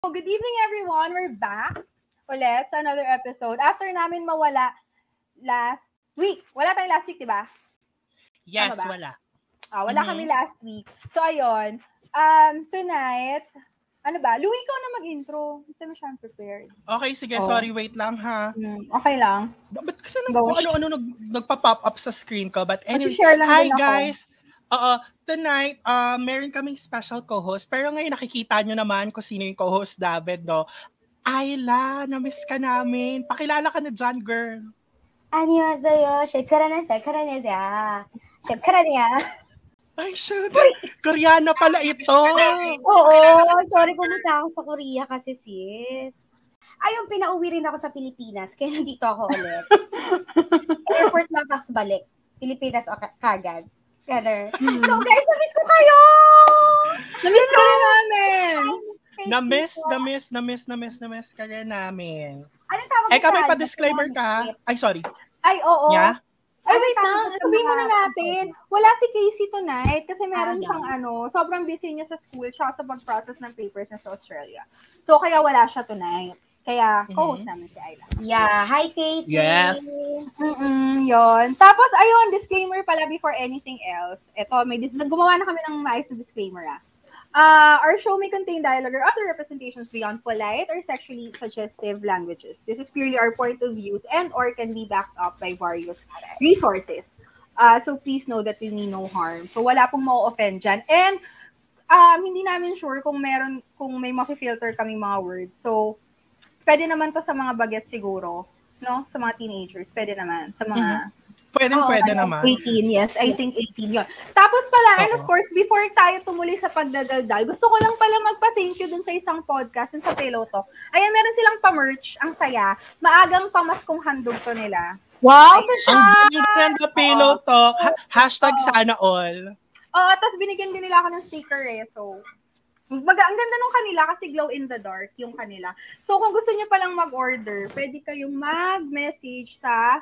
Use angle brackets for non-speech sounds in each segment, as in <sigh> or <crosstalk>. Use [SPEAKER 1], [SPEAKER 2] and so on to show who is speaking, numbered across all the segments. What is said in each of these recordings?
[SPEAKER 1] So, good evening everyone. We're back ulit sa another episode. After namin mawala last week. Wala tayong last week, di ba? Tama
[SPEAKER 2] Yes,
[SPEAKER 1] ba?
[SPEAKER 2] wala.
[SPEAKER 1] Ah, wala
[SPEAKER 2] Mhm.
[SPEAKER 1] kami last week. So, ayun. Um, tonight, ano ba? Louie, ikaw na mag-intro. Hindi masyadong prepared.
[SPEAKER 2] Okay, sige,
[SPEAKER 1] Oh.
[SPEAKER 2] sorry, wait lang ha.
[SPEAKER 1] Mm, okay lang.
[SPEAKER 2] Ba- Ba't kasi nag,
[SPEAKER 1] Go.
[SPEAKER 2] kung ano-ano nag, nagpa-pop up sa screen ko? But anyway,
[SPEAKER 1] share lang
[SPEAKER 2] hi
[SPEAKER 1] din ako.
[SPEAKER 2] guys! Oo, tonight, uh, meron kaming special co-host. Pero ngayon nakikita nyo naman kung sino yung co-host, David, no? Ayla, na-miss ka namin. Pakilala ka na dyan, girl.
[SPEAKER 3] 안녕하세요. 쉐카라나 쉐카라냐자. 쉐카라냐.
[SPEAKER 2] Ay, shoot. Koreana pala ito.
[SPEAKER 3] Oo, sorry pumunta ako sa Korea kasi sis. Ayun, pinauwi rin ako sa Pilipinas, kaya nandito ako
[SPEAKER 2] <laughs>
[SPEAKER 3] ulit. Airport lang, tapos balik. Pilipinas o ka- kagad. Ganun.
[SPEAKER 2] Hmm.
[SPEAKER 3] So
[SPEAKER 1] <laughs>
[SPEAKER 3] guys, na-miss ko kayo!
[SPEAKER 1] Hmm. Na-miss ka na namin!
[SPEAKER 3] Thank you
[SPEAKER 2] Na-miss,
[SPEAKER 3] po.
[SPEAKER 2] na-miss, na-miss, na-miss, na-miss ka rin namin.
[SPEAKER 3] Anong tawag
[SPEAKER 2] Eh, kami
[SPEAKER 3] sa-
[SPEAKER 2] pa-disclaimer ka. Ay, sorry.
[SPEAKER 1] Ay, oo.
[SPEAKER 2] Yeah?
[SPEAKER 1] Ay,
[SPEAKER 3] Ano
[SPEAKER 1] wait
[SPEAKER 3] tawag
[SPEAKER 1] lang.
[SPEAKER 3] sa
[SPEAKER 1] Sabihin
[SPEAKER 3] mga-
[SPEAKER 1] muna natin. Wala si Casey tonight kasi meron
[SPEAKER 3] Ah, yeah.
[SPEAKER 1] siyang ano, sobrang busy niya sa school siya sa pag-process ng papers niya sa Australia. So, kaya wala siya tonight. Kaya, co-host namin si Ayla.
[SPEAKER 3] Yeah, hi Katie.
[SPEAKER 2] Yes.
[SPEAKER 1] Mm-mm, yun. Tapos, ayun, disclaimer pala before anything else. Ito, may dis- gumawa na kami ng maayos na disclaimer, ah. Uh, our show may contain dialogue or other representations beyond polite or sexually suggestive languages. This is purely our point of views and or can be backed up by various resources. Uh, so please know that we mean no harm. So wala pong ma-offend dyan. And um, hindi namin sure kung meron, kung may ma-filter kaming mga words. So, pwede naman to sa mga bagets siguro. No? Sa mga teenagers. Pwede naman. Sa mga...
[SPEAKER 2] Pwede,
[SPEAKER 1] Oo,
[SPEAKER 2] pwede
[SPEAKER 1] ano,
[SPEAKER 2] naman.
[SPEAKER 1] 18, yes. I think 18 yun. Tapos pala, and of
[SPEAKER 2] Oo.
[SPEAKER 1] course, before tayo tumuli sa pagdadaldal, gusto ko lang pala magpa-thank you dun sa isang podcast, dun sa Pillow Talk. Ayan, meron silang pa-merch. Ang saya. Maagang pamaskong handog to nila.
[SPEAKER 3] Wow, so siya!
[SPEAKER 1] Ah!
[SPEAKER 2] Ang galing ng pillow
[SPEAKER 1] Oh.
[SPEAKER 2] talk. Ha- Hashtag sana all.
[SPEAKER 1] Oo, tapos Ah, binigyan din nila ako ng sticker eh. So, mag ang ganda nung kanila kasi glow in the dark yung kanila. So, kung gusto niyo palang mag-order, pwede kayong mag-message sa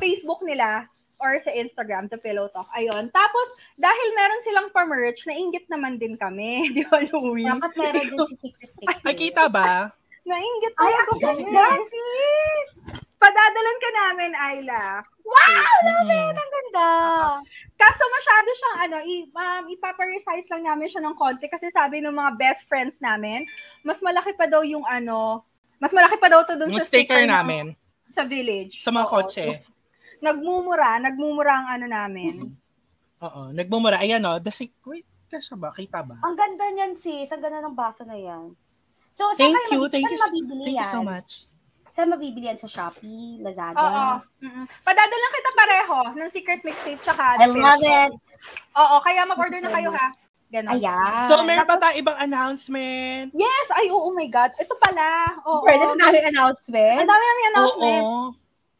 [SPEAKER 1] Facebook nila or sa Instagram, The Pillow Talk. Ayun. Tapos, dahil meron silang pa-merch, nainggit naman din kami. <laughs> Di ba, Louie?
[SPEAKER 3] Dapat meron din si Secret Pixie.
[SPEAKER 2] Ay, kita ba?
[SPEAKER 1] <laughs> Nainggit naman
[SPEAKER 3] Ay, ang
[SPEAKER 1] kami.
[SPEAKER 3] ganda, sis!
[SPEAKER 1] Padadalan ka namin, Ayla.
[SPEAKER 3] Wow, love it! Ang ganda!
[SPEAKER 1] Kaso masyado siyang ano, i- um, ipapa-resize lang namin siya ng konti kasi sabi ng mga best friends namin, mas malaki pa daw yung ano, mas malaki pa daw to dun
[SPEAKER 2] Yung
[SPEAKER 1] sa
[SPEAKER 2] sticker
[SPEAKER 1] ng-
[SPEAKER 2] namin
[SPEAKER 1] sa village.
[SPEAKER 2] sa mga
[SPEAKER 1] Oo.
[SPEAKER 2] kotse.
[SPEAKER 1] Nagmumura, nagmumura ang ano namin.
[SPEAKER 2] Oo, nagmumura. Ayan o, the sec- Wait, kasya ba? Kita
[SPEAKER 1] Oh,
[SPEAKER 2] ba?
[SPEAKER 3] Ang ganda niyan, sis. Ang ganda ng baso na yan. So, saan
[SPEAKER 2] Thank
[SPEAKER 3] kayo
[SPEAKER 2] you,
[SPEAKER 3] mabib-
[SPEAKER 2] thank
[SPEAKER 3] saan
[SPEAKER 2] you, so-
[SPEAKER 3] mabibili
[SPEAKER 2] thank you so
[SPEAKER 3] yan?
[SPEAKER 2] much.
[SPEAKER 3] Saan mabibili yan? Sa Shopee, Lazada?
[SPEAKER 1] Oo. mm Padadalan kita pareho ng secret mixtape tsaka
[SPEAKER 3] I love it!
[SPEAKER 1] Oo, kaya mag-order na kayo ha. Ganon.
[SPEAKER 3] Ayan.
[SPEAKER 2] So, meron pa tayo ibang announcement?
[SPEAKER 1] Yes! Ay, oo, oh, my God. Ito pala. Oo.
[SPEAKER 3] For this namin announcement.
[SPEAKER 1] Ang dami namin announcement.
[SPEAKER 2] Oo,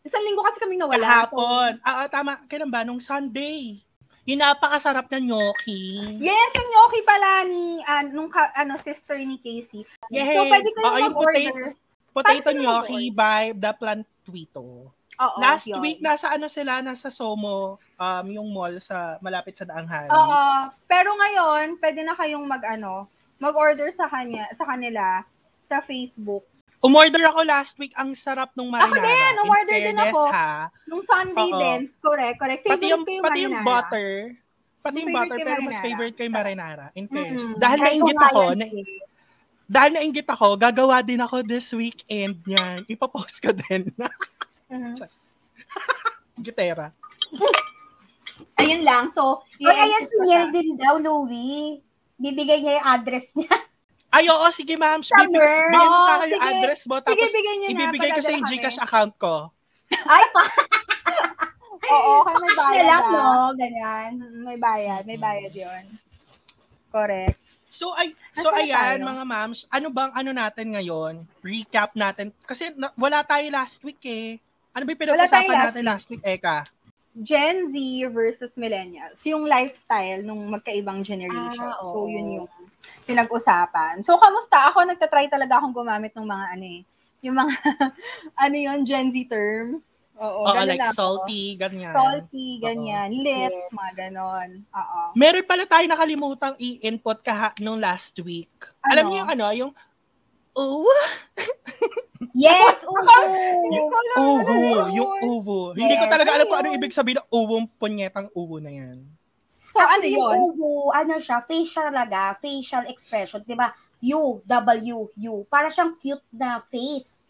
[SPEAKER 1] Isang linggo kasi kami nawala. so-
[SPEAKER 2] kahapon. Ah, ah, tama. Kailan ba? Nung Sunday. Yung napakasarap na gnocchi.
[SPEAKER 1] Yes, yung gnocchi pala ni, ah, nung ka- ano, sister ni Casey.
[SPEAKER 2] Yay!
[SPEAKER 1] So, pwede kayo
[SPEAKER 2] Oo, yung
[SPEAKER 1] mag-order. Paano
[SPEAKER 2] Potato
[SPEAKER 1] sila
[SPEAKER 2] gnocchi by The Plantuito.
[SPEAKER 1] Oo,
[SPEAKER 2] Last
[SPEAKER 1] Oh, yun.
[SPEAKER 2] week, nasa ano sila? Nasa Somo, um, yung mall sa malapit sa Daanghani.
[SPEAKER 1] Oo. Pero ngayon, pwede na kayong mag, ano, mag-order sa, kanya, sa kanila sa Facebook.
[SPEAKER 2] Umorder ako last week. Ang sarap nung marinara.
[SPEAKER 1] Ako din,
[SPEAKER 2] In
[SPEAKER 1] umorder din
[SPEAKER 2] fairness,
[SPEAKER 1] ako.
[SPEAKER 2] Ha,
[SPEAKER 1] Nung Sunday
[SPEAKER 2] Oo.
[SPEAKER 1] din, correct, correct.
[SPEAKER 2] pati
[SPEAKER 1] Favorite ko
[SPEAKER 2] yung, pati yung
[SPEAKER 1] marinara.
[SPEAKER 2] butter. Pati yung
[SPEAKER 1] Favorite
[SPEAKER 2] butter,
[SPEAKER 1] ko yung
[SPEAKER 2] pero mas
[SPEAKER 1] marinara. Mm.
[SPEAKER 2] favorite ko yung marinara. In fairness.
[SPEAKER 1] Mm-mm.
[SPEAKER 2] Dahil
[SPEAKER 3] Try ko
[SPEAKER 2] nainggit
[SPEAKER 3] nga
[SPEAKER 2] ako,
[SPEAKER 3] yan,
[SPEAKER 2] na,
[SPEAKER 1] eh.
[SPEAKER 3] sis.
[SPEAKER 2] dahil nainggit ako, gagawa din ako this weekend niyan. <laughs> Ipapost ko din. <laughs>
[SPEAKER 1] Mhm.
[SPEAKER 2] Gitera.
[SPEAKER 1] Ayun lang. So,
[SPEAKER 3] Ay, ayan,
[SPEAKER 1] i-emphasize
[SPEAKER 3] si
[SPEAKER 1] ko
[SPEAKER 3] Niel
[SPEAKER 1] siya.
[SPEAKER 3] din daw, Louie. Bibigay niya yung address niya. <laughs>
[SPEAKER 2] Ay, oo, sige ma'am.
[SPEAKER 3] Summer.
[SPEAKER 2] Bibig- Bigyan mo sa akin
[SPEAKER 1] Oo,
[SPEAKER 2] yung
[SPEAKER 1] sige.
[SPEAKER 2] address mo,
[SPEAKER 1] Sige,
[SPEAKER 2] tapos
[SPEAKER 1] bigyan niyo na.
[SPEAKER 2] ibibigay ko sa
[SPEAKER 1] padadala
[SPEAKER 2] yung
[SPEAKER 1] kami.
[SPEAKER 2] Gcash account ko.
[SPEAKER 3] Ay, pa.
[SPEAKER 1] Oo, kaya may
[SPEAKER 3] Cash na
[SPEAKER 1] bayad.
[SPEAKER 3] lang,
[SPEAKER 1] ah.
[SPEAKER 3] no? Ganyan.
[SPEAKER 1] Mm, May bayad. May bayad yun. Correct.
[SPEAKER 2] So ay so
[SPEAKER 1] Nasaan
[SPEAKER 2] ayan
[SPEAKER 1] tayo?
[SPEAKER 2] mga mams, ano bang ano natin ngayon? Recap natin kasi na, wala tayo last week eh. Ano ba yung
[SPEAKER 1] Wala tayo
[SPEAKER 2] pinag-usapan
[SPEAKER 1] last
[SPEAKER 2] natin last week, Eka?
[SPEAKER 1] Gen Z versus millennials. Yung lifestyle nung magkaibang generation.
[SPEAKER 3] Ah,
[SPEAKER 1] so,
[SPEAKER 3] oo.
[SPEAKER 1] yun yung pinag-usapan. So, kamusta? Ako, nagtatry talaga akong gumamit ng mga ano eh. Yung mga, <laughs> ano yun, Gen Z terms. Oo,
[SPEAKER 2] Oo,
[SPEAKER 1] ganun
[SPEAKER 2] like
[SPEAKER 1] na ako.
[SPEAKER 2] salty, ganyan.
[SPEAKER 1] Salty, ganyan. Lit,
[SPEAKER 3] Yes.
[SPEAKER 1] mga ganon. Oo.
[SPEAKER 2] Meron pala tayo nakalimutang i-input kaha nung last week. Alam
[SPEAKER 1] Ano?
[SPEAKER 2] niyo yung ano, yung Oo.
[SPEAKER 3] Yes, oo.
[SPEAKER 1] Ano
[SPEAKER 2] Uwo. Yung uwo. Hindi ko
[SPEAKER 3] Yes.
[SPEAKER 2] talaga alam kung
[SPEAKER 1] Ayun.
[SPEAKER 2] ano ibig sabihin ng uwong punyetang uwo na yan.
[SPEAKER 1] So, ano
[SPEAKER 3] Actually,
[SPEAKER 1] yun?
[SPEAKER 3] yung ubo, ano siya, facial talaga, facial expression, di ba? U, W, U. Para siyang cute na face.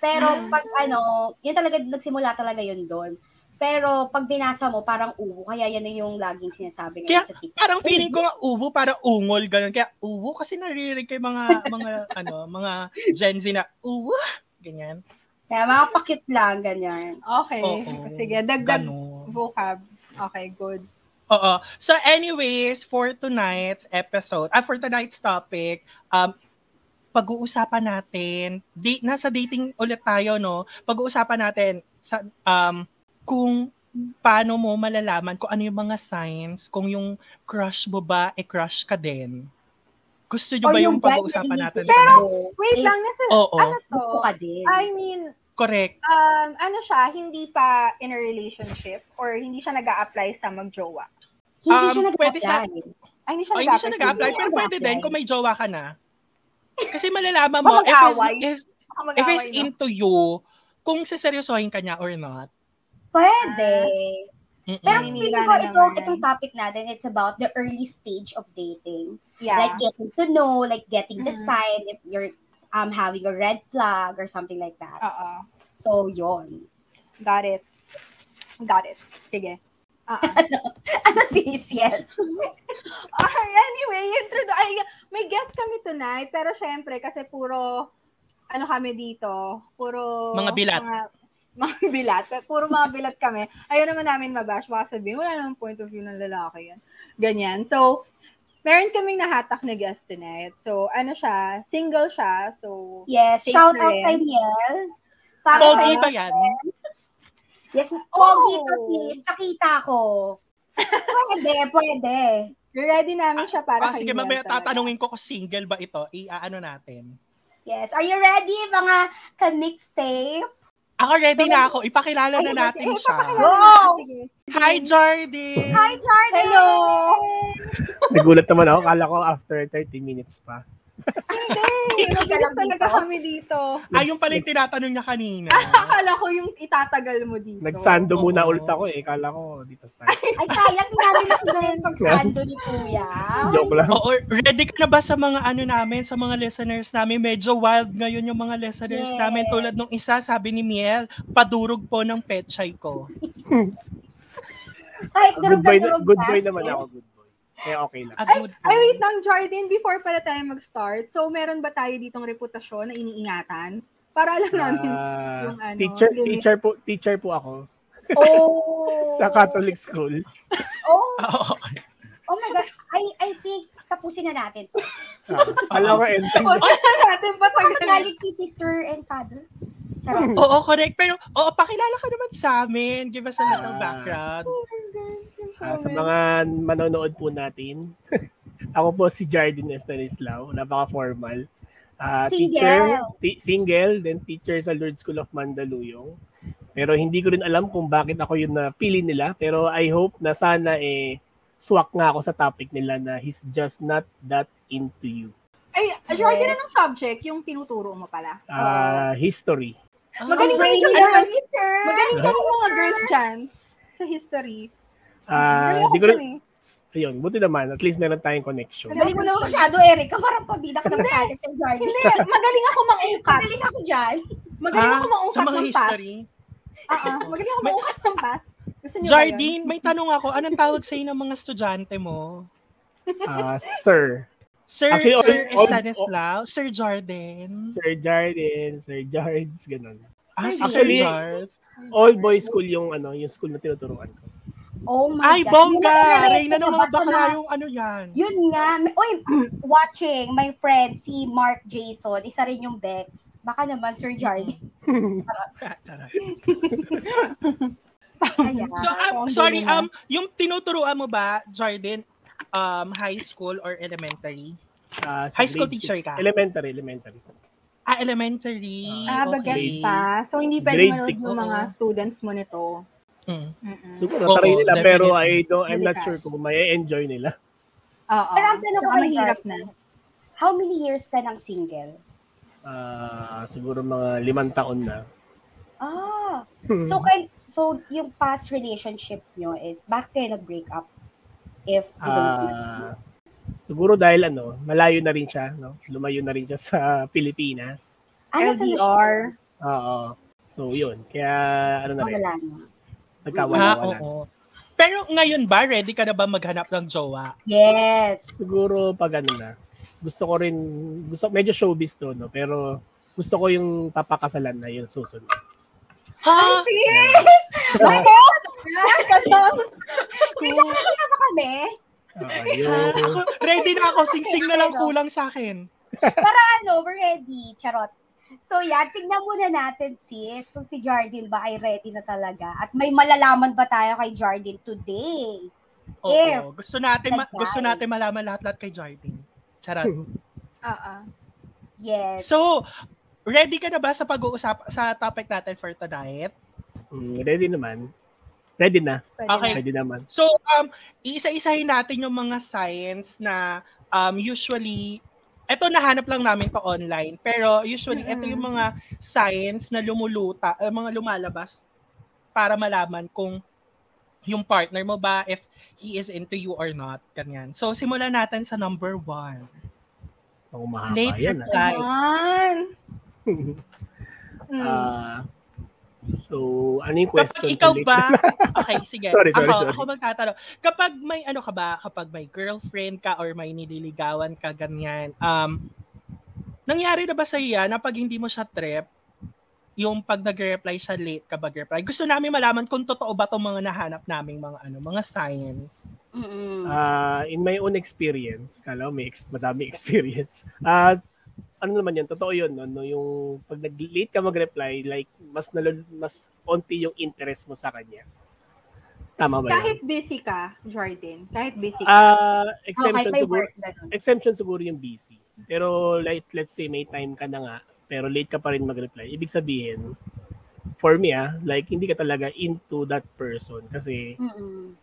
[SPEAKER 2] Hmm.
[SPEAKER 3] Pero pag ano, yun talaga, nagsimula talaga yun doon. Pero pag binasa mo, parang ubo. Kaya yan na yung laging sinasabi ngayon
[SPEAKER 2] Kaya-
[SPEAKER 3] sa TikTok.
[SPEAKER 2] Parang feeling ko nga uwo, para ungol, ganun. Kaya uwo kasi naririnig kay mga, mga, <laughs> ano, mga Gen Z na uwo. Ganyan.
[SPEAKER 3] Kaya mga pakit lang, ganyan.
[SPEAKER 1] Okay.
[SPEAKER 2] Oo.
[SPEAKER 1] Sige, dagdag
[SPEAKER 2] Ganun.
[SPEAKER 1] vocab. Okay, good.
[SPEAKER 2] Oo. So anyways, for tonight's episode, ah, for tonight's topic, um, pag-uusapan natin, di, nasa dating ulit tayo, no? Pag-uusapan natin sa, um, kung paano mo malalaman kung ano yung mga signs, kung yung crush mo ba, eh crush ka din. Gusto nyo
[SPEAKER 3] Or
[SPEAKER 2] Ano ba yung
[SPEAKER 3] guy na
[SPEAKER 2] pag-uusapan
[SPEAKER 3] hindi
[SPEAKER 2] natin?
[SPEAKER 3] ko
[SPEAKER 2] tonight?
[SPEAKER 3] mo,
[SPEAKER 1] Wait
[SPEAKER 3] eh,
[SPEAKER 1] lang, nasa,
[SPEAKER 2] Oo,
[SPEAKER 1] ano to?
[SPEAKER 3] Gusto ka din.
[SPEAKER 1] I mean,
[SPEAKER 2] correct.
[SPEAKER 1] um, ano siya, hindi pa in a relationship or hindi siya nag apply sa magjowa.
[SPEAKER 3] hindi siya
[SPEAKER 2] um,
[SPEAKER 3] nag
[SPEAKER 2] pwede sa-
[SPEAKER 1] Ay, hindi siya nag-a-apply.
[SPEAKER 2] Ay, hindi siya
[SPEAKER 1] sa
[SPEAKER 2] nag-apply,
[SPEAKER 1] magjowa.
[SPEAKER 2] pero pwede din kung may jowa ka na. Kasi malalaman
[SPEAKER 1] Baka
[SPEAKER 2] mo, if is,
[SPEAKER 1] mag-away.
[SPEAKER 2] is,
[SPEAKER 1] Baka
[SPEAKER 2] if he's
[SPEAKER 1] mag-away, no?
[SPEAKER 2] into you, kung seseryosohin ka niya or not.
[SPEAKER 3] Pwede.
[SPEAKER 2] Ah. Mm-mm.
[SPEAKER 3] Pero
[SPEAKER 1] Hindi
[SPEAKER 3] feeling
[SPEAKER 1] na
[SPEAKER 3] ko itong,
[SPEAKER 1] naman.
[SPEAKER 3] itong topic natin, it's about the early stage of dating.
[SPEAKER 1] Yeah.
[SPEAKER 3] like getting to know, like getting the
[SPEAKER 1] Mhm.
[SPEAKER 3] sign if you're um having a red flag or something like that.
[SPEAKER 1] Oo.
[SPEAKER 3] So yon.
[SPEAKER 1] Got it. Got it. Sige. Oo.
[SPEAKER 3] <laughs> Ano sis? Yes.
[SPEAKER 1] Okay, anyway, introdu- ay, may guest kami tonight, pero syempre, kasi puro, ano kami dito, puro...
[SPEAKER 2] Mga bilat.
[SPEAKER 1] Mga, <laughs> mga bilat. Puro mga bilat kami. Ayaw naman namin mabash. Baka sabihin, wala namang point of view ng lalaki yan. Ganyan. So, meron kaming nahatak na guest tonight. So, ano siya, single siya. So,
[SPEAKER 3] Yes.
[SPEAKER 1] Safe
[SPEAKER 3] Shout
[SPEAKER 1] na
[SPEAKER 3] out
[SPEAKER 1] rin.
[SPEAKER 3] kay Miel. Para
[SPEAKER 2] Pogi
[SPEAKER 3] sa'yo.
[SPEAKER 2] ba yan?
[SPEAKER 3] Yes, pogi
[SPEAKER 1] Oh.
[SPEAKER 3] to sis. Nakita
[SPEAKER 1] <laughs>
[SPEAKER 3] ko. Pwede, pwede.
[SPEAKER 1] ready namin siya para
[SPEAKER 2] Ah,
[SPEAKER 1] kay
[SPEAKER 2] sige,
[SPEAKER 1] Mel
[SPEAKER 2] mamaya
[SPEAKER 1] talaga.
[SPEAKER 2] tatanungin ko kung single ba ito. Iaano natin.
[SPEAKER 3] Yes. Are you ready, mga ka-mixtape?
[SPEAKER 2] Ako ready
[SPEAKER 3] So,
[SPEAKER 2] na ako. Ipakilala
[SPEAKER 3] Ay,
[SPEAKER 2] na
[SPEAKER 3] okay.
[SPEAKER 2] natin
[SPEAKER 1] Eh,
[SPEAKER 2] siya.
[SPEAKER 1] papakilala
[SPEAKER 3] Go!
[SPEAKER 1] natin, sige.
[SPEAKER 2] Hi, Jordi!
[SPEAKER 3] Hi, Jordan!
[SPEAKER 1] Hello!
[SPEAKER 4] Nagulat naman ako. Kala ko after 30 minutes pa.
[SPEAKER 1] Hindi,
[SPEAKER 3] <laughs> Hindi ka lang
[SPEAKER 1] talaga
[SPEAKER 3] dito.
[SPEAKER 1] kami dito.
[SPEAKER 2] Ay, Ah, yung pala yung tinatanong niya
[SPEAKER 1] <laughs>
[SPEAKER 2] kanina.
[SPEAKER 1] Akala ko yung itatagal mo dito.
[SPEAKER 4] Nagsando
[SPEAKER 2] Oo.
[SPEAKER 4] muna ulit ako eh. Kala ko dito start.
[SPEAKER 3] Ay, sayang, hindi namin nakita yung pagsando ni Kuya.
[SPEAKER 4] Joke lang.
[SPEAKER 1] oh,
[SPEAKER 2] Oo, ready ka na ba sa mga ano namin, sa mga listeners namin? Medyo wild ngayon yung mga listeners
[SPEAKER 3] Yes.
[SPEAKER 2] namin. Tulad nung isa, sabi ni Miel, padurog po ng petchay ko.
[SPEAKER 3] Kahit
[SPEAKER 4] Good boy, na-
[SPEAKER 3] durog-durog
[SPEAKER 4] good boy
[SPEAKER 3] fast,
[SPEAKER 4] naman
[SPEAKER 3] yes.
[SPEAKER 4] ako. Good boy. Kaya okay lang.
[SPEAKER 2] A
[SPEAKER 1] Ay,
[SPEAKER 2] good
[SPEAKER 1] ay,
[SPEAKER 2] boy.
[SPEAKER 1] wait lang, Jordan, before pala tayo mag-start, so meron ba tayo ditong reputasyon na iniingatan? Para alam namin.
[SPEAKER 4] Ah,
[SPEAKER 1] yung ano,
[SPEAKER 4] teacher,
[SPEAKER 1] limit.
[SPEAKER 4] teacher po, teacher po ako
[SPEAKER 3] Oh.
[SPEAKER 4] <laughs> sa Catholic school.
[SPEAKER 3] Oh,
[SPEAKER 2] Ah, Oo.
[SPEAKER 3] oh my God. I, I think tapusin na natin. to.
[SPEAKER 4] Ah,
[SPEAKER 1] Oh.
[SPEAKER 4] Kala ko entry.
[SPEAKER 1] Huwag na ano natin
[SPEAKER 3] Baka
[SPEAKER 1] patagalin.
[SPEAKER 3] magalit si sister and father. Charot.
[SPEAKER 2] Oo, correct. Pero, oo, pakilala ka naman sa amin. Give us a little
[SPEAKER 4] Ah.
[SPEAKER 2] background.
[SPEAKER 4] Ah, sa mga manonood po natin, <laughs> ako po si Jardin Estanislao, napaka-formal. Ah, Teacher,
[SPEAKER 3] Single.
[SPEAKER 4] ti- single, then teacher sa Lord School of Mandaluyong. Pero hindi ko rin alam kung bakit ako yun napili nila. Pero I hope na sana eh, swak nga ako sa topic nila na he's just not that into you.
[SPEAKER 1] Ay, Jordan, anong subject yung tinuturo mo pala?
[SPEAKER 4] Ah, history.
[SPEAKER 1] Magaling ka
[SPEAKER 3] Brainy
[SPEAKER 1] yung-
[SPEAKER 3] naman ni sir.
[SPEAKER 1] Magaling ka yung mga girls dyan sa history.
[SPEAKER 4] Ah,
[SPEAKER 1] Magaling ako
[SPEAKER 4] di ko rin,
[SPEAKER 1] dyan eh.
[SPEAKER 4] ayun, buti naman. At least meron tayong connection.
[SPEAKER 3] Magaling mo naman masyado, Eric. Parang pabida ka ng talent and
[SPEAKER 1] Hindi,
[SPEAKER 3] garden.
[SPEAKER 1] magaling ako mangungkat.
[SPEAKER 3] Magaling ako dyan.
[SPEAKER 1] Magaling ako
[SPEAKER 2] Ah, sa
[SPEAKER 1] mangungkat
[SPEAKER 2] mga
[SPEAKER 1] ng past.
[SPEAKER 2] history.
[SPEAKER 1] Oo, magaling ako
[SPEAKER 2] May-
[SPEAKER 1] mangungkat ng past. Gusto niyo ba yun?
[SPEAKER 2] Jardine, may tanong ako. Anong tawag sa'yo ng mga estudyante mo?
[SPEAKER 4] Ah, sir.
[SPEAKER 2] Sir,
[SPEAKER 4] Actually, all-
[SPEAKER 2] Sir
[SPEAKER 4] all-
[SPEAKER 2] Estanislao? Sir Jordan?
[SPEAKER 4] Sir Jardin, Sir Jards, ganun.
[SPEAKER 2] Ah, si
[SPEAKER 4] Actually-
[SPEAKER 2] Sir Jards.
[SPEAKER 4] All boys school yung ano, yung school na tinuturuan ko.
[SPEAKER 3] Oh my
[SPEAKER 2] Ay,
[SPEAKER 3] God.
[SPEAKER 2] bongga!
[SPEAKER 3] Yung
[SPEAKER 2] Reyna
[SPEAKER 3] mga
[SPEAKER 2] naman,
[SPEAKER 3] nabasa
[SPEAKER 2] baka
[SPEAKER 3] na-
[SPEAKER 2] yung ano yan.
[SPEAKER 3] Yun nga. May- Uy, watching my friend, si Mark Jason, isa rin yung Bex. Baka naman, Sir Jardy.
[SPEAKER 2] Ah,
[SPEAKER 3] Ayan.
[SPEAKER 2] so, um, sorry, um, yung tinuturuan mo ba, Jardine, um, high school or elementary?
[SPEAKER 4] Ah, sa
[SPEAKER 2] High school
[SPEAKER 4] grade
[SPEAKER 2] teacher ka?
[SPEAKER 4] six. Elementary, elementary.
[SPEAKER 2] Ah, elementary.
[SPEAKER 1] Ah, bagets
[SPEAKER 2] Okay.
[SPEAKER 1] pa. So, hindi pwede
[SPEAKER 4] Grade
[SPEAKER 1] manood
[SPEAKER 4] six.
[SPEAKER 1] yung mga students mo nito.
[SPEAKER 2] Mm.
[SPEAKER 1] Mm-mm.
[SPEAKER 4] Siguro
[SPEAKER 2] Oo,
[SPEAKER 4] taray nila pero
[SPEAKER 2] definitely.
[SPEAKER 4] I don't, I'm not
[SPEAKER 1] Hindi ka.
[SPEAKER 4] sure kung may enjoy nila.
[SPEAKER 1] Oo.
[SPEAKER 3] Pero ang tanong ko
[SPEAKER 1] Saka
[SPEAKER 3] kay
[SPEAKER 1] mahirap
[SPEAKER 3] Jordan,
[SPEAKER 1] na.
[SPEAKER 3] How many years ka ng single?
[SPEAKER 4] ah, siguro mga limang taon na.
[SPEAKER 3] Ah. So,
[SPEAKER 4] Mm-hmm.
[SPEAKER 3] kay, so yung past relationship nyo is, bakit kayo nag-break up? If you don't
[SPEAKER 4] Ah, siguro dahil ano, malayo na rin siya, no? Lumayo na rin siya sa Pilipinas.
[SPEAKER 3] ano sa
[SPEAKER 1] LDR.
[SPEAKER 4] Oo. So, yun. Kaya, ano na rin,
[SPEAKER 3] Wala na.
[SPEAKER 2] Ah,
[SPEAKER 4] nagkawala-wala.
[SPEAKER 2] oo. Pero ngayon ba, ready ka na ba maghanap ng jowa?
[SPEAKER 3] Yes.
[SPEAKER 4] Siguro pag ano na, gusto ko rin, gusto, medyo showbiz to, no? Pero gusto ko yung papakasalan na yun susunod.
[SPEAKER 3] Ay,
[SPEAKER 4] Ah!
[SPEAKER 2] Ha?
[SPEAKER 3] sis!
[SPEAKER 4] <laughs>
[SPEAKER 3] My God! Kaya na ba kami?
[SPEAKER 4] Ah,
[SPEAKER 2] Ah,
[SPEAKER 4] yun.
[SPEAKER 2] ako, ready na ako. Sing-sing na lang kulang sa akin.
[SPEAKER 3] Ano, we're ready. Charot. So yan, tignan muna natin sis kung si Jardine ba ay ready na talaga at may malalaman ba tayo kay Jardine today.
[SPEAKER 2] Oo.
[SPEAKER 3] If-
[SPEAKER 2] gusto natin ma-
[SPEAKER 3] Bye-bye.
[SPEAKER 2] gusto natin malaman lahat-lahat kay Jardine. Charot.
[SPEAKER 1] Oo.
[SPEAKER 3] Yes.
[SPEAKER 2] So, ready ka na ba sa pag-uusap sa topic natin for tonight?
[SPEAKER 4] Mm, ready naman. Ready na.
[SPEAKER 1] Pwede
[SPEAKER 2] Okay.
[SPEAKER 4] Ready naman.
[SPEAKER 2] So, um, isa-isahin natin yung mga signs na um, usually, eto nahanap lang namin to online, pero usually eto
[SPEAKER 1] Mm-mm.
[SPEAKER 2] yung mga signs na lumuluta, eh, mga lumalabas para malaman kung yung partner mo ba, if he is into you or not. Ganyan. So, simulan natin sa number one.
[SPEAKER 4] Ako mahaba
[SPEAKER 2] Late
[SPEAKER 4] yan. ah.
[SPEAKER 2] replies.
[SPEAKER 1] Ayan. Mm.
[SPEAKER 4] Ah, so, ano yung question?
[SPEAKER 2] Hmm. Kapag ikaw
[SPEAKER 4] Late <laughs>
[SPEAKER 2] ba, okay, sige.
[SPEAKER 4] Sorry, sorry,
[SPEAKER 2] ako,
[SPEAKER 4] sorry.
[SPEAKER 2] ako magtatanong. Kapag may ano ka ba, kapag may girlfriend ka or may nililigawan ka, ganyan, um, nangyari na ba sa iya na pag hindi mo siya trip, yung pag nag-reply siya late ka ba reply Gusto namin malaman kung totoo ba itong mga nahanap naming mga ano, mga signs.
[SPEAKER 3] Mm-mm.
[SPEAKER 4] Ah, in my own experience, kala ko may ex- madami <laughs> experience. At ano naman 'yun, totoo 'yun, no? no, Yung pag nag-late ka mag-reply, like mas nalo- mas onti yung interest mo sa kanya. Tama ba 'yun?
[SPEAKER 1] Kahit busy ka, Jordan. Kahit busy ka.
[SPEAKER 4] Ah,
[SPEAKER 3] Oh, kahit
[SPEAKER 4] exemption
[SPEAKER 3] may
[SPEAKER 4] siguro,
[SPEAKER 3] work ganun.
[SPEAKER 4] exemption siguro yung busy. Pero like let's say may time ka na nga, pero late ka pa rin mag-reply. Ibig sabihin, for me ah, like hindi ka talaga into that person kasi
[SPEAKER 3] Mm-mm.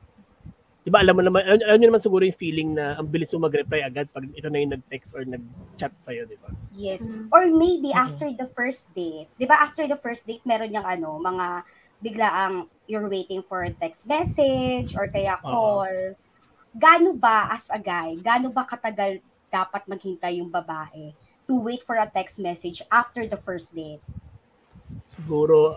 [SPEAKER 4] 'di ba alam mo naman alam, alam niyo naman siguro yung feeling na ang bilis mo mag-reply agad pag ito na yung nag-text or nag-chat sa iyo, 'di ba?
[SPEAKER 3] Yes.
[SPEAKER 1] Mm.
[SPEAKER 3] Or maybe
[SPEAKER 2] Mhm.
[SPEAKER 3] after the first date. 'Di ba after the first date meron yung ano, mga biglaang you're waiting for a text message or kaya
[SPEAKER 4] Oo.
[SPEAKER 3] call. Gaano ba as a guy, gaano ba katagal dapat maghintay yung babae to wait for a text message after the first date?
[SPEAKER 4] Siguro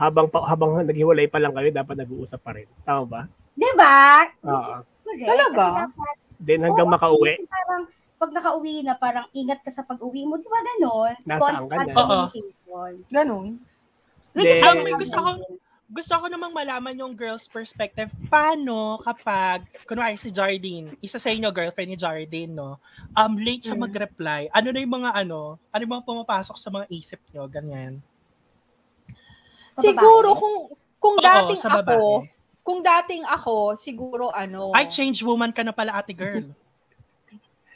[SPEAKER 4] habang pa, habang naghiwalay pa lang kayo dapat nag-uusap pa rin. Tama ba?
[SPEAKER 3] 'Di ba? Which is
[SPEAKER 4] Oo.
[SPEAKER 3] correct.
[SPEAKER 1] Talaga?
[SPEAKER 3] Kasi dapat-
[SPEAKER 4] Then hanggang
[SPEAKER 3] Oo,
[SPEAKER 4] makauwi,
[SPEAKER 3] kasi Parang pag nakauwi na, parang ingat ka sa pag-uwi mo. Di ba ganon?
[SPEAKER 4] Nasaan ka
[SPEAKER 3] Constant
[SPEAKER 4] na?
[SPEAKER 2] Oo.
[SPEAKER 3] communication.
[SPEAKER 1] Ganun.
[SPEAKER 3] Which is
[SPEAKER 4] Then-
[SPEAKER 3] correct.
[SPEAKER 4] Ang gusto
[SPEAKER 2] ko- gusto ko namang malaman yung girl's perspective. Paano kapag, kunwari si Jardine, isa sa inyo, girlfriend ni Jardine, no? Um, late siya
[SPEAKER 1] Mm.
[SPEAKER 2] mag-reply. Ano na yung mga ano? Ano yung mga pumapasok sa mga isip nyo? Ganyan.
[SPEAKER 3] Sa babae.
[SPEAKER 1] Siguro kung kung
[SPEAKER 2] Oo,
[SPEAKER 1] dating
[SPEAKER 2] sa babae.
[SPEAKER 1] ako, kung dating ako, siguro ano.
[SPEAKER 2] Ay, change woman ka na pala, ate girl.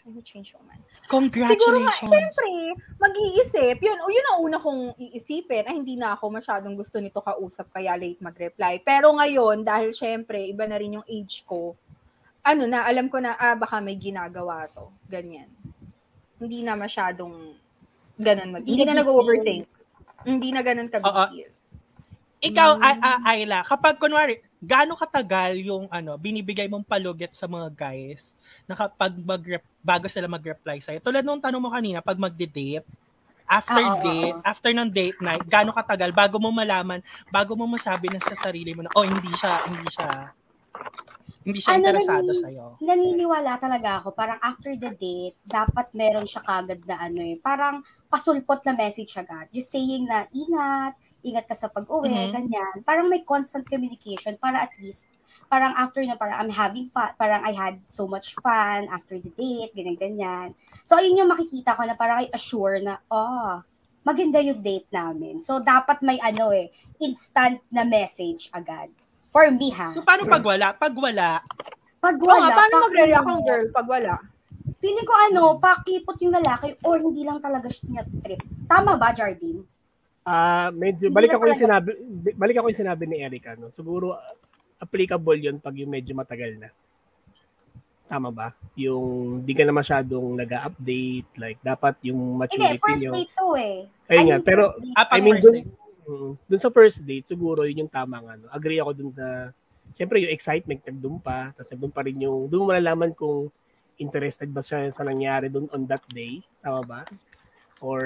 [SPEAKER 1] Let me change yung man. Siguro nga,
[SPEAKER 2] Congratulations.
[SPEAKER 1] syempre, mag-iisip. Yun, o, yun ang una kong iisipin. Ay, hindi na ako masyadong gusto nito kausap kaya late mag-reply. Pero ngayon, dahil syempre, iba na rin yung age ko, ano na, alam ko na, ah, baka may ginagawa to. Ganyan. Hindi na masyadong ganun mag- Hindi
[SPEAKER 3] Hindi na
[SPEAKER 1] na
[SPEAKER 3] big
[SPEAKER 1] nag-overthink. Hindi na ganun ka
[SPEAKER 2] Oo.
[SPEAKER 1] big deal.
[SPEAKER 2] Ikaw,
[SPEAKER 3] Mm.
[SPEAKER 2] Ay- Ah, Ayla, kapag kunwari, gaano katagal yung ano, binibigay mong palugit sa mga guys na kapag mag bago sila mag-reply sa'yo? Tulad nung tanong mo kanina, pag magde-date, after
[SPEAKER 3] Ah, oo,
[SPEAKER 2] date, after ng date night, gaano katagal bago mo malaman, bago mo masabi na sa sarili mo na, oh, hindi siya, hindi siya, hindi siya
[SPEAKER 3] Ano na
[SPEAKER 2] interesado
[SPEAKER 3] ni-
[SPEAKER 2] sa'yo.
[SPEAKER 3] naniniwala talaga ako, parang after the date, dapat meron siya kagad na ano eh, parang pasulpot na message agad. Just saying na, ingat, ingat ka sa pag-uwi,
[SPEAKER 2] Mhm.
[SPEAKER 1] Mm-hmm.
[SPEAKER 3] ganyan. Parang may constant communication para at least, parang after na parang I'm having fun, parang I had so much fun after the date, ganyan-ganyan. So, ayun yung makikita ko na parang I assure na, oh, maganda yung date namin. So, dapat may ano eh, instant na message agad. For me ha.
[SPEAKER 2] So, paano pag wala? Pag wala,
[SPEAKER 3] Pag
[SPEAKER 1] Oo nga,
[SPEAKER 3] wala,
[SPEAKER 1] paano
[SPEAKER 3] pag-
[SPEAKER 1] mag-react ang girl pag wala?
[SPEAKER 3] Feeling ko ano, pakipot yung lalaki or hindi lang talaga siya trip. Tama ba, Jardine?
[SPEAKER 4] Ah, medyo
[SPEAKER 3] Hindi
[SPEAKER 4] balik
[SPEAKER 3] na
[SPEAKER 4] ako yung
[SPEAKER 3] talaga.
[SPEAKER 4] sinabi bi- balik ako yung sinabi ni Erica no. Siguro ah, applicable 'yun pag yung medyo matagal na. Tama ba? Yung di ka na masyadong nag-update, like dapat yung
[SPEAKER 3] Hindi,
[SPEAKER 4] maturity
[SPEAKER 3] first
[SPEAKER 4] nyo.
[SPEAKER 3] date to eh.
[SPEAKER 4] Ayun
[SPEAKER 3] I
[SPEAKER 4] nga,
[SPEAKER 3] mean,
[SPEAKER 4] pero
[SPEAKER 3] first date.
[SPEAKER 2] Ah, pang
[SPEAKER 4] I mean,
[SPEAKER 2] first
[SPEAKER 4] dun-
[SPEAKER 2] date.
[SPEAKER 4] Mm, dun sa first date, siguro yun yung tama nga. No? Agree ako dun na, syempre yung excitement, nagdun pa, tapos nagdun pa rin yung, dun mo malalaman kung interested ba siya sa nangyari dun on that day. Tama ba? Or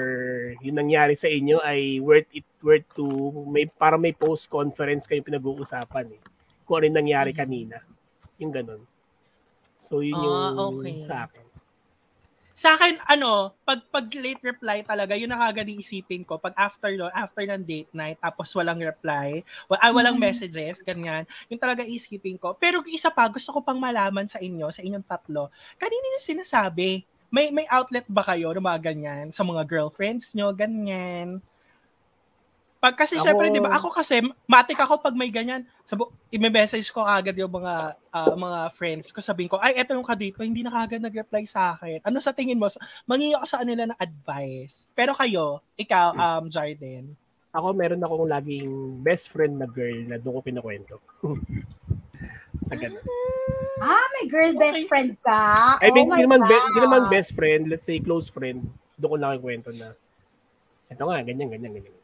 [SPEAKER 4] yung nangyari sa inyo ay worth it, worth to, may, para may post-conference kayo pinag-uusapan eh. Kung ano yung nangyari
[SPEAKER 2] Mm-hmm.
[SPEAKER 4] kanina. Yung ganun. So yun yung
[SPEAKER 2] Ah, okay.
[SPEAKER 4] sa akin.
[SPEAKER 2] Sa akin, ano, pag, pag late reply talaga, yun ang agad iisipin ko. Pag after no, after ng date night, tapos walang reply, wa- ah, walang
[SPEAKER 1] Mhm.
[SPEAKER 2] messages, ganyan, yun talaga iisipin ko. Pero yung isa pa, gusto ko pang malaman sa inyo, sa inyong tatlo, kanino yung sinasabi? May, may outlet ba kayo ng mga ganyan? Sa mga girlfriends nyo, ganyan? Pag kasi
[SPEAKER 4] Ako-
[SPEAKER 2] syempre, di ba, ako kasi, matik ako pag may ganyan, sabo, i-message ko agad yung mga ah, mga friends ko, sabihin ko, ay, eto yung kadate ko, hindi na kagad nag-reply sa akin. Ano sa tingin mo? Sa- Mangingi ako sa kanila ng advice. Pero kayo, ikaw, um, Jarden,
[SPEAKER 4] ako meron akong laging best friend na girl na doon ko
[SPEAKER 2] <laughs>
[SPEAKER 4] pinakwento. sa ganun.
[SPEAKER 3] Ah, may girl best
[SPEAKER 2] Okay.
[SPEAKER 3] friend ka?
[SPEAKER 4] I mean,
[SPEAKER 3] oh my
[SPEAKER 4] hindi naman, be-
[SPEAKER 3] God.
[SPEAKER 4] hindi naman best friend, let's say close friend, doon ko lang ikwento na, eto nga, ganyan, ganyan, ganyan.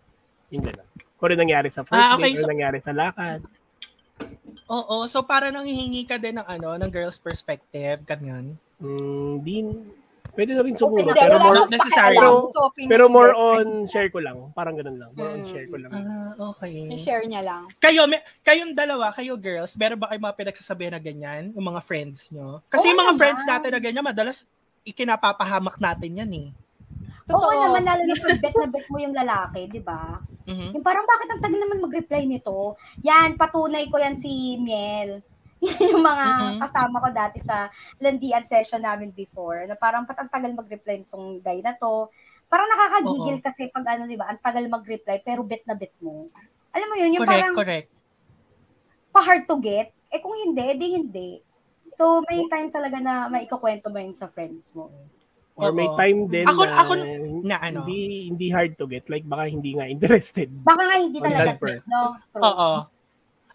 [SPEAKER 4] Yung ganun. Kung ano nangyari sa first
[SPEAKER 2] Ah, okay,
[SPEAKER 4] date, ano
[SPEAKER 2] so-
[SPEAKER 4] nangyari sa lakad.
[SPEAKER 2] oo, so para nanghihingi ka din ng ano, ng girl's perspective, ganyan.
[SPEAKER 4] Mm, din, pwede na rin siguro,
[SPEAKER 1] Hindi,
[SPEAKER 4] pero
[SPEAKER 1] wala
[SPEAKER 4] more,
[SPEAKER 2] na-
[SPEAKER 1] akong
[SPEAKER 2] necessary.
[SPEAKER 1] pakialam.
[SPEAKER 4] Pero-
[SPEAKER 1] So, opinion
[SPEAKER 4] pero
[SPEAKER 1] ni
[SPEAKER 4] more
[SPEAKER 1] best friend.
[SPEAKER 4] on share ko lang. Parang ganun lang. More on share ko lang.
[SPEAKER 2] Ah,
[SPEAKER 1] Yung
[SPEAKER 2] okay.
[SPEAKER 1] share niya lang.
[SPEAKER 2] Kayo, may, kayong dalawa, kayo girls, meron ba kayong mga pinagsasabihan na ganyan? Yung mga friends nyo? Kasi
[SPEAKER 3] Oo
[SPEAKER 2] yung mga
[SPEAKER 3] naman.
[SPEAKER 2] friends natin na ganyan, madalas ikinapapahamak natin yan eh.
[SPEAKER 3] Oo
[SPEAKER 1] Totoo.
[SPEAKER 3] naman, lalo na pag bet na bet mo yung lalaki, di ba?
[SPEAKER 2] Mhm.
[SPEAKER 3] Yung parang bakit ang tagal naman mag-reply nito? Yan, patunay ko yan si Miel. <laughs> Yan yung mga
[SPEAKER 2] Mhm.
[SPEAKER 3] kasama ko dati sa landian session namin before. Na parang pat ang tagal mag-reply nitong guy na to. Parang nakakagigil kasi pag ano, di ba, ang tagal mag-reply pero bet na bet mo. Alam mo yun, yung
[SPEAKER 2] Correct,
[SPEAKER 3] parang
[SPEAKER 2] correct.
[SPEAKER 3] pa-hard to get. Eh kung hindi, di hindi. So may times talaga na may ikukwento mo yun sa friends mo.
[SPEAKER 4] Or may
[SPEAKER 2] Oo.
[SPEAKER 4] time din
[SPEAKER 2] Ako-
[SPEAKER 4] na,
[SPEAKER 2] ako- Na ano?
[SPEAKER 4] hindi, hindi hard to get. Like, baka hindi nga interested.
[SPEAKER 3] Baka nga hindi
[SPEAKER 4] On
[SPEAKER 3] talaga.
[SPEAKER 4] that first.
[SPEAKER 3] No, true.
[SPEAKER 2] Oo.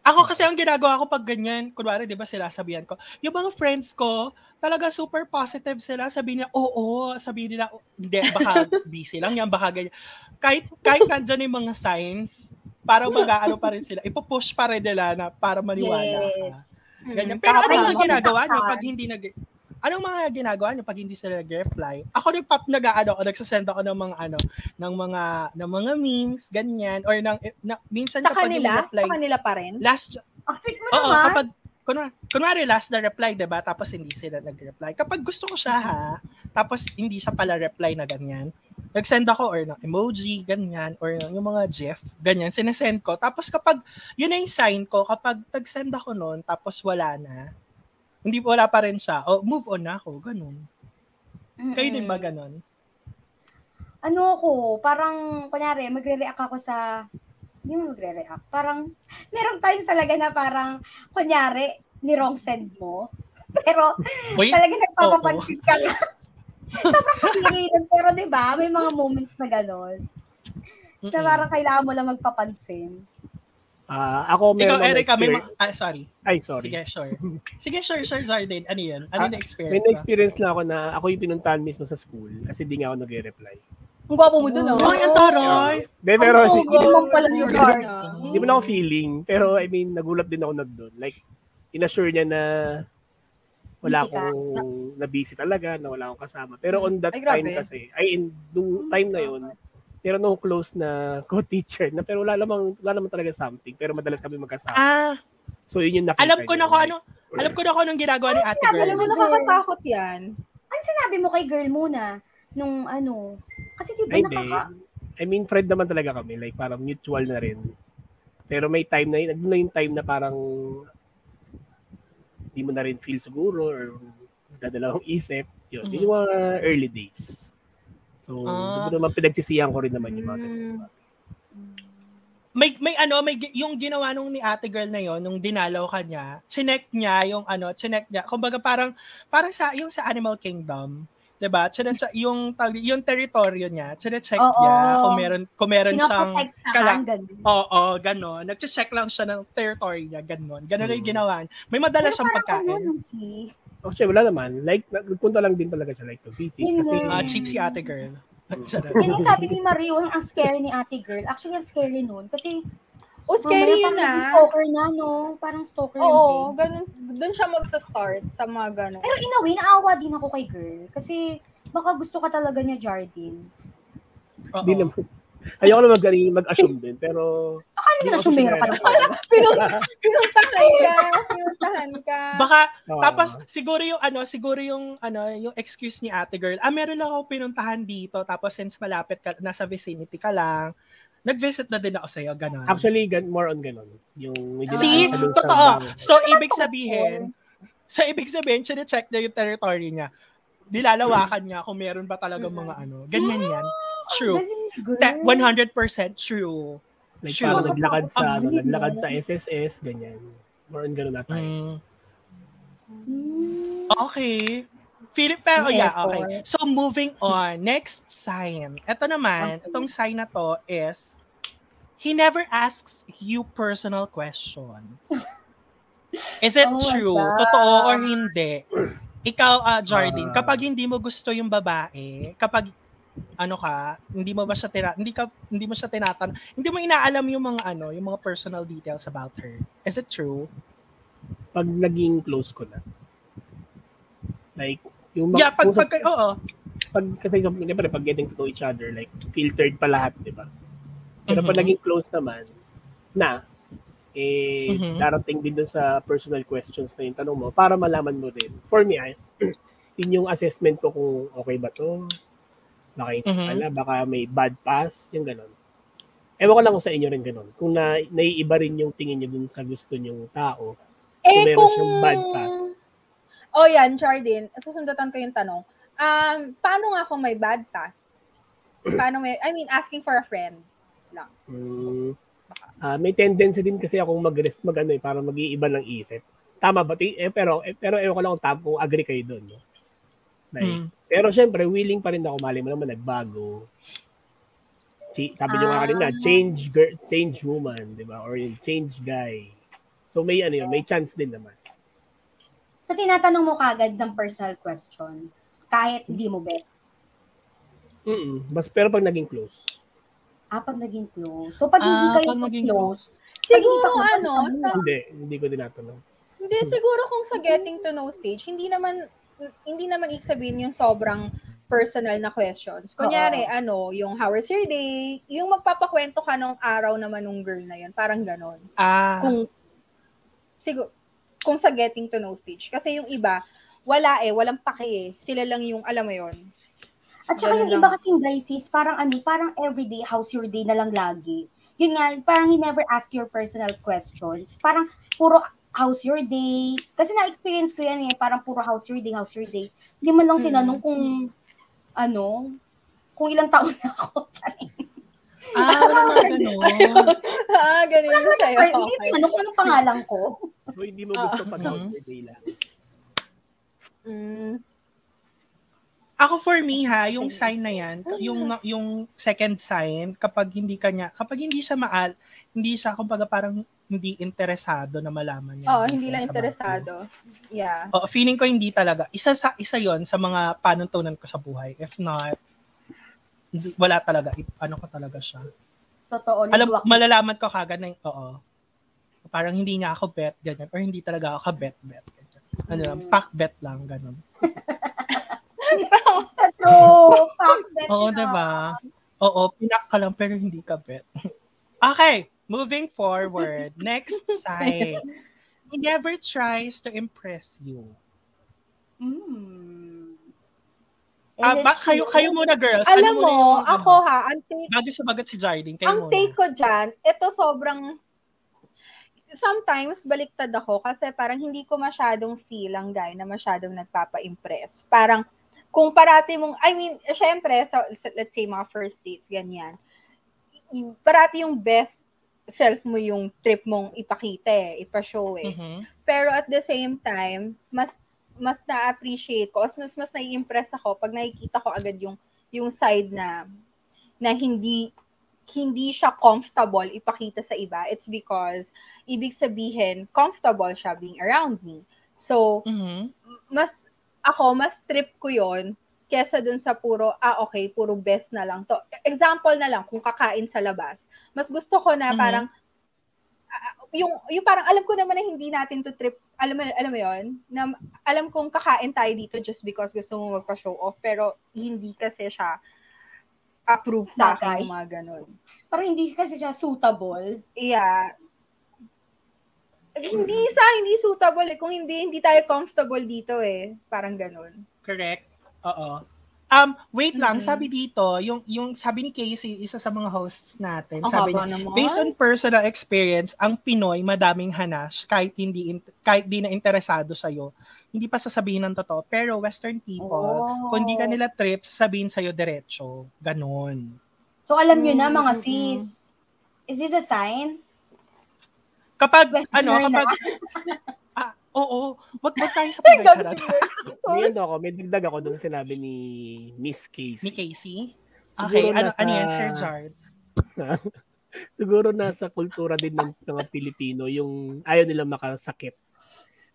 [SPEAKER 2] Ako kasi ang ginagawa ko pag ganyan, kunwari, di ba sinasabihan ko, yung mga friends ko, talaga super positive sila. Sabihin nila, oo, sabihin nila, "Oh, hindi,
[SPEAKER 3] <laughs>
[SPEAKER 2] baka busy lang yan, baka ganyan. Kahit, kahit nandyan yung mga signs, para mag-ano pa rin sila. Ipupush pa rin nila na para maniwala
[SPEAKER 3] Yes.
[SPEAKER 2] ka.
[SPEAKER 1] Hmm.
[SPEAKER 2] Ganyan. Pero ano
[SPEAKER 3] Tapos,
[SPEAKER 2] yung ginagawa
[SPEAKER 3] masaktan.
[SPEAKER 2] nyo pag hindi nag... Anong mga ginagawa nyo pag hindi sila nag-reply? Ako nagpap nag ano, ako, nagsasend ako ng mga ano, ng mga ng mga memes, ganyan or ng eh, na, minsan
[SPEAKER 1] Sa
[SPEAKER 2] kapag
[SPEAKER 1] kanila,
[SPEAKER 2] yung reply
[SPEAKER 1] sa kanila pa rin.
[SPEAKER 2] last
[SPEAKER 3] Ang Ah, fit mo
[SPEAKER 2] Oo,
[SPEAKER 3] naman.
[SPEAKER 2] kapag, kunwari, kunwari last na reply, diba? Tapos hindi sila nag-reply. Kapag gusto ko siya, ha? Tapos hindi siya pala reply na ganyan. Nag-send ako or ng emoji, ganyan, or ng- yung mga GIF, ganyan, sinesend ko. Tapos kapag, yun na yung sign ko, kapag nag-send ako noon, tapos wala na, hindi wala pa rin siya, o move on na ako, ganun. Kayo din ba ganun?
[SPEAKER 3] ano ako, parang, kunyari, magre-react ako sa, hindi mo magre-react, parang, merong times talaga na parang, kunyari, ni-wrong send mo, pero
[SPEAKER 2] Uy,
[SPEAKER 3] talaga nagpapapansin ka na. Sobrang <laughs> kasirin, pero di ba, may
[SPEAKER 4] <laughs>
[SPEAKER 3] mga moments na gano'n, na
[SPEAKER 4] Mm.
[SPEAKER 2] mm-mm.
[SPEAKER 3] parang kailangan mo lang magpapansin.
[SPEAKER 4] Ah, ako
[SPEAKER 2] Ikaw,
[SPEAKER 4] meron akong
[SPEAKER 2] Erica, may
[SPEAKER 4] experience-
[SPEAKER 2] ma- ah, sorry.
[SPEAKER 4] Ay, sorry.
[SPEAKER 2] Sige, sure. Sige, sure, sure, Jardine. Ano yun?
[SPEAKER 4] Ah,
[SPEAKER 2] Ano na experience?
[SPEAKER 4] May na-experience na ako na ako yung pinuntahan mismo sa school kasi di nga ako nagre-reply.
[SPEAKER 1] Ang gwapo mo dun, no?
[SPEAKER 2] Oh, ang taray!
[SPEAKER 4] De, pero
[SPEAKER 1] Ang
[SPEAKER 2] ano?
[SPEAKER 4] hindi
[SPEAKER 1] pogi
[SPEAKER 3] hindi mo pala
[SPEAKER 1] Ang
[SPEAKER 3] yung
[SPEAKER 1] gwapo.
[SPEAKER 3] card.
[SPEAKER 4] hindi mo na ako feeling. Pero I mean, nagulat din ako nagdoon. Like, inassure niya na wala
[SPEAKER 3] Busy ka.
[SPEAKER 4] akong na busy talaga, na wala akong kasama. Pero on that
[SPEAKER 1] Ay, grabe.
[SPEAKER 4] time kasi, ay in nung time na yun, meron akong close na <laughs> co-teacher na pero wala namang, wala namang talaga something. Pero madalas kami magkasama.
[SPEAKER 2] Ah,
[SPEAKER 4] So yun yung nakita
[SPEAKER 2] Alam ko
[SPEAKER 4] niya.
[SPEAKER 2] na kung ano, alam ko na kung anong ginagawa ni Ate
[SPEAKER 1] Alam mo,
[SPEAKER 2] Girl.
[SPEAKER 1] nakakatakot yan.
[SPEAKER 3] Ano sinabi mo kay girl muna, nung ano, kasi di ba
[SPEAKER 4] Ay, hindi.
[SPEAKER 3] nakaka...
[SPEAKER 4] I mean, friend naman talaga kami. Like, parang mutual na rin. Pero may time na yun. Nandun na yung time na parang di mo na rin feel siguro or dadalawang <laughs> isip. Yun. Yun
[SPEAKER 3] Mm-hmm.
[SPEAKER 4] yung mga early days. So,
[SPEAKER 2] Ah.
[SPEAKER 4] di ko naman pinagsisiyahan ko rin naman yung mga ganun.
[SPEAKER 1] Mm.
[SPEAKER 2] May may ano, may gi- yung ginawa nung ni Ate Girl na yon, nung dinalaw ka niya, chinek niya yung ano, chinek niya. Kumbaga parang parang sa yung sa Animal Kingdom, 'di ba? Chinek siya- yung tawag- yung teritoryo niya, chinecheck
[SPEAKER 3] Oo.
[SPEAKER 2] niya kung meron kung meron siyang
[SPEAKER 3] Pinaprotektahan,
[SPEAKER 2] kala-
[SPEAKER 3] ganun.
[SPEAKER 2] Oo, gano'n. Nag-check lang siya ng territory niya, gano'n. Gano'n lang yung
[SPEAKER 4] Mm.
[SPEAKER 2] ginawa. niya. May madalas
[SPEAKER 3] Pero
[SPEAKER 2] siyang
[SPEAKER 3] parang ano,
[SPEAKER 2] pagkain.
[SPEAKER 3] Lucy,
[SPEAKER 4] Oh, siya, wala naman. Like, nagpunta lang din talaga siya like to visit.
[SPEAKER 3] Yun
[SPEAKER 4] Kasi,
[SPEAKER 2] Ah, cheap
[SPEAKER 4] <laughs>
[SPEAKER 2] si ate girl.
[SPEAKER 4] Mm.
[SPEAKER 2] <laughs> Charot.
[SPEAKER 3] Yun yung sabi ni Mario, ang ang scary ni ate girl. Actually, ang scary nun. Kasi,
[SPEAKER 1] Oh, scary
[SPEAKER 3] mamaya
[SPEAKER 1] yun
[SPEAKER 3] parang
[SPEAKER 1] na.
[SPEAKER 3] stalker eh. na, no? Parang stalker yung thing.
[SPEAKER 1] Oo, ganun. Doon siya magsa-start sa mga ganun.
[SPEAKER 3] Pero in a way, naawa din ako kay girl. Kasi baka gusto ka talaga niya, Jardine.
[SPEAKER 2] Oo.
[SPEAKER 4] Hindi naman. Ayoko na mag- ano, mag-assume din, pero...
[SPEAKER 3] Baka naman
[SPEAKER 4] Hindi
[SPEAKER 3] na
[SPEAKER 4] ako
[SPEAKER 3] sumera
[SPEAKER 4] sumera.
[SPEAKER 3] pa
[SPEAKER 4] <laughs>
[SPEAKER 3] lang talaga.
[SPEAKER 1] Pinun- pinuntahan ka. Pinuntahan ka.
[SPEAKER 2] Baka
[SPEAKER 4] ah,
[SPEAKER 2] Tapos siguro yung ano, siguro yung ano, yung excuse ni Ate Girl. Ah, meron lang ako pinuntahan dito tapos since malapit ka nasa vicinity ka lang, nag-visit na din ako sa iyo, ganun.
[SPEAKER 4] actually, gan- more on ganun. Yung medyo
[SPEAKER 2] See?
[SPEAKER 4] nakasalong sa
[SPEAKER 2] Totoo.
[SPEAKER 4] bangin.
[SPEAKER 2] So ibig sabihin, so ibig sabihin, check na yung territory niya. Nilalawakan niya kung meron ba talaga mga ano. Ganyan yan. True.
[SPEAKER 3] Galing ni girl.
[SPEAKER 2] Te- 100% true.
[SPEAKER 4] Like,
[SPEAKER 2] Sure.
[SPEAKER 4] parang naglakad sa,
[SPEAKER 2] Ang
[SPEAKER 4] ano,
[SPEAKER 3] galing,
[SPEAKER 4] naglakad
[SPEAKER 3] no?
[SPEAKER 4] sa SSS, ganyan. More on ganun na
[SPEAKER 2] Mm.
[SPEAKER 4] tayo.
[SPEAKER 3] Hmm.
[SPEAKER 2] Okay. Philip, pero
[SPEAKER 3] May
[SPEAKER 2] yeah,
[SPEAKER 3] effort.
[SPEAKER 2] okay. So moving on, next sign. Ito naman, itong sign na to is he never asks you personal questions.
[SPEAKER 3] <laughs>
[SPEAKER 2] Is it
[SPEAKER 3] Oh my
[SPEAKER 2] true?
[SPEAKER 3] God.
[SPEAKER 2] Totoo or hindi? Ikaw, ah, Jardine,
[SPEAKER 4] Ah.
[SPEAKER 2] kapag hindi mo gusto yung babae, kapag ano ka, hindi mo ba siya tira, hindi ka hindi mo siya tinatanong, hindi mo inaalam yung mga ano, yung mga personal details about her. Is it true?
[SPEAKER 4] Pag naging close ko na. Like, yung
[SPEAKER 2] yeah, pag
[SPEAKER 4] kung sa-
[SPEAKER 2] pag oo.
[SPEAKER 4] pag kasi sa- hindi pa rin, pag getting to know each other, like filtered pa lahat, di ba? Pero pag
[SPEAKER 2] Mhm.
[SPEAKER 4] naging close naman, na, eh,
[SPEAKER 2] Mhm.
[SPEAKER 4] darating din doon sa personal questions na yung tanong mo para malaman mo din. For me, ay, <clears throat> yun yung assessment ko kung okay ba to, baka hindi
[SPEAKER 2] Mhm.
[SPEAKER 4] pala, baka may bad pass, yung ganun. Ewan ko lang kung sa inyo rin ganun. Kung na, naiiba rin yung tingin nyo dun sa gusto nyong tao.
[SPEAKER 1] Eh,
[SPEAKER 4] meron
[SPEAKER 1] kung...
[SPEAKER 4] siyang bad pass.
[SPEAKER 1] Oh, yan, Jardine. Susundutan ko yung tanong. Um, paano nga kung may bad pass? Paano may... I mean, asking for a friend.
[SPEAKER 4] Mm, ah, may tendency din kasi akong mag-rest mag ano eh, para mag-iiba ng isip. Tama ba? Ti- Eh, pero eh, pero ewan ko lang kung tama kung agree kayo doon. No? Like,
[SPEAKER 2] Mm.
[SPEAKER 4] Pero syempre, willing pa rin ako. Mali mo naman, nagbago. Ch- sabi niyo
[SPEAKER 1] Ah.
[SPEAKER 4] nga kanina, change girl, change woman, di ba? Or yung change guy. So may ano yun, may chance din naman.
[SPEAKER 3] So, tinatanong mo kagad ng personal questions. Kahit hindi mo bet.
[SPEAKER 4] Mm Mas, pero pag naging close.
[SPEAKER 3] Ah, pag naging close. So, pag hindi
[SPEAKER 2] Ah,
[SPEAKER 3] kayo
[SPEAKER 2] pag naging
[SPEAKER 3] close, pag hindi
[SPEAKER 1] Siguro,
[SPEAKER 3] ka close,
[SPEAKER 1] ano,
[SPEAKER 3] ano
[SPEAKER 1] sa,
[SPEAKER 4] Hindi, hindi ko dinatanong.
[SPEAKER 1] hindi, siguro kung sa getting to know stage, hindi naman, hindi naman ibig sabihin yung sobrang personal na questions. Kunyari, ano, yung how was your day, yung magpapakwento ka nung araw naman nung girl na yun, parang ganon.
[SPEAKER 2] Ah.
[SPEAKER 1] kung siguro kung sa getting to know stage kasi yung iba wala eh walang paki eh sila lang yung alam mo yon
[SPEAKER 3] At saka
[SPEAKER 1] Ganun
[SPEAKER 3] yung iba kasing guys is parang ano, parang everyday, how's your day na lang lagi. Yun nga, parang he never ask your personal questions. Parang puro how's your day. Kasi na-experience ko yan eh, parang puro how's your day, how's your day. Hindi man lang
[SPEAKER 1] Mm.
[SPEAKER 3] tinanong kung ano, kung ilang taon na ako. <laughs>
[SPEAKER 2] Ah, wala nga ganun.
[SPEAKER 1] <laughs> ah ganun yung
[SPEAKER 3] Ano yung
[SPEAKER 1] sa'yo
[SPEAKER 3] per- Hindi
[SPEAKER 1] okay.
[SPEAKER 3] tinanong kung anong pangalan ko. <laughs>
[SPEAKER 4] So, hindi mo gusto
[SPEAKER 1] Ah.
[SPEAKER 4] pag house your day lang.
[SPEAKER 1] Mm.
[SPEAKER 2] <laughs> Ako for me ha, yung sign na yan, yung yung second sign kapag hindi kanya, kapag hindi siya maal, hindi siya kumbaga parang hindi interesado na malaman niya.
[SPEAKER 1] oh
[SPEAKER 2] yung
[SPEAKER 1] hindi lang
[SPEAKER 2] sa bagay.
[SPEAKER 1] interesado yeah
[SPEAKER 2] Oo, feeling ko hindi talaga. Isa sa isa 'yon sa mga panuntunan ko sa buhay. If not, hindi, wala talaga. I- Ano ko talaga siya.
[SPEAKER 3] Totoo.
[SPEAKER 2] Alam,
[SPEAKER 3] nagluwak-
[SPEAKER 2] malalaman ko kagad na, yung- oo. Parang hindi niya ako bet, ganyan. Or hindi talaga ako ka-bet-bet. ganyan. Ano lang,
[SPEAKER 3] Mm.
[SPEAKER 2] pack bet lang, ganun.
[SPEAKER 3] Sa true.
[SPEAKER 2] <laughs>
[SPEAKER 3] Fuck that.
[SPEAKER 2] Oo, diba? di
[SPEAKER 1] ah.
[SPEAKER 2] ba? Oo, pinak ka lang pero hindi ka bet. <laughs> Okay, moving
[SPEAKER 1] <laughs>
[SPEAKER 2] forward. Next sign. He never tries to impress you.
[SPEAKER 3] Mm.
[SPEAKER 2] Ah,
[SPEAKER 3] Is it
[SPEAKER 2] ba, kayo,
[SPEAKER 3] true?
[SPEAKER 2] kayo muna, girls.
[SPEAKER 1] alam
[SPEAKER 2] Ano muna
[SPEAKER 1] mo
[SPEAKER 2] yung, ano?
[SPEAKER 1] ako ha ang take,
[SPEAKER 2] Bago sumagot si Jardine, kayo
[SPEAKER 1] ang
[SPEAKER 2] muna.
[SPEAKER 1] take ko dyan ito sobrang sometimes baliktad ako kasi parang hindi ko masyadong feel ang guy na masyadong nagpapa-impress parang kung parati mong, I mean, syempre, so, let's say mga first dates, ganyan, y- parati yung best self mo yung trip mong ipakita eh, ipashow eh.
[SPEAKER 2] Mhm.
[SPEAKER 1] Pero at the same time, mas mas na-appreciate ko, mas mas, mas nai-impress ako pag nakikita ko agad yung yung side na na hindi hindi siya comfortable ipakita sa iba. It's because ibig sabihin comfortable siya being around me. So,
[SPEAKER 2] Mhm.
[SPEAKER 1] mas ako, mas trip ko yon kesa dun sa puro, ah okay, puro best na lang to. Example na lang, kung kakain sa labas, mas gusto ko na
[SPEAKER 2] Mhm.
[SPEAKER 1] parang, ah, yung, yung parang alam ko naman na hindi natin to trip, alam mo, alam mo yon na alam kong kakain tayo dito just because gusto mo magpa-show off, pero hindi kasi siya approve sa
[SPEAKER 3] Bagay.
[SPEAKER 1] akin yung mga ganun.
[SPEAKER 3] Pero hindi kasi siya suitable.
[SPEAKER 1] Yeah. Hindi sa hindi suitable eh. Kung hindi, hindi tayo comfortable dito eh. Parang ganun.
[SPEAKER 2] Correct? Oo. Um, wait lang,
[SPEAKER 1] Mhm.
[SPEAKER 2] sabi dito, yung yung sabi ni Casey, isa sa mga hosts natin,
[SPEAKER 1] Ang
[SPEAKER 2] sabi
[SPEAKER 1] haba naman.
[SPEAKER 2] Based on personal experience, ang Pinoy madaming hanas kahit hindi in- kahit di na interesado sa Hindi pa sasabihin ng totoo, pero western people,
[SPEAKER 1] Oh.
[SPEAKER 2] kung di ka nila trip, sasabihin sa iyo diretso. Ganon.
[SPEAKER 3] So alam nyo na mga
[SPEAKER 1] Mm, mm,
[SPEAKER 3] sis, is this a sign?
[SPEAKER 2] Kapag
[SPEAKER 3] Western
[SPEAKER 2] ano,
[SPEAKER 3] na.
[SPEAKER 2] kapag
[SPEAKER 1] <laughs>
[SPEAKER 2] ah, oo, wag wag tayo sa Pinoy charot.
[SPEAKER 1] <laughs>
[SPEAKER 4] May ano ako, may dagdag ako dun sa sinabi ni Miss
[SPEAKER 2] ni
[SPEAKER 4] Casey.
[SPEAKER 2] Casey. Okay,
[SPEAKER 4] Siguro
[SPEAKER 2] ano,
[SPEAKER 4] nasa-
[SPEAKER 2] ano yan, Sir Jards?
[SPEAKER 4] siguro nasa kultura din ng mga Pilipino yung ayaw nila makasakit.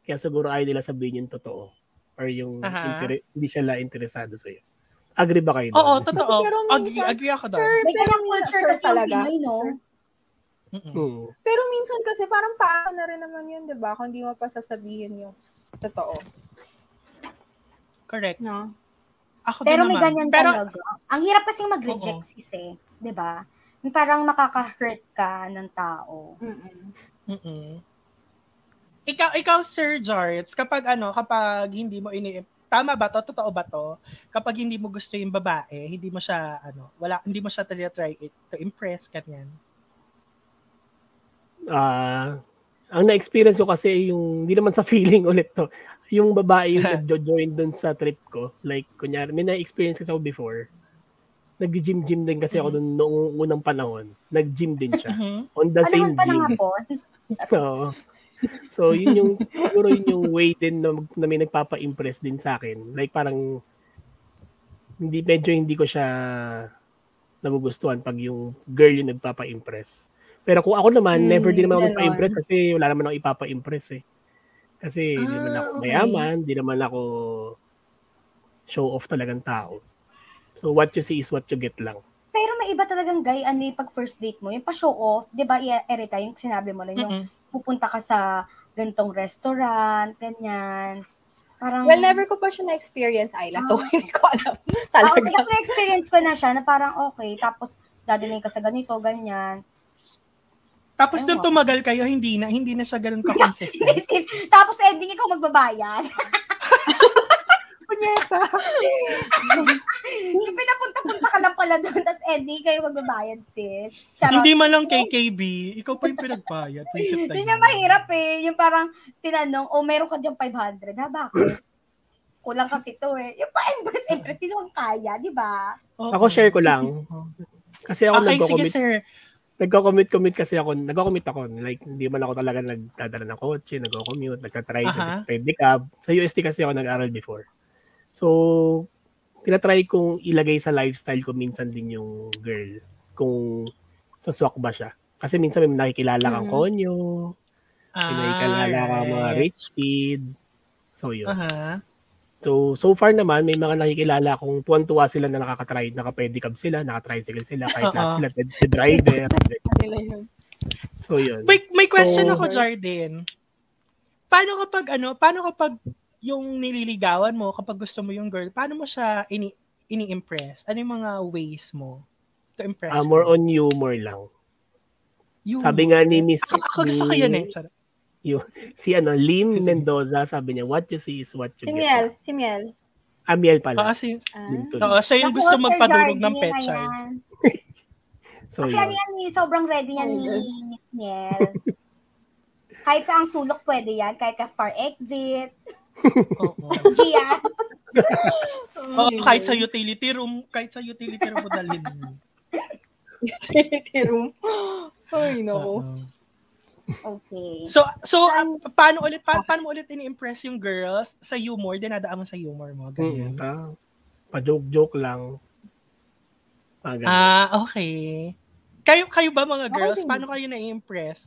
[SPEAKER 4] Kaya siguro ayaw nila sabihin yung totoo or yung
[SPEAKER 2] Aha.
[SPEAKER 4] intere- hindi siya la interesado sa iyo. Agree ba kayo?
[SPEAKER 2] Oo,
[SPEAKER 4] doon?
[SPEAKER 2] totoo.
[SPEAKER 1] pero
[SPEAKER 2] Agree,
[SPEAKER 1] minsan,
[SPEAKER 2] agree ako doon.
[SPEAKER 1] Sure,
[SPEAKER 3] May
[SPEAKER 1] pero
[SPEAKER 3] ganang
[SPEAKER 1] minsan-
[SPEAKER 3] culture
[SPEAKER 1] sure
[SPEAKER 3] kasi yung
[SPEAKER 1] talaga.
[SPEAKER 3] Pinoy, no?
[SPEAKER 2] Mm-mm.
[SPEAKER 4] Hmm.
[SPEAKER 1] Pero minsan kasi parang paano na rin naman yun, di ba? Kung di mo pa sasabihin yung totoo.
[SPEAKER 2] Correct.
[SPEAKER 1] No?
[SPEAKER 2] Ako din
[SPEAKER 3] Pero may
[SPEAKER 2] naman.
[SPEAKER 3] ganyan
[SPEAKER 2] pero,
[SPEAKER 3] talaga. Ang hirap kasi mag-reject sis eh. 'Di ba? Yung Parang makaka-hurt ka ng tao.
[SPEAKER 1] Mm-mm.
[SPEAKER 2] mm Ikaw, ikaw Sir Jarts, kapag ano, kapag hindi mo ini tama ba to? Totoo ba to? Kapag hindi mo gusto yung babae, hindi mo siya ano, wala hindi mo siya try it to impress ganyan.
[SPEAKER 4] Ah, ang na-experience ko kasi yung hindi naman sa <laughs> feeling ulit to. Yung babae
[SPEAKER 2] <laughs>
[SPEAKER 4] yung nagjo-join dun sa trip ko. Like kunyari, may na-experience kasi ako before. Nag-gym-gym din kasi
[SPEAKER 2] Mm.
[SPEAKER 4] ako dun noong unang panahon. Nag-gym din siya.
[SPEAKER 2] Mhm.
[SPEAKER 4] On the
[SPEAKER 3] Panahon
[SPEAKER 4] same
[SPEAKER 3] pa ng
[SPEAKER 4] gym.
[SPEAKER 3] hapon.
[SPEAKER 4] <laughs> Oo. So, yun yung, siguro yun yung way din na, mag- na may nagpapa-impress din sa akin. Like, parang, hindi, medyo hindi ko siya nagugustuhan pag yung girl yung nagpapa-impress. Pero kung ako naman,
[SPEAKER 1] Hmm,
[SPEAKER 4] never din naman ako
[SPEAKER 1] ganon.
[SPEAKER 4] magpa-impress kasi wala naman ako ipapa-impress eh. Kasi hindi naman
[SPEAKER 2] Ah,
[SPEAKER 4] ako
[SPEAKER 2] okay.
[SPEAKER 4] mayaman, hindi naman ako show off talagang tao. So what you see is what you get lang.
[SPEAKER 3] Pero may iba talagang guy ano yung pag first date mo, yung pa-show off, 'di ba? I- Erika, yung sinabi mo lang, yung
[SPEAKER 2] Mhm.
[SPEAKER 3] pupunta ka sa gantong restaurant, ganyan. Parang
[SPEAKER 1] Well, never ko pa siya na-experience, Ayla. So, <laughs> hindi ko alam.
[SPEAKER 3] Ah, okay,
[SPEAKER 1] Talaga.
[SPEAKER 3] kasi na-experience ko na siya na parang okay, tapos dadalhin ka sa ganito, ganyan.
[SPEAKER 2] Tapos
[SPEAKER 3] Ewan.
[SPEAKER 2] nung tumagal kayo, hindi na hindi na siya ganun ka-consistent.
[SPEAKER 3] Sis, tapos ending ikaw magbabayad.
[SPEAKER 2] Punyeta.
[SPEAKER 3] Yung Pinapunta-punta ka lang pala doon, tapos ending kayo magbabayad, sis. <laughs> Charot.
[SPEAKER 2] hindi man lang KKB, ikaw pa yung pinagbayad. Visit na
[SPEAKER 3] Yun
[SPEAKER 2] yun.
[SPEAKER 3] yung mahirap eh. Yung parang tinanong, oh, meron ka dyan 500. Ha, bakit? Kulang kasi to eh. Yung pa-empress, empress, sino ang kaya, di ba?
[SPEAKER 2] Oo.
[SPEAKER 4] Ako share ko
[SPEAKER 2] <laughs>
[SPEAKER 4] lang. Kasi ako
[SPEAKER 2] Okay, sige
[SPEAKER 4] nagko-commit
[SPEAKER 2] sir.
[SPEAKER 4] nagko-commute-commute kasi ako, nagko-commute ako. Like, hindi man ako talaga nagdadala ng kotse, nagko-commute, nagka-try,
[SPEAKER 2] Aha.
[SPEAKER 4] pedicab. Sa UST kasi ako nag-aral before. So, tinatry kong ilagay sa lifestyle ko minsan din yung girl. Kung saswak ba siya. Kasi minsan may nakikilala kang
[SPEAKER 1] Mhm.
[SPEAKER 4] konyo, may nakikilala kang
[SPEAKER 2] Mm-hmm.
[SPEAKER 4] mga
[SPEAKER 2] Ah, right. Ah.
[SPEAKER 4] rich kid. So, yun.
[SPEAKER 2] Aha.
[SPEAKER 4] So, so far naman, may mga nakikilala akong tuwan-tuwa sila na nakakatry, nakapedicab sila, nakatricycle sila, kahit lahat
[SPEAKER 2] <laughs> Oo.
[SPEAKER 4] sila, dead
[SPEAKER 2] <laughs>
[SPEAKER 4] driver.
[SPEAKER 1] Nila yun.
[SPEAKER 4] So, yun.
[SPEAKER 2] May, may question
[SPEAKER 4] So-
[SPEAKER 2] ako, Jardin. Paano kapag ano, paano kapag yung nililigawan mo, kapag gusto mo yung girl, paano mo siya ini ini-impress? Ano yung mga ways mo to impress?
[SPEAKER 4] Ah, more
[SPEAKER 2] her?
[SPEAKER 4] on humor lang.
[SPEAKER 2] You.
[SPEAKER 4] Sabi nga ni Miss
[SPEAKER 2] Ako, ako gusto ko yan eh. Charot.
[SPEAKER 4] Si ano, Lim
[SPEAKER 2] Kasi-
[SPEAKER 4] Mendoza, sabi niya, what you see is what you
[SPEAKER 1] Si
[SPEAKER 4] get.
[SPEAKER 1] Miel. Si Miel.
[SPEAKER 4] Ah, Miel
[SPEAKER 2] Oo,
[SPEAKER 4] pala.
[SPEAKER 2] si-
[SPEAKER 1] Ah.
[SPEAKER 4] Lim to
[SPEAKER 2] oo,
[SPEAKER 4] Lim.
[SPEAKER 2] siya yung gusto magpadurog ng pet child.
[SPEAKER 4] So,
[SPEAKER 3] Kasi
[SPEAKER 4] yun.
[SPEAKER 3] ano yan, eh, sobrang ready yan ni Miss Niel. kahit sa ang sulok pwede yan, kahit ka far exit,
[SPEAKER 2] Oo.
[SPEAKER 3] Gia.
[SPEAKER 2] Oo, Ah, kahit
[SPEAKER 1] <laughs>
[SPEAKER 2] sa utility room, kahit sa utility room mo dalhin. mo.
[SPEAKER 1] utility room. Ay,
[SPEAKER 2] Oo.
[SPEAKER 1] no.
[SPEAKER 3] Okay.
[SPEAKER 2] So, so ah, paano ulit, pa, paano mo ulit ini-impress yung girls sa humor? Dinadaan mo sa humor mo.
[SPEAKER 4] Mm,
[SPEAKER 2] Ganyan.
[SPEAKER 4] ta- Pa-joke-joke lang. Ah, ganun.
[SPEAKER 2] Ah, okay. Kayo kayo ba mga
[SPEAKER 1] Ako
[SPEAKER 2] girls,
[SPEAKER 1] din.
[SPEAKER 2] paano kayo
[SPEAKER 1] Hmm.
[SPEAKER 2] na-impress?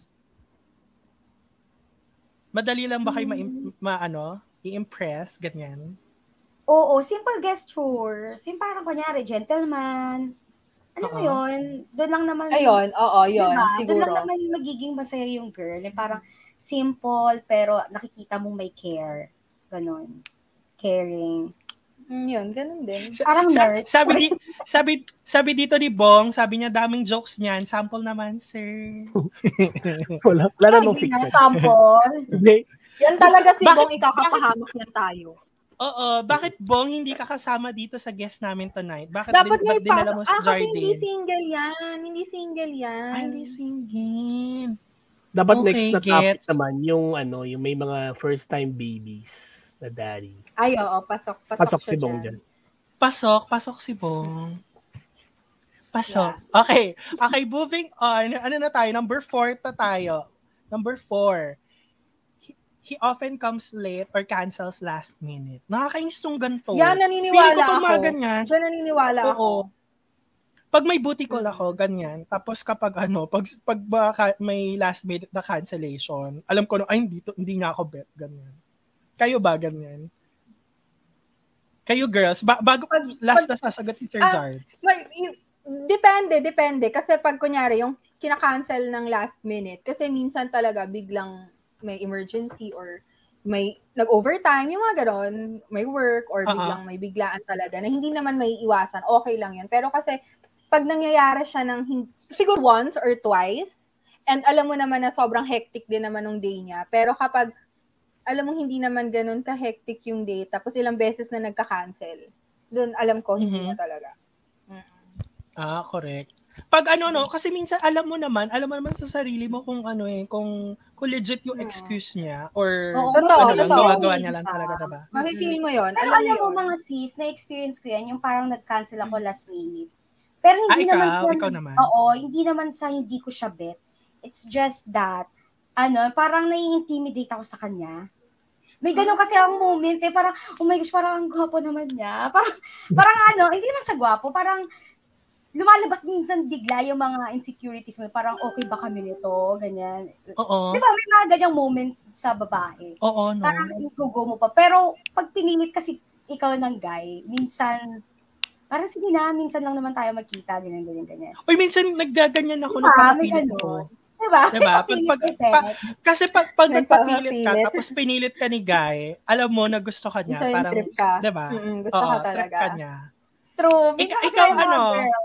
[SPEAKER 2] Madali lang ba kayo ma, ma ano, i-impress, ganyan.
[SPEAKER 3] Oo, simple gestures. Yung parang kunyari, gentleman. Ano mo
[SPEAKER 2] Oo.
[SPEAKER 3] yun? Doon lang
[SPEAKER 2] Ah.
[SPEAKER 3] naman.
[SPEAKER 1] Ayun, oo, yun,
[SPEAKER 3] Diba? Doon
[SPEAKER 1] siguro.
[SPEAKER 3] lang naman magiging masaya yung girl. Yung parang simple, pero nakikita mong may care. Ganon. Caring.
[SPEAKER 1] Mm, yun, ganun
[SPEAKER 2] <laughs>
[SPEAKER 1] din.
[SPEAKER 2] Sa-
[SPEAKER 3] Parang
[SPEAKER 2] sa-
[SPEAKER 3] nurse.
[SPEAKER 2] Sabi,
[SPEAKER 1] <laughs>
[SPEAKER 2] di, sabi, sabi dito ni Bong, sabi niya daming jokes niyan. Sample naman,
[SPEAKER 1] <laughs>
[SPEAKER 2] sir.
[SPEAKER 4] <laughs> Wala, wala
[SPEAKER 3] Ay,
[SPEAKER 4] namang
[SPEAKER 3] yun nga,
[SPEAKER 4] fixed.
[SPEAKER 3] Sample.
[SPEAKER 4] Hindi,
[SPEAKER 1] Yan talaga si
[SPEAKER 2] Bakit-
[SPEAKER 1] Bong, ikakapahamak yan tayo.
[SPEAKER 2] Oo, bakit Bong hindi ka kasama dito sa guest namin tonight? Bakit,
[SPEAKER 1] Dapat
[SPEAKER 2] din,
[SPEAKER 1] nga
[SPEAKER 2] ba't dinala
[SPEAKER 1] ipasok.
[SPEAKER 2] mo si
[SPEAKER 1] Ah, kasi hindi
[SPEAKER 2] Jardine?
[SPEAKER 1] single yan. Hindi single yan.
[SPEAKER 2] Ay, hindi single.
[SPEAKER 4] dapat
[SPEAKER 2] Okay,
[SPEAKER 4] next na topic
[SPEAKER 2] gets.
[SPEAKER 4] naman yung ano, yung may mga first time babies na daddy.
[SPEAKER 1] Ay, oo, pasok. Pasok,
[SPEAKER 4] Pasok
[SPEAKER 1] siya
[SPEAKER 4] si Bong dyan.
[SPEAKER 2] Pasok, pasok si Bong. Pasok. Okay. Okay, moving on. Ano na tayo? Number four na tayo. Number four. He, he often comes late or cancels last minute. Nakakainis tong ganito.
[SPEAKER 1] Yan,
[SPEAKER 2] Pili ko
[SPEAKER 1] naniniwala
[SPEAKER 2] pag mga
[SPEAKER 1] ako.
[SPEAKER 2] ganyan.
[SPEAKER 1] Diyan naniniwala ako.
[SPEAKER 2] Oo. Pag may booty call
[SPEAKER 1] Mm.
[SPEAKER 2] ako, ganyan. Tapos kapag ano, pag, pag ba ka- may last minute na cancellation, alam ko na, ay, hindi, to, hindi na ako bet. Ganyan. Kayo ba ganyan? Kayo girls, ba- bago
[SPEAKER 1] Pag-
[SPEAKER 2] last na sasagot si Sir
[SPEAKER 1] Ah,
[SPEAKER 2] Jard.
[SPEAKER 1] Well, y- depende, depende. Kasi pag kunyari, yung kinakancel ng last minute, kasi minsan talaga biglang may emergency or may nag-overtime, yung mga ganon, may work or
[SPEAKER 2] Ah, ah.
[SPEAKER 1] biglang may biglaan talaga na hindi naman may iwasan, okay lang yun. Pero kasi pag nangyayari siya ng hin- siguro once or twice, and alam mo naman na sobrang hectic din naman nung day niya, pero kapag alam mo hindi naman ganun ka-hectic yung day, tapos ilang beses na nagka-cancel, dun alam ko hindi
[SPEAKER 2] Mhm.
[SPEAKER 1] na talaga.
[SPEAKER 2] Ah, correct. Pag ano no, kasi minsan alam mo naman, alam mo naman sa sarili mo kung ano eh, kung, kung legit yung
[SPEAKER 1] Oo.
[SPEAKER 2] excuse niya or
[SPEAKER 3] Oo,
[SPEAKER 1] totoo,
[SPEAKER 2] ano lang,
[SPEAKER 1] totoo.
[SPEAKER 2] gawa-gawa niya lang talaga, diba?
[SPEAKER 1] Mafe-feel mo yun.
[SPEAKER 3] Pero alam mo mga sis, na-experience ko yan, yung parang nag-cancel ako last minute. Pero
[SPEAKER 2] Ah,
[SPEAKER 3] hindi
[SPEAKER 2] ikaw,
[SPEAKER 3] naman sa,
[SPEAKER 2] ikaw naman.
[SPEAKER 3] oo, hindi naman sa hindi ko siya bet. It's just that, ano, parang nai-intimidate ako sa kanya. May ganun kasi ang moment eh, parang, oh my gosh, parang ang gwapo naman niya. Parang, <laughs> parang ano, hindi naman sa gwapo, parang lumalabas minsan bigla yung mga insecurities mo. Parang okay ba kami nito? Ganyan.
[SPEAKER 2] Oo.
[SPEAKER 3] Di ba, Ah. may mga ganyang moments sa babae
[SPEAKER 2] Oo, no.
[SPEAKER 3] parang igugo mo pa. Pero pag pinilit kasi ikaw ng guy, minsan, parang sige na, minsan lang naman tayo magkita, ganyan, ganyan, ganyan.
[SPEAKER 2] Uy, minsan naggaganyan ako
[SPEAKER 3] Diba?
[SPEAKER 2] ng
[SPEAKER 3] May
[SPEAKER 2] papapilit
[SPEAKER 3] ganun.
[SPEAKER 2] ko.
[SPEAKER 3] Diba?
[SPEAKER 2] Diba?
[SPEAKER 3] <laughs> May
[SPEAKER 2] Pag-
[SPEAKER 3] papilit
[SPEAKER 2] pag-
[SPEAKER 3] effect.
[SPEAKER 2] pag- Kasi pag, pag
[SPEAKER 1] May
[SPEAKER 2] nagpapilit ka,
[SPEAKER 1] papapilit.
[SPEAKER 2] tapos pinilit ka ni Guy, alam mo na gusto ka niya.
[SPEAKER 1] Gusto yung
[SPEAKER 2] parang,
[SPEAKER 1] trip ka.
[SPEAKER 2] diba?
[SPEAKER 4] Ah,
[SPEAKER 3] Hmm,
[SPEAKER 1] Mm-mm, Mm, gusto
[SPEAKER 2] Oo,
[SPEAKER 1] ka
[SPEAKER 2] trip
[SPEAKER 1] talaga.
[SPEAKER 2] ka niya.
[SPEAKER 3] True. Minsan
[SPEAKER 2] Ikaw-
[SPEAKER 3] kasi
[SPEAKER 2] ikaw
[SPEAKER 3] yung mga
[SPEAKER 2] ano?
[SPEAKER 3] girl,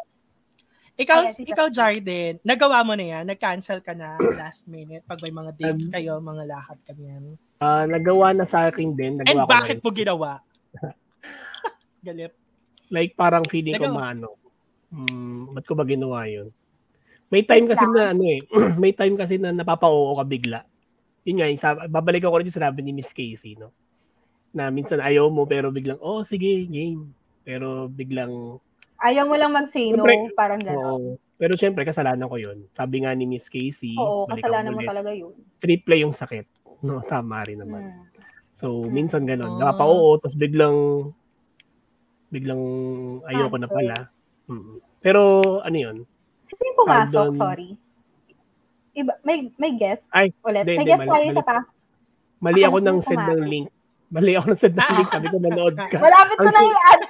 [SPEAKER 2] Ikaw,
[SPEAKER 3] Ayan, si
[SPEAKER 2] ikaw
[SPEAKER 3] Jackie.
[SPEAKER 2] Jardin, nagawa mo na yan? Nag-cancel ka na last minute pag may mga dates
[SPEAKER 4] Um,
[SPEAKER 2] kayo, mga lakad ka niyan.
[SPEAKER 4] Ah, nagawa na sa akin din.
[SPEAKER 2] And
[SPEAKER 4] Nagawa ko
[SPEAKER 2] bakit
[SPEAKER 4] na rin.
[SPEAKER 2] mo
[SPEAKER 4] <laughs>
[SPEAKER 2] ginawa? Galit.
[SPEAKER 4] Like parang feeling ko
[SPEAKER 2] Nagawa.
[SPEAKER 4] maano. Hmm, ba't ko ba ginawa yun? May time kasi na ano eh. <clears throat> may time kasi na napapa-oo ka bigla. Yun nga, yung sab- babalik ako rin yung sinabi ni Miss Casey, no? Na minsan ayaw mo pero biglang, oh sige, game. Pero biglang
[SPEAKER 1] Ayaw mo lang mag-say no,
[SPEAKER 4] Siyempre,
[SPEAKER 1] parang gano'n.
[SPEAKER 4] Oo. Pero syempre, kasalanan ko yun. Sabi nga ni Miss Casey,
[SPEAKER 1] Oo,
[SPEAKER 4] balikan ko
[SPEAKER 1] kasalanan mo
[SPEAKER 4] ulit, Diba?
[SPEAKER 1] talaga yun.
[SPEAKER 4] triple yung sakit. <laughs> No, tama rin naman.
[SPEAKER 1] Mm.
[SPEAKER 4] So, minsan ganun.
[SPEAKER 2] Ah.
[SPEAKER 4] Napapa-oo, tapos biglang, biglang ayoko
[SPEAKER 3] Cancel.
[SPEAKER 4] na pala. Mm. Pero, ano yun?
[SPEAKER 1] Sino yung pumasok?
[SPEAKER 4] Pardon.
[SPEAKER 1] Sorry. Iba, may may guest
[SPEAKER 4] Ay,
[SPEAKER 1] ulit.
[SPEAKER 4] hindi,
[SPEAKER 1] May
[SPEAKER 4] hindi,
[SPEAKER 1] guest
[SPEAKER 4] mali-
[SPEAKER 1] tayo sa
[SPEAKER 4] mali-
[SPEAKER 1] pa.
[SPEAKER 4] Mali
[SPEAKER 1] Ako
[SPEAKER 4] ako
[SPEAKER 1] yung
[SPEAKER 4] nang send ng
[SPEAKER 1] pumasok.
[SPEAKER 4] link. Mali ako nang send ng
[SPEAKER 2] Ah.
[SPEAKER 4] link. Sabi ko, manood
[SPEAKER 2] <laughs>
[SPEAKER 4] ka.
[SPEAKER 1] Malapit ko
[SPEAKER 4] Ang
[SPEAKER 1] na
[SPEAKER 4] si-
[SPEAKER 1] i-add.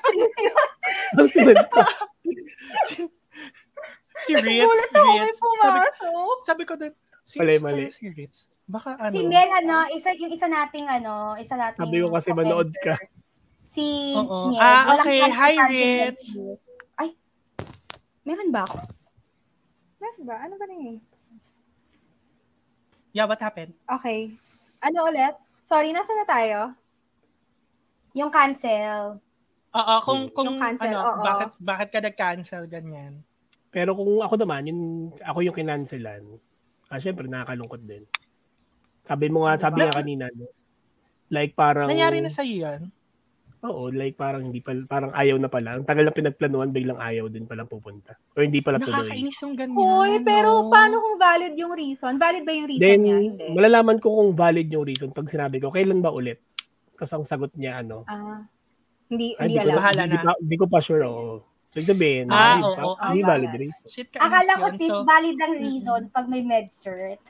[SPEAKER 4] <laughs> Ang sunod ko,
[SPEAKER 2] Si
[SPEAKER 1] Gulat
[SPEAKER 2] Ritz,
[SPEAKER 1] ako, may
[SPEAKER 2] Ritz. Sabi,
[SPEAKER 1] pumasok.
[SPEAKER 2] sabi ko doon, si
[SPEAKER 4] Mali,
[SPEAKER 2] Ritz
[SPEAKER 4] mali.
[SPEAKER 2] kaya si Ritz. Baka ano.
[SPEAKER 3] si Mel, ano, isa, yung isa nating, ano, isa nating
[SPEAKER 4] Sabi ko
[SPEAKER 2] Mm,
[SPEAKER 4] kasi manood ka.
[SPEAKER 3] Si
[SPEAKER 2] Oo.
[SPEAKER 3] Mel.
[SPEAKER 2] Ah,
[SPEAKER 3] walang
[SPEAKER 2] okay.
[SPEAKER 3] cancel,
[SPEAKER 2] Hi,
[SPEAKER 3] cancel
[SPEAKER 2] Ritz.
[SPEAKER 3] reviews. Ay, meron ba ako?
[SPEAKER 1] Yes ba? Ano ba na yun?
[SPEAKER 2] Yeah, what happened?
[SPEAKER 1] Okay. Ano ulit? Sorry, nasa na tayo?
[SPEAKER 3] Yung cancel.
[SPEAKER 2] Oo, kung,
[SPEAKER 4] Hmm.
[SPEAKER 2] kung
[SPEAKER 1] Yung cancel,
[SPEAKER 2] ano,
[SPEAKER 1] oo.
[SPEAKER 2] bakit, bakit ka nag-cancel, ganyan.
[SPEAKER 4] Pero kung ako naman, yun, ako yung kinancelan, ah, syempre, nakakalungkot din. Sabi mo nga, sabi nga kanina, no? like parang...
[SPEAKER 2] Ano Nangyari na sa'yo yan?
[SPEAKER 4] Oo, like parang hindi pala, parang ayaw na pala. Ang tagal na pinagplanuhan, biglang ayaw din palang pupunta. O hindi pala tuloy.
[SPEAKER 2] Nakakainis yung ganyan.
[SPEAKER 1] Uy, pero
[SPEAKER 2] no?
[SPEAKER 1] paano kung valid yung reason? Valid ba yung reason
[SPEAKER 4] Then,
[SPEAKER 1] niya? Hindi.
[SPEAKER 4] malalaman ko kung valid yung reason pag sinabi ko, kailan ba ulit? Kasi ang sagot niya, ano,
[SPEAKER 1] Ah, hindi,
[SPEAKER 4] "Ah,
[SPEAKER 1] hindi
[SPEAKER 4] ko,
[SPEAKER 1] alam.
[SPEAKER 2] Bahala
[SPEAKER 4] hindi,
[SPEAKER 2] na.
[SPEAKER 4] pa- hindi ko pa sure, oo. So, ibig sabihin,
[SPEAKER 2] Ah,
[SPEAKER 4] hindi,
[SPEAKER 2] oo,
[SPEAKER 4] hindi
[SPEAKER 1] tama.
[SPEAKER 4] valid reason.
[SPEAKER 2] Shit, kainis
[SPEAKER 3] Akala ko
[SPEAKER 2] yun.
[SPEAKER 3] sis,
[SPEAKER 2] So,
[SPEAKER 3] valid ang reason pag may med cert.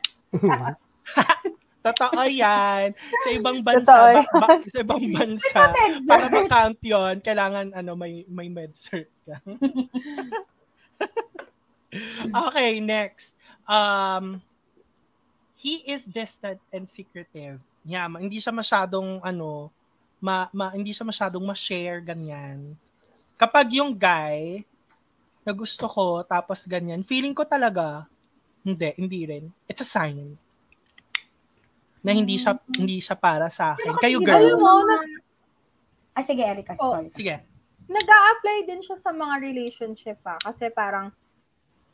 [SPEAKER 2] Totoo yan. Sa ibang bansa,
[SPEAKER 5] Totoo
[SPEAKER 2] ba- ba- sa
[SPEAKER 1] <laughs>
[SPEAKER 2] ibang bansa, para
[SPEAKER 3] Medyo.
[SPEAKER 2] ma-count yun, kailangan ano, may, may med cert ka. okay, next. Um, he is distant and secretive. Yeah, ma- hindi siya masyadong ano, ma, ma- hindi siya masyadong ma-share ganyan. Kapag yung guy na gusto ko tapos ganyan, feeling ko talaga hindi, hindi rin. It's a sign na hindi siya hindi siya para sa akin. Kayo
[SPEAKER 3] Hindi,
[SPEAKER 1] Alam
[SPEAKER 2] girls.
[SPEAKER 1] mo, nag-
[SPEAKER 3] Ah, sige, Erica.
[SPEAKER 1] Oh.
[SPEAKER 3] Sorry.
[SPEAKER 2] Sige.
[SPEAKER 1] nag-a-apply din siya sa mga relationship pa. Kasi parang,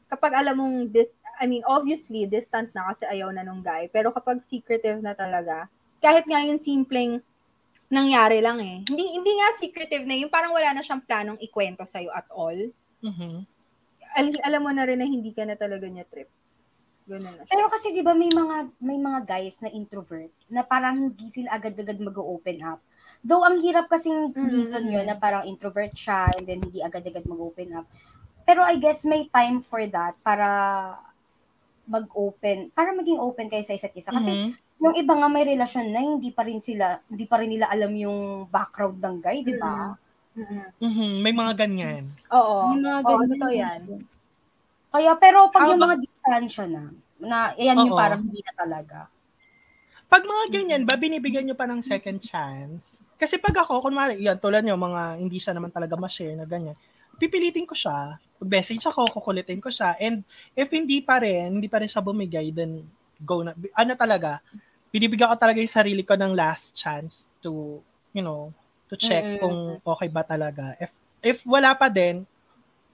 [SPEAKER 1] kapag alam mong, dis- I mean, obviously, distant na kasi ayaw na nung guy. Pero kapag secretive na talaga, kahit nga yung simpleng nangyari lang eh. Hindi, hindi nga secretive na yung parang wala na siyang planong ikwento sa'yo at all.
[SPEAKER 2] Mhm.
[SPEAKER 1] Al- alam mo na rin na hindi ka na talaga niya trip. Ganun na siya.
[SPEAKER 3] Pero kasi 'di ba may mga may mga guys na introvert na parang hindi sila agad-agad mag-open up. Though ang hirap kasing
[SPEAKER 1] Mm.
[SPEAKER 3] reason 'yon na parang introvert siya and then hindi agad-agad mag-open up. Pero I guess may time for that para mag-open, para maging open kayo sa isa't isa kasi
[SPEAKER 2] Mhm.
[SPEAKER 3] yung iba nga may relasyon na hindi pa rin sila, hindi pa rin nila alam yung background ng guy, 'di
[SPEAKER 1] Mm-hmm.
[SPEAKER 3] ba?
[SPEAKER 1] Mm-mm.
[SPEAKER 2] Mhm, may mga ganyan.
[SPEAKER 1] Diba? Oo.
[SPEAKER 3] Mm-hmm. Yung mga
[SPEAKER 1] Oo,
[SPEAKER 3] ganyan.
[SPEAKER 1] totoo yan.
[SPEAKER 3] Kaya pero pag
[SPEAKER 2] Ah,
[SPEAKER 3] yung
[SPEAKER 2] ba-
[SPEAKER 3] mga distansya na, na ayan yung
[SPEAKER 2] Oo.
[SPEAKER 3] parang hindi na talaga.
[SPEAKER 2] Pag mga ganyan ba, binibigyan nyo pa ng second chance? Kasi pag ako, kunwari, yan, tulad nyo, mga hindi siya naman talaga ma-share na ganyan, pipilitin ko siya, message ako, kukulitin ko siya, and if hindi pa rin, hindi pa rin siya bumigay, then go na. Ano talaga, binibigyan ko talaga yung sarili ko ng last chance to, you know, to check
[SPEAKER 3] Mm.
[SPEAKER 2] kung okay ba talaga. If if wala pa din,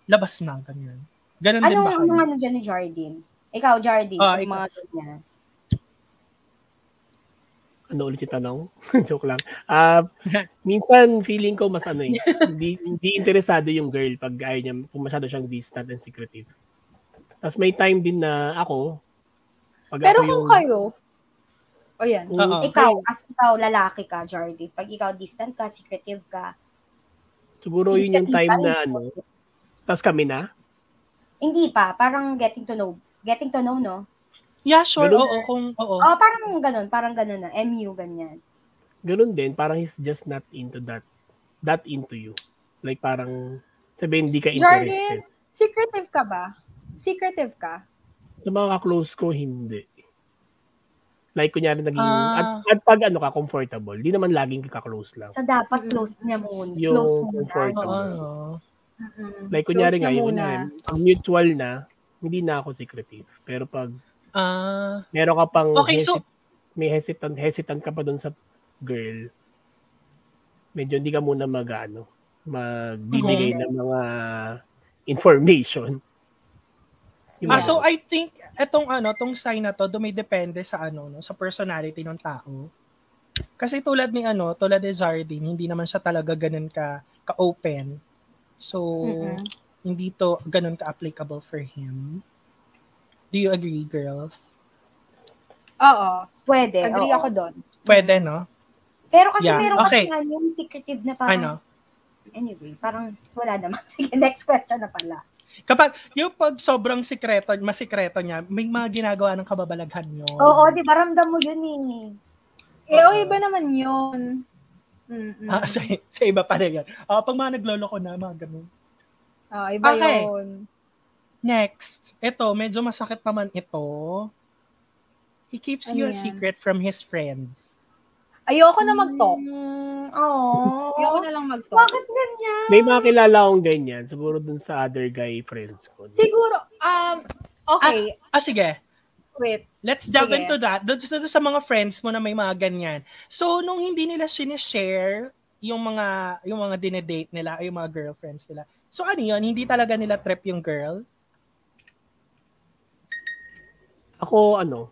[SPEAKER 2] labas na, ganyan. Ganun din
[SPEAKER 3] Anong,
[SPEAKER 2] ba?
[SPEAKER 3] anong ano dyan ni Jardine? Ikaw, Jardine,
[SPEAKER 2] Ah,
[SPEAKER 3] yung
[SPEAKER 2] ikaw.
[SPEAKER 3] mga ganyan.
[SPEAKER 4] ano ulit yung tanong? <laughs> Joke lang.
[SPEAKER 1] <laughs>
[SPEAKER 4] Ah, minsan feeling ko mas ano eh, hindi, hindi interesado yung girl pag ayaw niya, kung masyado siyang distant and secretive. Tapos may time din na ako, pag
[SPEAKER 1] Pero
[SPEAKER 4] ako
[SPEAKER 1] kung
[SPEAKER 4] yung,
[SPEAKER 1] kayo, o yan.
[SPEAKER 4] kung-
[SPEAKER 2] Oo.
[SPEAKER 3] Ikaw, as ikaw, lalaki ka, Jardine. Pag ikaw distant ka, secretive ka,
[SPEAKER 4] siguro yun yung time na ano, tapos kami na,
[SPEAKER 3] hindi pa, parang getting to know. Getting to know, no?
[SPEAKER 2] Yeah, sure,
[SPEAKER 4] Ganun.
[SPEAKER 2] oo, kung, oo.
[SPEAKER 3] Oh, parang ganun, parang ganun na. MU, ganyan.
[SPEAKER 4] ganun din, parang he's just not into that, that into you. Like parang, sabihin, hindi ka
[SPEAKER 1] Jardine,
[SPEAKER 4] interested.
[SPEAKER 1] secretive ka ba? Secretive ka?
[SPEAKER 4] Sa mga close ko, hindi. Like, kunyari, naging,
[SPEAKER 2] Ah.
[SPEAKER 4] at, at pag ano ka, comfortable, di naman laging kaka-close lang.
[SPEAKER 3] So, dapat close niya muna.
[SPEAKER 4] Yung
[SPEAKER 3] Close muna.
[SPEAKER 4] comfort.
[SPEAKER 2] Oo, no.
[SPEAKER 1] Mm-mm.
[SPEAKER 4] Like, kunyari
[SPEAKER 1] Close na
[SPEAKER 4] nga, yun
[SPEAKER 1] muna.
[SPEAKER 2] eh.
[SPEAKER 4] na, ang mutual na, hindi na ako secretive. Pero pag
[SPEAKER 2] Ah,
[SPEAKER 4] meron ka pang
[SPEAKER 2] Okay, so-
[SPEAKER 4] may hesitant, hesitant ka pa dun sa girl, medyo hindi ka muna mag, ano, magbibigay ng mga information. Yung
[SPEAKER 2] Ah,
[SPEAKER 4] mga-
[SPEAKER 2] so I think etong ano, tong sign na to dumidepende sa ano no, sa personality ng tao. Kasi tulad ni ano, tulad ni Zardin, hindi naman siya talaga ganun ka ka-open. So
[SPEAKER 1] Mm-mm.
[SPEAKER 2] hindi to ganun ka-applicable for him. Do you agree, girls?
[SPEAKER 1] Oo.
[SPEAKER 3] Pwede.
[SPEAKER 1] Agree
[SPEAKER 3] oo.
[SPEAKER 1] ako doon.
[SPEAKER 2] Pwede, no?
[SPEAKER 3] Pero kasi
[SPEAKER 2] Yeah,
[SPEAKER 3] meron
[SPEAKER 2] okay.
[SPEAKER 3] kasi nga yung secretive na parang,
[SPEAKER 2] Ano?
[SPEAKER 3] anyway, parang wala naman. <laughs> Sige, next question na pala.
[SPEAKER 2] Kapag yung pag sobrang sikreto, masikreto niya, may mga ginagawa ng kababalaghan yun.
[SPEAKER 3] Oo, di ba? Ramdam mo yun eh.
[SPEAKER 1] Eh, o iba naman yun. Mm-mm.
[SPEAKER 2] Ah, <laughs> sa, sa iba pa rin yun. Ah, pag mga nagloloko na, mga ganun.
[SPEAKER 1] Oo, Ah, iba
[SPEAKER 2] Okay.
[SPEAKER 1] yun.
[SPEAKER 2] Next, ito, medyo masakit naman ito. He keeps you a
[SPEAKER 1] Ano yan?
[SPEAKER 2] secret from his friends.
[SPEAKER 1] Ayoko na mag-talk.
[SPEAKER 3] Mm, Oo.
[SPEAKER 1] Hmm. Ayoko na lang mag-talk.
[SPEAKER 3] Bakit ganyan?
[SPEAKER 4] may
[SPEAKER 2] ah.
[SPEAKER 4] mga kilala akong ganyan, siguro dun sa other guy friends ko.
[SPEAKER 1] Siguro, um, okay,
[SPEAKER 2] Ah, sige.
[SPEAKER 1] wait.
[SPEAKER 2] Let's dive
[SPEAKER 1] Sige.
[SPEAKER 2] into that. Doon doon sa mga friends mo na may mga ganyan. So, nung hindi nila sinishare yung mga yung mga dinedate nila, yung mga girlfriends nila. So, ano yun? Hindi talaga nila trip yung girl?
[SPEAKER 4] Ako, ano,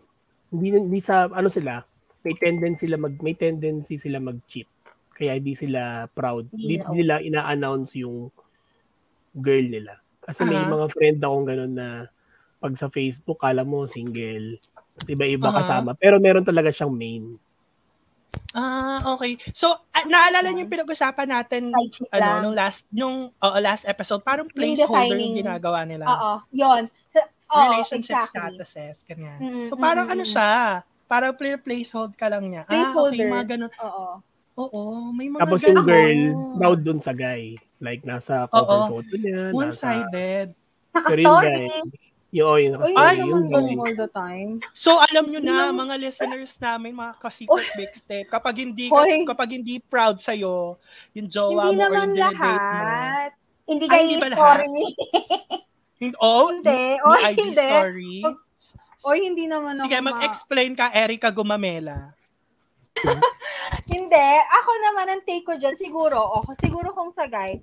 [SPEAKER 4] hindi, hindi sa, ano sila, may tendency sila mag, may tendency sila mag-cheat. Kaya hindi sila proud. Hindi
[SPEAKER 3] Yeah.
[SPEAKER 4] nila ina-announce yung girl nila. Kasi may
[SPEAKER 1] Ah.
[SPEAKER 2] Aha.
[SPEAKER 4] mga friend akong ganun na pag sa Facebook, kala mo single. Tapos
[SPEAKER 1] Ah.
[SPEAKER 4] iba-iba
[SPEAKER 2] Aha.
[SPEAKER 4] kasama. Pero meron talaga siyang main.
[SPEAKER 2] Ah, okay. So, ah, naalala niyo yung
[SPEAKER 1] Hmm.
[SPEAKER 2] pinag-usapan natin
[SPEAKER 3] Side chick
[SPEAKER 2] ano,
[SPEAKER 3] lang.
[SPEAKER 2] nung last, nung oo, last episode, parang
[SPEAKER 1] Yung
[SPEAKER 2] placeholder yung
[SPEAKER 1] defining-
[SPEAKER 2] ginagawa nila.
[SPEAKER 1] Oo, yun. So, oo,
[SPEAKER 2] relationship
[SPEAKER 1] exactly.
[SPEAKER 2] statuses, ganyan.
[SPEAKER 1] Mm,
[SPEAKER 2] So parang
[SPEAKER 1] mm,
[SPEAKER 2] ano
[SPEAKER 1] mm.
[SPEAKER 2] siya, Para play placehold ka lang niya. Ah, okay,
[SPEAKER 1] Placeholder.
[SPEAKER 2] mga ganun.
[SPEAKER 1] Oo.
[SPEAKER 2] Oo, may mga
[SPEAKER 4] Tapos
[SPEAKER 2] ganun.
[SPEAKER 4] yung girl, proud dun sa guy. Like, nasa cover
[SPEAKER 2] Oo.
[SPEAKER 4] photo niya. Nasa,
[SPEAKER 2] One-sided.
[SPEAKER 3] Naka-stories.
[SPEAKER 4] yung, oh,
[SPEAKER 1] Uy,
[SPEAKER 4] yung naka-story
[SPEAKER 2] Ay,
[SPEAKER 4] yung
[SPEAKER 1] yung
[SPEAKER 4] guy.
[SPEAKER 1] all the time.
[SPEAKER 2] So alam nyo na mga listeners namin, mga ka-secret mixtape, kapag hindi ka-
[SPEAKER 1] Hoy.
[SPEAKER 2] kapag hindi proud sa iyo, yung jowa
[SPEAKER 1] Hindi
[SPEAKER 2] mo or
[SPEAKER 1] naman
[SPEAKER 2] yung dinedate mo.
[SPEAKER 1] lahat.
[SPEAKER 3] Hindi
[SPEAKER 2] Ay,
[SPEAKER 3] kayo
[SPEAKER 2] hindi ba lahat?
[SPEAKER 3] story.
[SPEAKER 2] Hindi, oh,
[SPEAKER 1] Hindi.
[SPEAKER 2] ni
[SPEAKER 1] Oy,
[SPEAKER 2] IG
[SPEAKER 1] hindi.
[SPEAKER 2] story.
[SPEAKER 1] Pag- ano Oy, hindi naman
[SPEAKER 2] Sige,
[SPEAKER 1] ako ma-
[SPEAKER 2] mag-explain ka, Erica Gumamela.
[SPEAKER 1] Hindi. Ako naman ang take ko dyan, siguro, o siguro kung sa guy,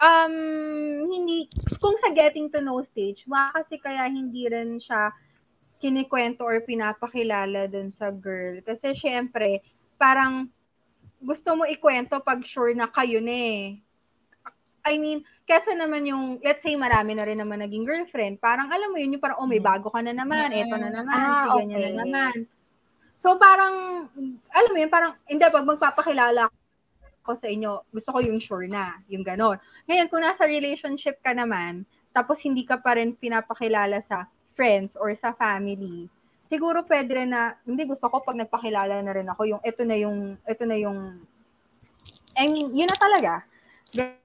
[SPEAKER 1] um, hindi, kung sa getting to know stage, baka kasi kaya hindi rin siya kinikwento or pinapakilala dun sa girl. Kasi syempre, parang gusto mo ikwento pag sure na kayo na eh. I mean, kesa naman yung, let's say marami na rin naman naging girlfriend, parang alam mo yun, yung parang, oh may bago ka na naman, eto na naman,
[SPEAKER 3] Mm. Ah,
[SPEAKER 1] si ganyan
[SPEAKER 3] okay.
[SPEAKER 1] na naman. So parang, alam mo yun, parang, hindi, pag magpapakilala ko sa inyo, gusto ko yung sure na, yung ganon. Ngayon, kung nasa relationship ka naman, tapos hindi ka pa rin pinapakilala sa friends or sa family, siguro pwede rin na, hindi gusto ko pag nagpakilala na rin ako, yung ito na yung, ito na yung, I mean, yun na talaga. Gan-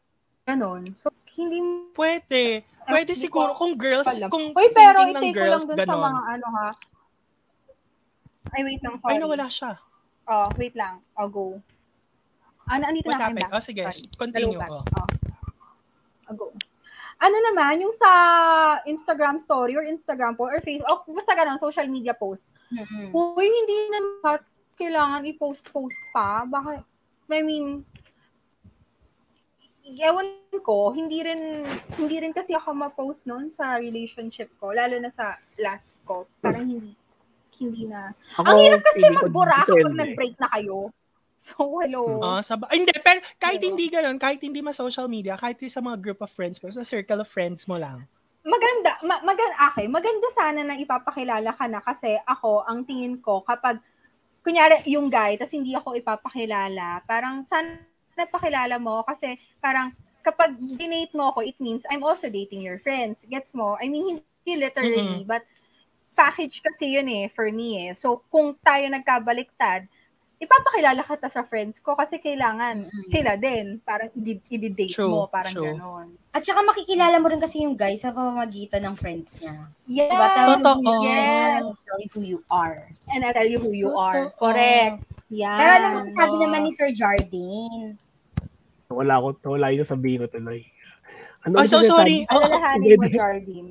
[SPEAKER 1] Ganon. So, hindi
[SPEAKER 2] Pwede.
[SPEAKER 1] Ah, hindi
[SPEAKER 2] Pwede siguro kung girls,
[SPEAKER 1] ko alam.
[SPEAKER 2] kung
[SPEAKER 1] Uy, pero
[SPEAKER 2] thinking ng
[SPEAKER 1] i-take ko lang
[SPEAKER 2] girls,
[SPEAKER 1] dun sa mga
[SPEAKER 2] ganon.
[SPEAKER 1] ano ha. Ay, wait lang. Sorry.
[SPEAKER 2] Ay, nawala siya.
[SPEAKER 1] Oh, wait lang. I'll go. Ano, andito
[SPEAKER 2] What
[SPEAKER 1] na kayo
[SPEAKER 2] happened?
[SPEAKER 1] back.
[SPEAKER 2] Oh, sige,
[SPEAKER 1] Sorry. Go
[SPEAKER 2] continue.
[SPEAKER 1] back.
[SPEAKER 2] Oh.
[SPEAKER 1] Oh. I'll Ah, go. Ano naman, yung sa Instagram story or Instagram po or Facebook, oh, basta ganun, social media post. Uy, hindi naman kailangan i-post-post pa. Baka, I mean, ewan ko, hindi rin, hindi rin kasi ako ma-post noon sa relationship ko, lalo na sa last ko. Parang hindi, hindi na.
[SPEAKER 4] Ako,
[SPEAKER 1] Ang hirap kasi
[SPEAKER 4] feeling ko
[SPEAKER 1] magbura
[SPEAKER 4] dito,
[SPEAKER 1] kapag
[SPEAKER 4] eh.
[SPEAKER 1] nag-break na kayo. So, hello.
[SPEAKER 2] Ah, sa ba- Ay, hindi, pero kahit
[SPEAKER 1] Oo.
[SPEAKER 2] hindi ganun, kahit hindi ma social media, kahit sa mga group of friends mo, sa circle of friends mo lang.
[SPEAKER 1] maganda, ma- maganda, okay, maganda sana na ipapakilala ka na kasi ako, ang tingin ko, kapag, kunyari, yung guy, tas hindi ako ipapakilala, parang sana napakilala mo kasi parang kapag dinate mo ako, it means I'm also dating your friends. Gets mo? I mean, hindi literally, but package kasi yun eh, for me eh. So, kung tayo nagkabaliktad, ipapakilala ka ta sa friends ko kasi kailangan sila din. Parang i- i-date
[SPEAKER 2] True,
[SPEAKER 1] mo, parang
[SPEAKER 2] true.
[SPEAKER 1] ganon.
[SPEAKER 3] At saka makikilala mo rin kasi yung guy sa pamamagitan ng friends niya.
[SPEAKER 1] Yeah.
[SPEAKER 3] Diba? Tell him who
[SPEAKER 2] Totoo.
[SPEAKER 3] you
[SPEAKER 1] Yes.
[SPEAKER 3] are, tell him who you are.
[SPEAKER 1] and I'll tell you who you are.
[SPEAKER 2] Totoo.
[SPEAKER 1] Correct. Yeah.
[SPEAKER 3] Pero ano masasabi
[SPEAKER 2] Ah.
[SPEAKER 3] naman ni Sir Jardine?
[SPEAKER 4] Wala ko, wala yung sabihin ko tuloy.
[SPEAKER 2] Oh,
[SPEAKER 4] Ano yung
[SPEAKER 2] so
[SPEAKER 4] sinasabi?
[SPEAKER 2] sorry.
[SPEAKER 4] Ah,
[SPEAKER 1] Alalahanin mo,
[SPEAKER 4] pwede.
[SPEAKER 1] Jardine.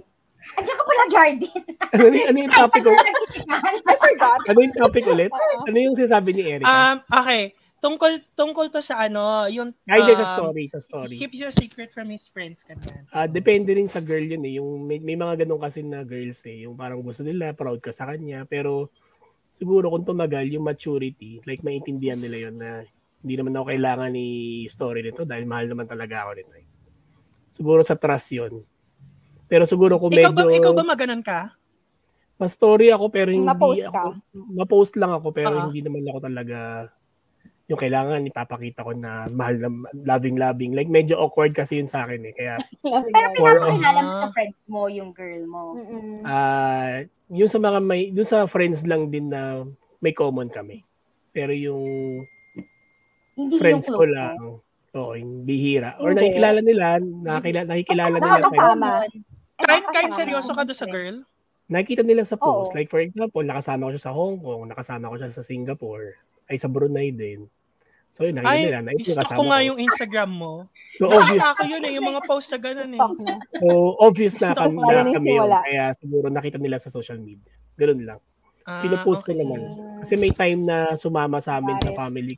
[SPEAKER 3] Andiyan ka pala,
[SPEAKER 2] <laughs>
[SPEAKER 3] Jardine.
[SPEAKER 4] <laughs> ano, yung- ano yung topic ko?
[SPEAKER 3] Ano nagchichikahan?
[SPEAKER 1] I forgot.
[SPEAKER 4] Ano yung topic ulit?
[SPEAKER 1] <laughs> Oo.
[SPEAKER 4] Ano yung sinasabi ni Erica?
[SPEAKER 2] Um, okay. Tungkol tungkol to sa ano, yung
[SPEAKER 4] Ay, hindi,
[SPEAKER 2] um,
[SPEAKER 4] sa story, sa story.
[SPEAKER 2] Keep your secret from his friends ganyan.
[SPEAKER 4] Ah, depende rin sa girl yun eh. Yung may, may mga ganun kasi na girls eh. Yung parang gusto nila, proud ka sa kanya. Pero siguro kung tumagal, yung maturity, like maintindihan nila yun na hindi naman ako kailangan ni story nito dahil mahal naman talaga ako nito. eh. Siguro sa trust yun. Pero siguro kung
[SPEAKER 2] ikaw ba
[SPEAKER 4] medyo...
[SPEAKER 2] ikaw ba maganon ka?
[SPEAKER 4] Pa-story ako pero hindi
[SPEAKER 1] Ma-post ka?
[SPEAKER 4] ako ma-post lang ako pero
[SPEAKER 2] Ah.
[SPEAKER 4] hindi naman ako talaga yung kailangan ipapakita ko na mahal na loving-loving. Like medyo awkward kasi yun sa akin eh. Kaya
[SPEAKER 3] Pero pinapakilala mo
[SPEAKER 2] Ah.
[SPEAKER 3] sa friends mo yung girl mo.
[SPEAKER 1] Mm-mm.
[SPEAKER 4] ah yun sa mga may dun sa friends lang din na may common kami. Pero yung
[SPEAKER 3] Hindi yung
[SPEAKER 4] friends
[SPEAKER 3] close
[SPEAKER 4] ko
[SPEAKER 3] mo.
[SPEAKER 4] lang oo, yung bihira. Or
[SPEAKER 1] Hindi.
[SPEAKER 4] nakikilala nila, nakakilala, nakikilala nila tayo.
[SPEAKER 1] Nakakasama.
[SPEAKER 3] Eh,
[SPEAKER 2] Kahit
[SPEAKER 1] nakakasama
[SPEAKER 2] kahit seryoso ka
[SPEAKER 1] ng
[SPEAKER 2] do sa
[SPEAKER 1] friend.
[SPEAKER 2] girl?
[SPEAKER 4] Nakikita nila sa post.
[SPEAKER 1] Oo.
[SPEAKER 4] Like for example, nakasama ko siya sa Hong Kong, nakasama ko siya sa Singapore, ay sa Brunei din. So yun, nakikita
[SPEAKER 2] Ay,
[SPEAKER 4] nila. na, "Ay,
[SPEAKER 2] stalk
[SPEAKER 4] kasama
[SPEAKER 2] ko nga
[SPEAKER 4] ko."
[SPEAKER 2] yung Instagram mo.
[SPEAKER 4] So obvious,
[SPEAKER 2] <laughs> Nakita ko yun eh, yung mga post na ganun eh.
[SPEAKER 1] Stalk na.
[SPEAKER 4] so obvious na
[SPEAKER 2] Gusto ko
[SPEAKER 4] kami,
[SPEAKER 1] pala
[SPEAKER 4] na
[SPEAKER 1] yung
[SPEAKER 4] kami yun.
[SPEAKER 1] wala.
[SPEAKER 4] Kaya siguro nakita nila sa social media. Ganun lang.
[SPEAKER 2] Ah,
[SPEAKER 4] Pinopost ko
[SPEAKER 2] okay.
[SPEAKER 4] naman. Kasi may time na sumama sa amin sa
[SPEAKER 1] Pare.
[SPEAKER 4] family,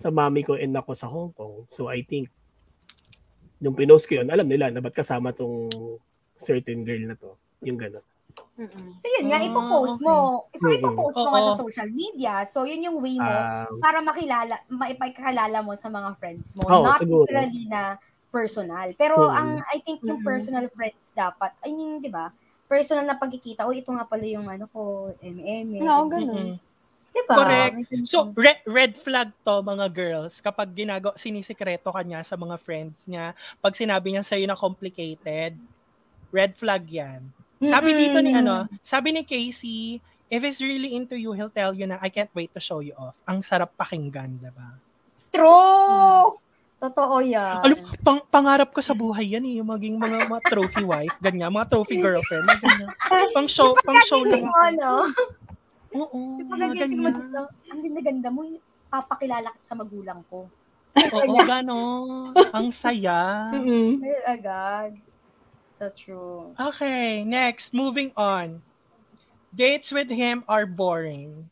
[SPEAKER 4] sa mami ko and ako sa Hong Kong. So I think, nung pinost ko yun, alam nila na ba't kasama tong certain girl na to. Yung gano'n.
[SPEAKER 1] Mm-mm.
[SPEAKER 3] So yun nga,
[SPEAKER 2] Ah,
[SPEAKER 3] ipopost mo. So
[SPEAKER 4] Mm-mm.
[SPEAKER 3] ipopost mo nga
[SPEAKER 2] Oo.
[SPEAKER 3] sa social media. So yun yung way mo
[SPEAKER 4] Ah,
[SPEAKER 3] para makilala, maipakilala mo sa mga friends mo.
[SPEAKER 4] Oo,
[SPEAKER 3] Not
[SPEAKER 4] siguro.
[SPEAKER 3] literally na personal. Pero
[SPEAKER 2] Hmm.
[SPEAKER 4] Mm.
[SPEAKER 3] ang I think yung
[SPEAKER 1] Mm.
[SPEAKER 3] personal friends dapat, I mean, di ba? Personal na pagkikita. O, ito nga pala yung ano ko, MM.
[SPEAKER 1] No, ganun.
[SPEAKER 2] Mm-mm.
[SPEAKER 3] Di ba?
[SPEAKER 2] Correct.
[SPEAKER 3] Mm.
[SPEAKER 2] So, red, red flag to mga girls kapag ginago sinisikreto ka niya sa mga friends niya. Pag sinabi niya sa'yo na
[SPEAKER 3] Mm.
[SPEAKER 2] complicated, red flag yan. Sabi dito ni ano, sabi ni Casey, if he's really into you, he'll tell you na, I can't wait to show you off. Ang sarap pakinggan, diba?
[SPEAKER 3] True! Totoo yan.
[SPEAKER 2] Alam, pang, pangarap ko sa buhay yan eh, yung maging mga, mga trophy wife, ganyan, mga
[SPEAKER 3] <laughs>
[SPEAKER 2] trophy girlfriend, mga ganyan. Pang show, pang show
[SPEAKER 3] Pagkagising
[SPEAKER 2] lang.
[SPEAKER 3] mo, no?
[SPEAKER 2] Oo, mga
[SPEAKER 3] Pagkagising mo,
[SPEAKER 2] ganyan.
[SPEAKER 3] sis, no? ang ganda-ganda mo, papakilala kita sa magulang ko.
[SPEAKER 2] Oo, gano'n. Ang saya.
[SPEAKER 1] Mm-mm.
[SPEAKER 3] Ay, agad. So true.
[SPEAKER 2] Okay, next, moving on. Dates with him are boring.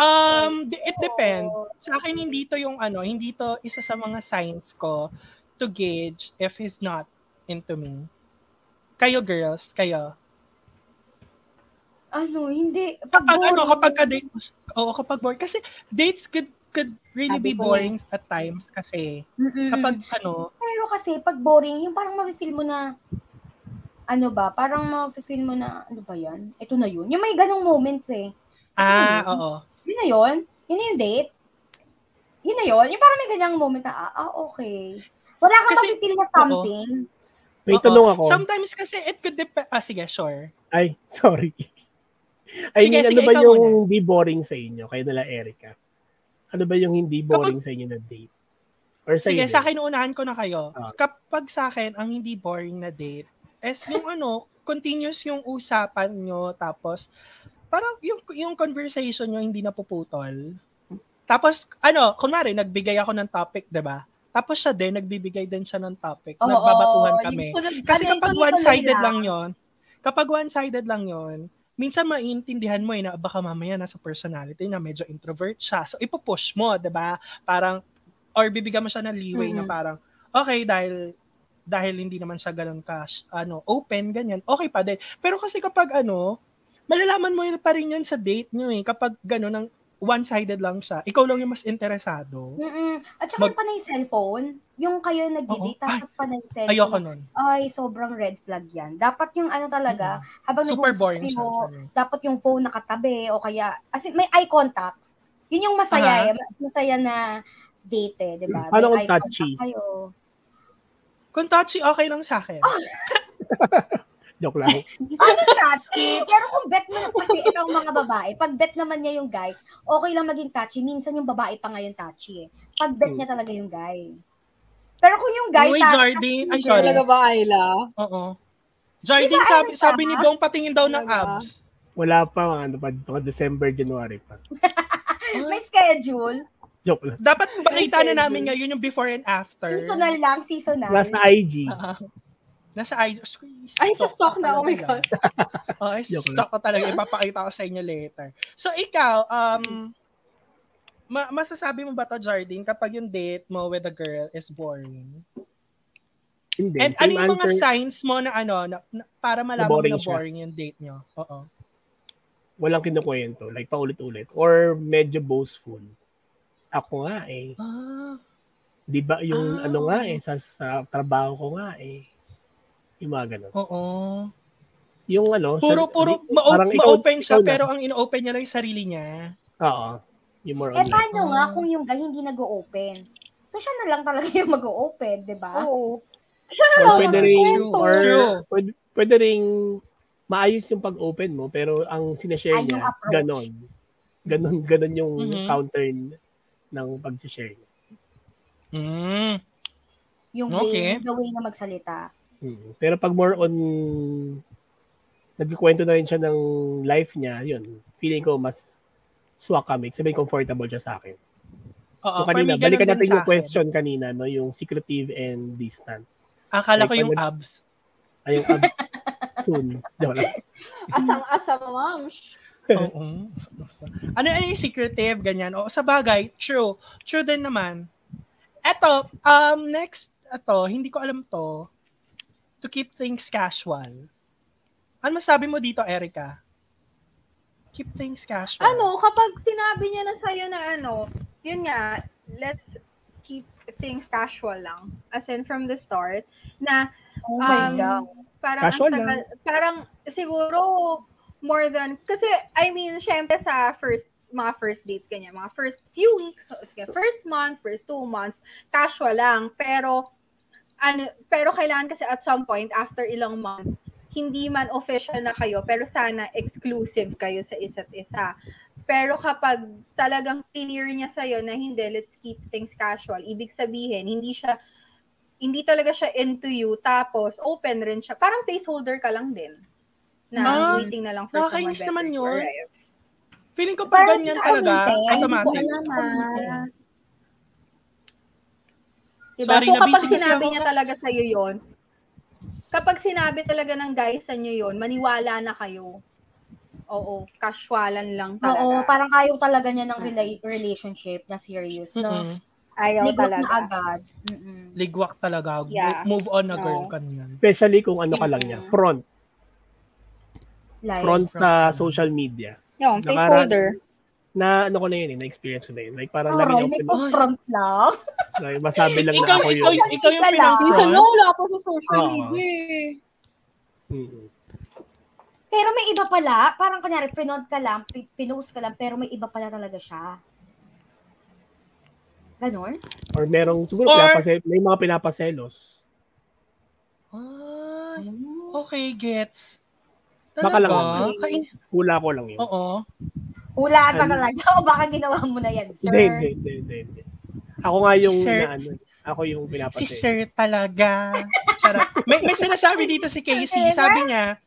[SPEAKER 2] Um, d- it depends. Sa akin hindi to yung ano, hindi to isa sa mga signs ko to gauge if he's not into me. Kayo girls, kayo.
[SPEAKER 3] Ano, hindi.
[SPEAKER 2] Kapag ano,
[SPEAKER 3] boring.
[SPEAKER 2] kapag ka date, oo, kapag boring. Kasi dates could could really
[SPEAKER 1] Sabi
[SPEAKER 2] be
[SPEAKER 1] ko
[SPEAKER 2] boring at times kasi
[SPEAKER 3] Mm-mm.
[SPEAKER 2] kapag ano,
[SPEAKER 3] Pero kasi, pag boring, yung parang mafe-feel mo na, ano ba, parang mafe-feel mo na, ano ba yan? Ito na yun. Yung may ganong moments eh.
[SPEAKER 2] ah, oo.
[SPEAKER 3] Yun na yun. Yun na yung date. Yun na yun. Yung parang may ganyang moment na, ah, ah okay. Wala kang
[SPEAKER 2] Kasi-
[SPEAKER 3] mafe-feel na something.
[SPEAKER 4] May
[SPEAKER 2] Oo.
[SPEAKER 4] tulong ako.
[SPEAKER 2] Sometimes kasi it could depend, ah sige, sure.
[SPEAKER 4] Ay, <laughs> sorry. I
[SPEAKER 2] Sige,
[SPEAKER 4] mean,
[SPEAKER 2] sige,
[SPEAKER 4] ano ba
[SPEAKER 2] ikaw
[SPEAKER 4] yung hindi boring sa inyo? Kayo nala, Erica. Ano ba yung hindi boring sa inyo na date? Or sa
[SPEAKER 2] Sige,
[SPEAKER 4] inyo?
[SPEAKER 2] sa akin, unahan ko na kayo.
[SPEAKER 4] Ah.
[SPEAKER 2] Kapag sa akin, ang hindi boring na date is yung ano, continuous yung usapan nyo, tapos parang yung, yung conversation nyo hindi napuputol. Tapos, ano, kunwari, nagbigay ako ng topic, 'di ba Tapos siya din, nagbibigay din siya ng topic.
[SPEAKER 3] Oo,
[SPEAKER 2] Nagbabatuhan
[SPEAKER 3] yung
[SPEAKER 2] kami.
[SPEAKER 3] sunod-
[SPEAKER 2] Kasi
[SPEAKER 3] ano,
[SPEAKER 2] kapag
[SPEAKER 3] yung tuloy-tuloy
[SPEAKER 2] one-sided lang yon kapag one-sided lang yon minsan maiintindihan mo eh na baka mamaya nasa personality na medyo introvert siya. So, ipupush mo, 'di ba Parang, or bibigyan mo siya ng leeway na
[SPEAKER 1] Mhm.
[SPEAKER 2] parang, okay, dahil dahil hindi naman siya ganun ka, sh- ano, open, ganyan, okay pa din. Pero kasi kapag ano, malalaman mo yun pa rin yun sa date nyo eh, kapag ganun, ang one-sided lang siya, ikaw lang yung mas interesado.
[SPEAKER 3] Mm-mm. At saka
[SPEAKER 2] Mag-
[SPEAKER 3] yung panay cellphone, yung kayo nag-date,
[SPEAKER 2] Oo.
[SPEAKER 3] tapos panay cellphone.
[SPEAKER 2] Ayoko nun.
[SPEAKER 3] Ay, sobrang red flag yan. Dapat yung ano talaga, habang
[SPEAKER 2] Super
[SPEAKER 3] nag-uusap
[SPEAKER 2] boring siya.
[SPEAKER 3] kayo, dapat yung phone nakatabi o kaya, as in, may eye contact. Yun yung masaya, eh. Mas masaya na date, eh, di ba?
[SPEAKER 4] Paano
[SPEAKER 3] May
[SPEAKER 4] kung
[SPEAKER 3] eye
[SPEAKER 4] touchy?
[SPEAKER 3] contact Kayo.
[SPEAKER 2] Kung touchy, okay lang sa akin.
[SPEAKER 4] Joke lang.
[SPEAKER 3] Paano touchy? Pero kung bet mo, kasi ito ang mga babae, pag bet naman niya yung guy, okay lang maging touchy. Minsan yung babae pa ngayon touchy eh. Pag bet niya talaga yung guy. Pero kung yung guy
[SPEAKER 2] Uy,
[SPEAKER 3] touchy-
[SPEAKER 2] Jordan. Ay,
[SPEAKER 3] girl.
[SPEAKER 2] sorry.
[SPEAKER 1] Talaga ba, Ayla?
[SPEAKER 2] Oo. Jardine,
[SPEAKER 3] Diba, ano
[SPEAKER 2] sabi,
[SPEAKER 3] siya?
[SPEAKER 2] sabi ni Bong, patingin daw ng
[SPEAKER 1] Talaga.
[SPEAKER 2] abs.
[SPEAKER 4] Wala pa, mga ano pa, mga December, January pa.
[SPEAKER 3] May schedule.
[SPEAKER 4] Joke lang.
[SPEAKER 2] Dapat makita na namin ngayon yung before and after.
[SPEAKER 3] Seasonal lang, seasonal.
[SPEAKER 4] Nasa IG.
[SPEAKER 2] Ah, ah. Nasa IG. Squeeze.
[SPEAKER 1] Ay, stok na. Oh my God.
[SPEAKER 2] <laughs> Oh, ay,
[SPEAKER 4] Joke
[SPEAKER 2] stock ko talaga. Ipapakita ko sa inyo later. So, ikaw, um, ma- masasabi mo ba to, Jardine, kapag yung date mo with a girl is boring?
[SPEAKER 4] Hindi.
[SPEAKER 2] And ano
[SPEAKER 4] same
[SPEAKER 2] yung mga
[SPEAKER 4] answer.
[SPEAKER 2] signs mo na ano, na, na- para malaman mo
[SPEAKER 4] boring
[SPEAKER 2] na
[SPEAKER 4] siya.
[SPEAKER 2] boring yung date nyo? Oo.
[SPEAKER 4] Walang kinukwento. Like, paulit-ulit. Or medyo boastful. Ako nga eh.
[SPEAKER 2] Ah,
[SPEAKER 4] Di ba yung
[SPEAKER 2] Ah.
[SPEAKER 4] ano nga eh, sa, sa trabaho ko nga eh. Yung mga ganun.
[SPEAKER 2] oo.
[SPEAKER 4] Yung ano,
[SPEAKER 2] Puro,
[SPEAKER 4] sa-
[SPEAKER 2] puro,
[SPEAKER 4] di-
[SPEAKER 2] ma-
[SPEAKER 4] parang ikaw-
[SPEAKER 2] ma-open siya,
[SPEAKER 4] ikaw na.
[SPEAKER 2] pero ang in-open niya lang yung sarili niya.
[SPEAKER 4] Oo. Yung more
[SPEAKER 3] Eh,
[SPEAKER 4] online.
[SPEAKER 3] paano nga kung yung guy hindi nag-o-open? So, siya na lang talaga <laughs> yung mag-o-open, di ba?
[SPEAKER 1] Oo.
[SPEAKER 4] Or pwede rin,
[SPEAKER 2] True.
[SPEAKER 4] or
[SPEAKER 2] True.
[SPEAKER 4] pwede, pwede rin maayos yung pag-open mo, pero ang
[SPEAKER 2] Ah,
[SPEAKER 4] sinashare
[SPEAKER 3] Ay, yung
[SPEAKER 4] niya,
[SPEAKER 3] approach.
[SPEAKER 4] ganon. Ganon, ganon yung
[SPEAKER 2] Mhm.
[SPEAKER 4] counter n- ng pag-share niya.
[SPEAKER 2] Mm.
[SPEAKER 3] Yung
[SPEAKER 2] Okay.
[SPEAKER 3] way, the way na magsalita.
[SPEAKER 4] Mhm. Pero pag more on, nagkikwento na rin siya ng life niya, yun, feeling ko mas swak kami. Sabi comfortable siya sa akin.
[SPEAKER 2] Oo,
[SPEAKER 4] So,
[SPEAKER 2] Oh, for
[SPEAKER 4] kanina,
[SPEAKER 2] me, ganun
[SPEAKER 4] balikan
[SPEAKER 2] din
[SPEAKER 4] natin
[SPEAKER 2] sa
[SPEAKER 4] yung
[SPEAKER 2] akin.
[SPEAKER 4] question kanina, no? yung secretive and distant.
[SPEAKER 2] Akala ko
[SPEAKER 4] Like,
[SPEAKER 2] yung
[SPEAKER 4] pag-
[SPEAKER 2] abs.
[SPEAKER 4] Ay, yung
[SPEAKER 2] <laughs>
[SPEAKER 4] abs- soon. Joke lang.
[SPEAKER 1] Asang-asa, ma'am.
[SPEAKER 2] Oo. <laughs> ano, ano yung secretive, ganyan. O, sa bagay, true. True din naman. Eto, um, next, eto, hindi ko alam to. To keep things casual. Ano masabi mo dito, Erica? Keep things casual.
[SPEAKER 1] ano, kapag sinabi niya na sa'yo na ano, yun nga, let's keep things casual lang. As in, from the start, na
[SPEAKER 3] Oh
[SPEAKER 1] um,
[SPEAKER 3] my God.
[SPEAKER 1] parang,
[SPEAKER 4] Casual
[SPEAKER 1] ang tagal, parang siguro more than, kasi, I mean, syempre sa first, mga first dates, ganyan, mga first few weeks, sige, first month, first two months, casual lang. Pero, ano, pero kailangan kasi at some point, after ilang months, hindi man official na kayo, pero sana exclusive kayo sa isa't isa. Pero kapag talagang clear niya sa'yo na hindi, let's keep things casual, ibig sabihin, hindi siya, hindi talaga siya into you, tapos open rin siya. Parang placeholder ka lang din. Na
[SPEAKER 2] Ah,
[SPEAKER 1] waiting na lang for someone
[SPEAKER 2] nakakainis
[SPEAKER 1] better
[SPEAKER 2] naman
[SPEAKER 1] to
[SPEAKER 2] yun.
[SPEAKER 1] arrive.
[SPEAKER 2] Feeling ko pag
[SPEAKER 3] Parang
[SPEAKER 2] ganyan
[SPEAKER 3] hindi
[SPEAKER 2] talaga,
[SPEAKER 3] committed.
[SPEAKER 2] automatic.
[SPEAKER 3] Hindi ko alam, ah.
[SPEAKER 1] Diba?
[SPEAKER 2] Sorry,
[SPEAKER 1] so kapag
[SPEAKER 2] nabisi kasi
[SPEAKER 1] sinabi
[SPEAKER 2] ako.
[SPEAKER 1] niya talaga sa iyo 'yon, kapag sinabi talaga ng guys sa niyo 'yon, maniwala na kayo. Oo, casualan lang talaga.
[SPEAKER 3] Oo, parang ayaw talaga niya ng
[SPEAKER 1] Mm.
[SPEAKER 3] rela- relationship na serious, no?
[SPEAKER 2] Mm-mm.
[SPEAKER 1] Ayaw
[SPEAKER 3] Ligot na
[SPEAKER 1] talaga.
[SPEAKER 3] agad. Mm-mm.
[SPEAKER 2] Ligwak talaga.
[SPEAKER 1] Yeah.
[SPEAKER 2] Move on na girl
[SPEAKER 1] No.
[SPEAKER 2] kanyan.
[SPEAKER 4] Especially kung ano ka lang niya. Front.
[SPEAKER 3] Like,
[SPEAKER 4] Front sa social media.
[SPEAKER 2] Diba,
[SPEAKER 1] Yung
[SPEAKER 4] Nakara-
[SPEAKER 1] placeholder.
[SPEAKER 4] Na ano ko na yun eh, na-experience ko na yun. Like
[SPEAKER 3] Oh,
[SPEAKER 4] parang lagi
[SPEAKER 3] Roy,
[SPEAKER 4] niyang
[SPEAKER 3] may
[SPEAKER 4] pin-
[SPEAKER 3] confront lang.
[SPEAKER 4] like, masabi lang na
[SPEAKER 2] Ikaw,
[SPEAKER 4] ako
[SPEAKER 2] ikaw,
[SPEAKER 4] yun.
[SPEAKER 2] ikaw, yung
[SPEAKER 3] Isa lang.
[SPEAKER 1] Minsan
[SPEAKER 2] pinag-front.
[SPEAKER 1] no, wala pa sa social
[SPEAKER 4] Oo.
[SPEAKER 1] media. eh.
[SPEAKER 4] Mm-mm.
[SPEAKER 3] Pero may iba pala, parang kunyari, pinod ka lang, pi- pinost ka lang, pero may iba pala talaga siya. Ganon?
[SPEAKER 4] Or merong, siguro
[SPEAKER 2] Or-
[SPEAKER 4] pinapase- may mga pinapaselos.
[SPEAKER 2] Ay, okay, gets.
[SPEAKER 4] Baka lang ako.
[SPEAKER 2] Talaga? Kain-
[SPEAKER 4] Hula ko lang yun.
[SPEAKER 2] Oo.
[SPEAKER 3] Hulaan pa
[SPEAKER 4] Ano?
[SPEAKER 3] talaga. <laughs> O baka ginawa mo na yan, sir.
[SPEAKER 4] Hindi, hindi, hindi, hindi, hindi. Ako nga
[SPEAKER 2] Si
[SPEAKER 4] yung
[SPEAKER 2] Sir-
[SPEAKER 4] na ano, ako yung pinapasay.
[SPEAKER 2] Si Sir talaga. Charot. May, may sinasabi dito si Casey. Sabi niya,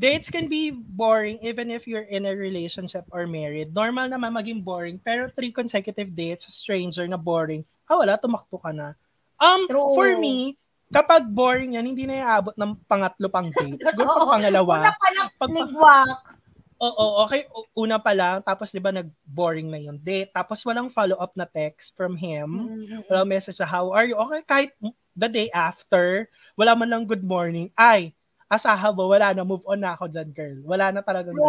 [SPEAKER 2] dates can be boring even if you're in a relationship or married. Normal naman maging boring, pero three consecutive dates, stranger na boring, ah wala, tumakbo ka na. Um,
[SPEAKER 3] True.
[SPEAKER 2] for me, kapag boring yan, hindi na iaabot ng pangatlo pang
[SPEAKER 3] <laughs>
[SPEAKER 2] date. Siguro
[SPEAKER 3] Oo.
[SPEAKER 2] pag pangalawa.
[SPEAKER 3] Una pa lang,
[SPEAKER 2] Pagpa-
[SPEAKER 3] ligwak.
[SPEAKER 2] Oo, okay. u- Una pa lang, tapos di ba nag-boring na yung date. Tapos walang follow-up na text from him. Walang message na, how are you? Okay, kahit the day after, wala man lang good morning. Ay, asaha mo, wala na, move on na ako dyan, girl. Wala na talaga ganun.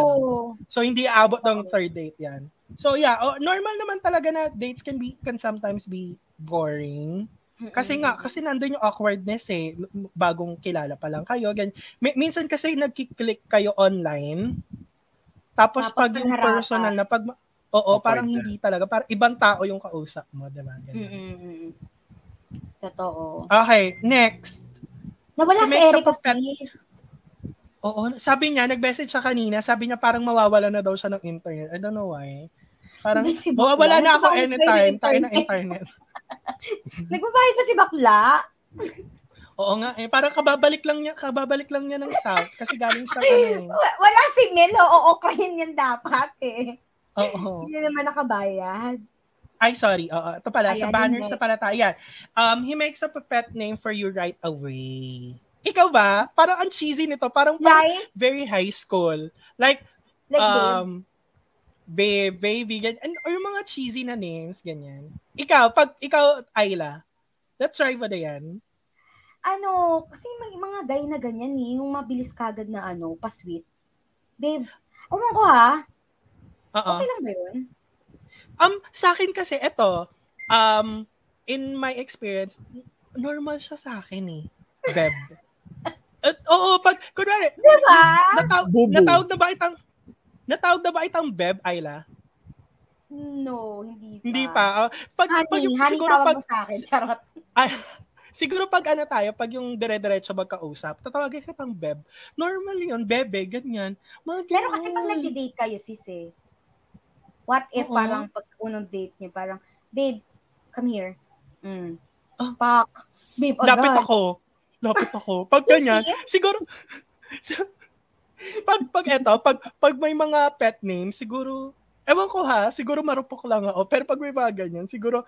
[SPEAKER 3] True.
[SPEAKER 2] So, hindi abot ng third date yan. So, yeah, oh, normal naman talaga na dates can be can sometimes be boring. Kasi nga, kasi nandun yung awkwardness eh. M- Bagong kilala pa lang kayo. Ganyan. Mi- minsan kasi nagkiklik kayo online. Tapos,
[SPEAKER 3] Tapos
[SPEAKER 2] pag yung
[SPEAKER 3] pangharapan.
[SPEAKER 2] personal na, pag, ma- oo,
[SPEAKER 4] Awkward
[SPEAKER 2] parang
[SPEAKER 4] na.
[SPEAKER 2] hindi talaga. Parang ibang tao yung kausap mo. Diba? Ganyan.
[SPEAKER 3] Mm-mm. Totoo.
[SPEAKER 2] Okay, next.
[SPEAKER 3] Nawala si
[SPEAKER 2] May isa pa
[SPEAKER 3] Erica
[SPEAKER 2] pet-
[SPEAKER 3] sis.
[SPEAKER 2] Oo, sabi niya, nag-message siya kanina, sabi niya parang mawawala na daw siya ng internet. I don't know why. Parang,
[SPEAKER 3] Bakit si Bakla?
[SPEAKER 2] mawawala na ako
[SPEAKER 3] Nagbabayad ba
[SPEAKER 2] anytime.
[SPEAKER 3] yung
[SPEAKER 2] Tayo na
[SPEAKER 3] internet?
[SPEAKER 2] internet.
[SPEAKER 3] Nagbabayad ba si Bakla?
[SPEAKER 2] Oo nga, eh, parang kababalik lang niya, kababalik lang niya ng South kasi galing siya kanina.
[SPEAKER 3] Wa- Wala si Mel. Oo, okrahin yan dapat eh.
[SPEAKER 2] Oo.
[SPEAKER 3] Hindi naman nakabayad.
[SPEAKER 2] Ay, sorry. Oo, ito pala. sa
[SPEAKER 3] Ayan,
[SPEAKER 2] banners
[SPEAKER 3] yun
[SPEAKER 2] na pala tayo. Ayan. Um, he makes up a pet name for you right away. Ikaw ba? Parang ang cheesy nito. Parang, parang
[SPEAKER 3] Like,
[SPEAKER 2] very high school. Like,
[SPEAKER 3] like babe.
[SPEAKER 2] um, babe, baby, ganyan. And, or yung mga cheesy na names, ganyan. Ikaw, pag ikaw, Ayla, let's try mo na yan.
[SPEAKER 3] Ano, kasi may mga guy na ganyan eh, yung mabilis kagad na ano, pa-sweet. Babe, alam ko ha,
[SPEAKER 2] Oo.
[SPEAKER 3] okay lang ba yun?
[SPEAKER 2] Um, sa akin kasi, eto, um, in my experience, n- normal siya sa akin eh.
[SPEAKER 3] <laughs>
[SPEAKER 2] Beb. At, oo, pag, kunwari,
[SPEAKER 3] Diba?
[SPEAKER 2] nataw-
[SPEAKER 4] Bubu.
[SPEAKER 2] natawag na ba itang, natawag na ba itang Beb, Ayla?
[SPEAKER 3] No, hindi pa.
[SPEAKER 2] Hindi pa. Oh, pag, pag,
[SPEAKER 3] Honey,
[SPEAKER 2] yung-
[SPEAKER 3] honey
[SPEAKER 2] siguro
[SPEAKER 3] Ah, tawag
[SPEAKER 2] pag,
[SPEAKER 3] mo sa akin. Charot.
[SPEAKER 2] Ay, siguro pag ano tayo, pag yung dire-diretso magkausap, tatawagin ka pang beb. Normal yun, bebe, ganyan. Mga
[SPEAKER 3] Pero kasi pag
[SPEAKER 2] ganun.
[SPEAKER 3] nag-date kayo, sis eh, what if
[SPEAKER 2] Hmm. Oo.
[SPEAKER 3] parang pag unang date niyo, parang, babe, come here. Mm.
[SPEAKER 2] Ah.
[SPEAKER 3] Pak. Oh, Babe, agad.
[SPEAKER 2] Lapit ako. Lapit ako. Pag ganyan, siguro, <laughs> pag, pag eto, pag, pag may mga pet name, siguro, ewan ko ha, siguro marupok lang ako. Pero pag may mga ganyan, siguro,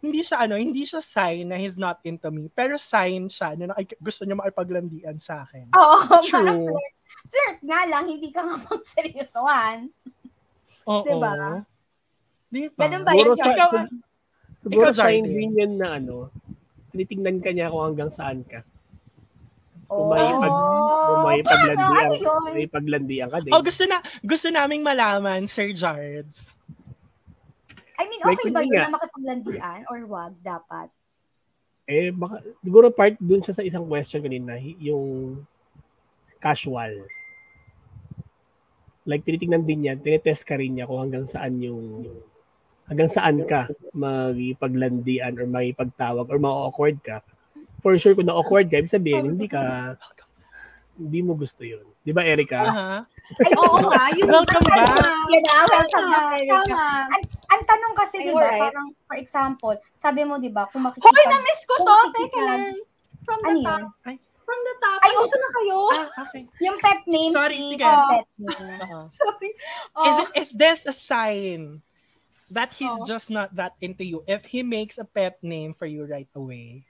[SPEAKER 2] hindi siya ano, hindi siya sign na he's not into me. Pero sign siya na nakik- gusto niya makipaglandian sa akin.
[SPEAKER 3] Oo, Oh, parang
[SPEAKER 2] True.
[SPEAKER 3] flirt. Flirt nga lang, hindi ka nga pang seryosoan.
[SPEAKER 2] Oo.
[SPEAKER 3] Diba?
[SPEAKER 2] Diba?
[SPEAKER 3] Ganun ba
[SPEAKER 4] Siguro
[SPEAKER 3] yun,
[SPEAKER 4] sa,
[SPEAKER 3] Joy?
[SPEAKER 2] Ikaw,
[SPEAKER 4] sig- siguro
[SPEAKER 2] ikaw,
[SPEAKER 4] sign
[SPEAKER 2] Jardel.
[SPEAKER 4] din yun na ano, tinitingnan ka niya kung hanggang saan ka.
[SPEAKER 2] Oh.
[SPEAKER 3] Oo.
[SPEAKER 4] may pag- Kung may
[SPEAKER 3] Paano? Ano
[SPEAKER 4] paglandian,
[SPEAKER 3] yun?
[SPEAKER 4] may paglandian ka din.
[SPEAKER 2] Oh, gusto na gusto naming malaman, Sir Jards.
[SPEAKER 3] I mean,
[SPEAKER 4] Like,
[SPEAKER 3] okay ba yun
[SPEAKER 4] yun nga.
[SPEAKER 3] na makipaglandian or wag dapat?
[SPEAKER 4] Eh, baka, siguro part dun siya sa isang question kanina, y- yung casual. Like, tinitingnan din niya, tinetest ka rin niya kung hanggang saan yung, hanggang saan ka magipaglandian or magipagtawag or ma-awkward ka. For sure, kung na-awkward ka, ibig sabihin, hindi ka, Hindi mo gusto yun. Di ba,
[SPEAKER 1] Ah,
[SPEAKER 4] Erica?
[SPEAKER 2] Aha.
[SPEAKER 3] Ay,
[SPEAKER 1] Oo nga, yun.
[SPEAKER 2] Welcome back.
[SPEAKER 3] Yan na, welcome
[SPEAKER 1] Tama,
[SPEAKER 3] back, Erica.
[SPEAKER 1] tama.
[SPEAKER 3] Ang tanong kasi,
[SPEAKER 1] Ay,
[SPEAKER 3] di ba,
[SPEAKER 1] alright.
[SPEAKER 3] parang, for example, sabi mo, di ba, kung
[SPEAKER 1] Hoy,
[SPEAKER 3] makikipag...
[SPEAKER 1] na-miss ko to.
[SPEAKER 3] Kung
[SPEAKER 1] Teka
[SPEAKER 3] kikipag-
[SPEAKER 1] lang. From the
[SPEAKER 3] Ano
[SPEAKER 1] top.
[SPEAKER 3] yun?
[SPEAKER 2] Ay,
[SPEAKER 1] From the top.
[SPEAKER 3] Ay,
[SPEAKER 1] Ay,
[SPEAKER 3] oh.
[SPEAKER 1] ito na kayo.
[SPEAKER 2] ah, okay.
[SPEAKER 3] Yung pet name,
[SPEAKER 2] Sorry,
[SPEAKER 3] si-
[SPEAKER 2] sige.
[SPEAKER 3] oh, pet name.
[SPEAKER 2] Aha.
[SPEAKER 1] <laughs> Sorry. Oh.
[SPEAKER 2] Uh-huh. Is, it- is this a sign that he's
[SPEAKER 1] Oh.
[SPEAKER 2] just not that into you if he makes a pet name for you right away?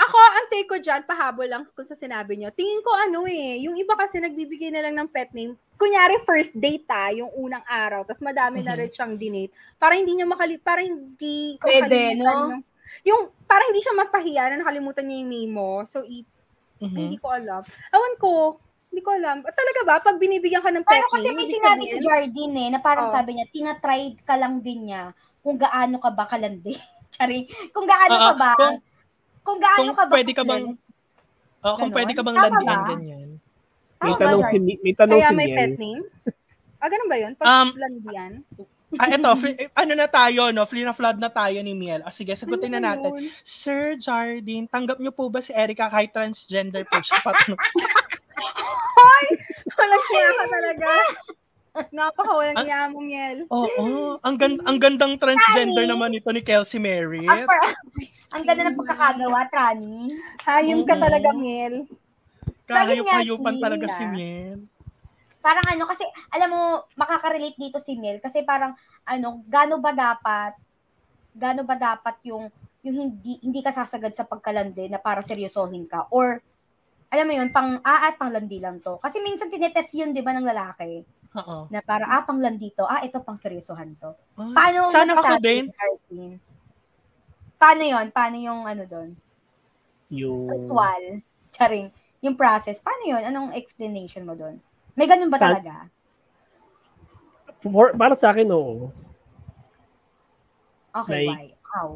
[SPEAKER 1] Ako, ang take ko dyan, pahabol lang kung sa sinabi nyo. Tingin ko ano eh, yung iba kasi nagbibigay na lang ng pet name. Kunyari first date ah, yung unang araw, tapos madami na
[SPEAKER 3] Mm-hmm.
[SPEAKER 2] Mhm.
[SPEAKER 1] rin siyang dinate. Para hindi niya makali para hindi ko
[SPEAKER 3] Pwede,
[SPEAKER 1] kalimutan
[SPEAKER 3] no?
[SPEAKER 1] yung- Yung, para hindi siya mapahiya na nakalimutan niya yung name mo. So, i-
[SPEAKER 3] Mm-hmm.
[SPEAKER 1] ay,
[SPEAKER 2] Mhm.
[SPEAKER 1] hindi ko alam. Awan ko, hindi ko alam. Ah, Talaga ba, pag binibigyan ka ng pet
[SPEAKER 3] Pero kasi
[SPEAKER 1] name,
[SPEAKER 3] may
[SPEAKER 1] ibig
[SPEAKER 3] sinabi si
[SPEAKER 1] sabihin-
[SPEAKER 3] Jardine eh, na parang
[SPEAKER 1] Oh.
[SPEAKER 3] sabi niya, tinatry ka lang din niya kung gaano ka ba kalandi. <laughs> Charing. Kung gaano
[SPEAKER 2] Oo,
[SPEAKER 3] ka ba, kung,
[SPEAKER 2] Ah, kung-
[SPEAKER 3] gaano
[SPEAKER 2] kung
[SPEAKER 3] ka ba
[SPEAKER 2] pwede ka bang-
[SPEAKER 3] kalandi.
[SPEAKER 2] Oh, kung
[SPEAKER 3] Ganon?
[SPEAKER 2] pwede ka bang
[SPEAKER 3] Tama
[SPEAKER 2] landian
[SPEAKER 3] ba?
[SPEAKER 2] ganyan.
[SPEAKER 4] May
[SPEAKER 3] Tama ba,
[SPEAKER 4] tanong si,
[SPEAKER 3] Jardine?
[SPEAKER 4] may tanong
[SPEAKER 1] Kaya
[SPEAKER 4] si
[SPEAKER 1] may
[SPEAKER 4] Miel.
[SPEAKER 1] pet name? Ah, ganun ba yun? Pag
[SPEAKER 2] Ano Um,
[SPEAKER 1] landian?
[SPEAKER 2] Ah,
[SPEAKER 3] <laughs>
[SPEAKER 2] eto, fl- eh, ano na tayo, no? Flea na flood na tayo ni Miel. O sige, sagutin na
[SPEAKER 1] Ano
[SPEAKER 2] natin.
[SPEAKER 1] yun?
[SPEAKER 2] Sir Jardine, tanggap niyo po ba si Erica kahit transgender po siya?
[SPEAKER 3] <laughs>
[SPEAKER 2] Pat-
[SPEAKER 1] Walang niya ka talaga. Napaka walang
[SPEAKER 2] Ang-
[SPEAKER 1] niya mo, Miel.
[SPEAKER 2] Oo. Ang, gan- ang gandang transgender
[SPEAKER 3] Sorry.
[SPEAKER 2] naman ito ni Kelsey
[SPEAKER 3] Ang,
[SPEAKER 2] Merritt.
[SPEAKER 3] par- <laughs> ang ganda ng pagkakagawa, Trani.
[SPEAKER 1] Hayom ka
[SPEAKER 4] Mm.
[SPEAKER 2] Oo.
[SPEAKER 1] talaga, Miel.
[SPEAKER 3] Sayang nga,
[SPEAKER 2] Kahayop-hayopan
[SPEAKER 3] si
[SPEAKER 2] talaga
[SPEAKER 1] Mia.
[SPEAKER 2] si Miel.
[SPEAKER 3] Parang ano, kasi alam mo, makakarelate dito si Mel kasi parang ano, gaano ba dapat, gaano ba dapat yung yung hindi hindi ka sasagad sa pagkalandi na para seryosohin ka or alam mo yun, pang aat pang landi lang to. Kasi minsan tinetest yun, di ba, ng lalaki.
[SPEAKER 2] Oo.
[SPEAKER 3] Na para, ah, pang landi to. Ah, ito pang seryosohan to.
[SPEAKER 2] Ay,
[SPEAKER 3] Paano mo
[SPEAKER 2] Sana ako
[SPEAKER 3] masasabi,
[SPEAKER 2] din.
[SPEAKER 3] Arvin? Paano yon Paano yung ano doon?
[SPEAKER 4] Yung...
[SPEAKER 3] Ritual. Charing. Yung process. Paano yon Anong explanation mo doon? May ganun ba
[SPEAKER 4] Sa-
[SPEAKER 3] talaga?
[SPEAKER 4] For, para sa akin, oo.
[SPEAKER 3] Okay,
[SPEAKER 4] Like-
[SPEAKER 3] why? How?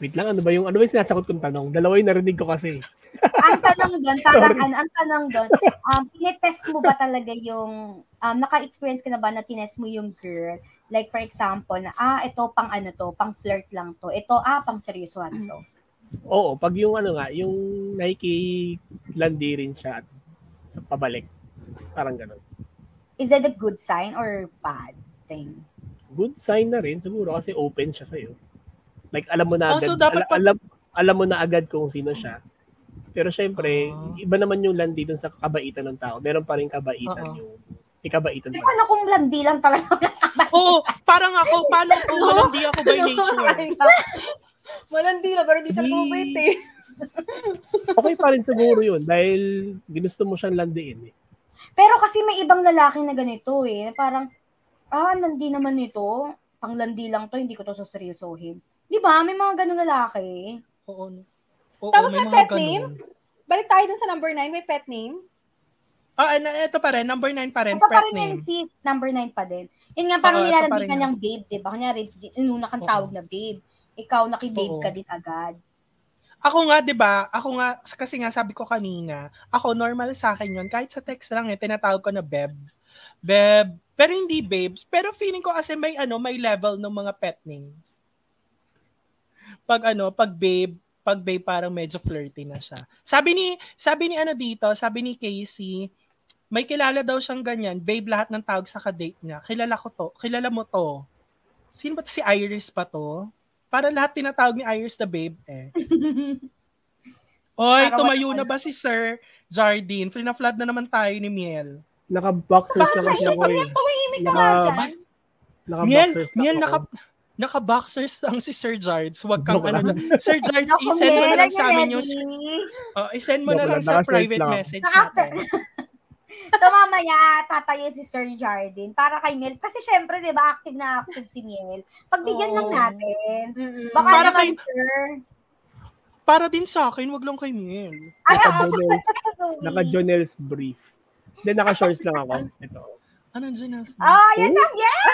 [SPEAKER 4] Wait lang, ano ba yung, ano ba yung sinasagot kong tanong? Dalawa yung narinig ko kasi.
[SPEAKER 3] ang tanong doon, parang ano, ang tanong doon, um, tinetest mo ba talaga yung, um, naka-experience ka na ba na tinest mo yung girl? Like, for example, na, ah, ito pang ano to, pang flirt lang to. Ito, ah, pang seryosohan
[SPEAKER 2] Mm.
[SPEAKER 3] to.
[SPEAKER 4] Oo, pag yung ano nga, yung nakikilandi rin siya at sa pabalik. Parang ganun.
[SPEAKER 3] Is that a good sign or bad thing?
[SPEAKER 4] Good sign na rin siguro kasi open siya sa'yo. Like alam mo na
[SPEAKER 2] Oh,
[SPEAKER 4] agad,
[SPEAKER 2] so dapat
[SPEAKER 4] ala-
[SPEAKER 2] pag-
[SPEAKER 4] alam, alam mo na agad kung sino siya. Pero syempre,
[SPEAKER 2] Ah.
[SPEAKER 4] iba naman yung landi dun sa kabaitan ng tao. Meron pa rin kabaitan
[SPEAKER 2] Oo.
[SPEAKER 4] yung may kabaitan
[SPEAKER 3] Pero
[SPEAKER 4] pa.
[SPEAKER 3] ano kung landi lang talaga? <laughs>
[SPEAKER 2] Oo, parang
[SPEAKER 1] <laughs>
[SPEAKER 2] ako, paano ko, malandi ako by nature.
[SPEAKER 1] Malandi na, pero di sa
[SPEAKER 4] Yee.
[SPEAKER 1] kumit eh.
[SPEAKER 4] Okay pa rin siguro yun dahil ginusto mo siyang landiin eh.
[SPEAKER 3] Pero kasi may ibang lalaki na ganito eh. Parang, ah, landi naman nito. Pang landi lang to, hindi ko to saseryosohin. Di ba? May mga ganung lalaki.
[SPEAKER 2] Oo. Oo,
[SPEAKER 1] Tapos
[SPEAKER 2] may
[SPEAKER 1] may
[SPEAKER 2] mga
[SPEAKER 1] pet name?
[SPEAKER 2] ganun.
[SPEAKER 1] Balik tayo dun sa number 9, may pet name.
[SPEAKER 2] Ah, ano, ito pa rin, number 9 pa rin,
[SPEAKER 3] Ito pa
[SPEAKER 2] pet
[SPEAKER 3] rin
[SPEAKER 2] name.
[SPEAKER 3] yan, sis. Number 9 pa din. Yun nga, parang
[SPEAKER 2] Oo, ito pa
[SPEAKER 3] nilalandi
[SPEAKER 2] rin
[SPEAKER 3] ka
[SPEAKER 2] yun.
[SPEAKER 3] niyang babe, di ba? Kanyari, inuna kang
[SPEAKER 2] Oo.
[SPEAKER 3] tawag na babe. Ikaw, nakibabe
[SPEAKER 2] Oo.
[SPEAKER 3] ka din agad.
[SPEAKER 2] Ako nga, 'di ba? Ako nga kasi nga sabi ko kanina, ako normal sa akin 'yon. Kahit sa text lang eh tinatawag ko na beb. Beb. Pero hindi babes. Pero feeling ko kasi may ano, may level ng mga pet names. Pag ano, pag babe, pag babe parang medyo flirty na siya. Sabi ni sabi ni ano dito, sabi ni Casey, may kilala daw siyang ganyan, babe lahat ng tawag sa kadate niya. Kilala ko to. Kilala mo to. Sino ba to? si Iris pa to? Para lahat tinatawag ni Iris na babe eh.
[SPEAKER 3] <laughs>
[SPEAKER 2] Oy,
[SPEAKER 3] Para
[SPEAKER 2] tumayo
[SPEAKER 3] wala-
[SPEAKER 2] na ba si Sir Jardine? Flinaflad na naman tayo ni Miel.
[SPEAKER 4] Naka-boxers lang kasi
[SPEAKER 1] Bakit?
[SPEAKER 4] ako eh.
[SPEAKER 1] Tumahimik ka nga
[SPEAKER 4] Naka-
[SPEAKER 1] dyan.
[SPEAKER 2] Miel,
[SPEAKER 4] Naka-boxers lang
[SPEAKER 2] Miel,
[SPEAKER 4] ako.
[SPEAKER 2] naka, naka-boxers lang si Sir Jards. Huwag kang
[SPEAKER 4] Joke lang.
[SPEAKER 2] ano dyan. Sir Jards,
[SPEAKER 3] Ako,
[SPEAKER 2] isend mo
[SPEAKER 3] Mel,
[SPEAKER 2] na lang sa
[SPEAKER 3] are you
[SPEAKER 2] amin yung...
[SPEAKER 3] ready?
[SPEAKER 2] Oh, isend mo na
[SPEAKER 4] Joke
[SPEAKER 2] lang
[SPEAKER 4] lang,
[SPEAKER 2] sa
[SPEAKER 4] naka-shorts
[SPEAKER 2] private
[SPEAKER 4] lang ako.
[SPEAKER 2] message
[SPEAKER 3] Naka-after.
[SPEAKER 2] natin.
[SPEAKER 3] <laughs> So, mamaya, tatayo si Sir Jardin para kay Miel. Kasi, syempre, di ba, active na active si Miel. Pagbigyan
[SPEAKER 2] Oo.
[SPEAKER 3] lang natin.
[SPEAKER 1] Mm-mm.
[SPEAKER 3] Baka
[SPEAKER 2] Para kay-
[SPEAKER 3] naman, sir.
[SPEAKER 2] Para din sa akin, wag lang kay Miel.
[SPEAKER 3] Ay, ah, ako,
[SPEAKER 4] Naka-Jonel's,
[SPEAKER 3] Zoe.
[SPEAKER 4] naka-Jonel's brief. Then naka-shorts lang ako. Ito.
[SPEAKER 2] Ano dyan else?
[SPEAKER 3] Ah, yan na, Miel!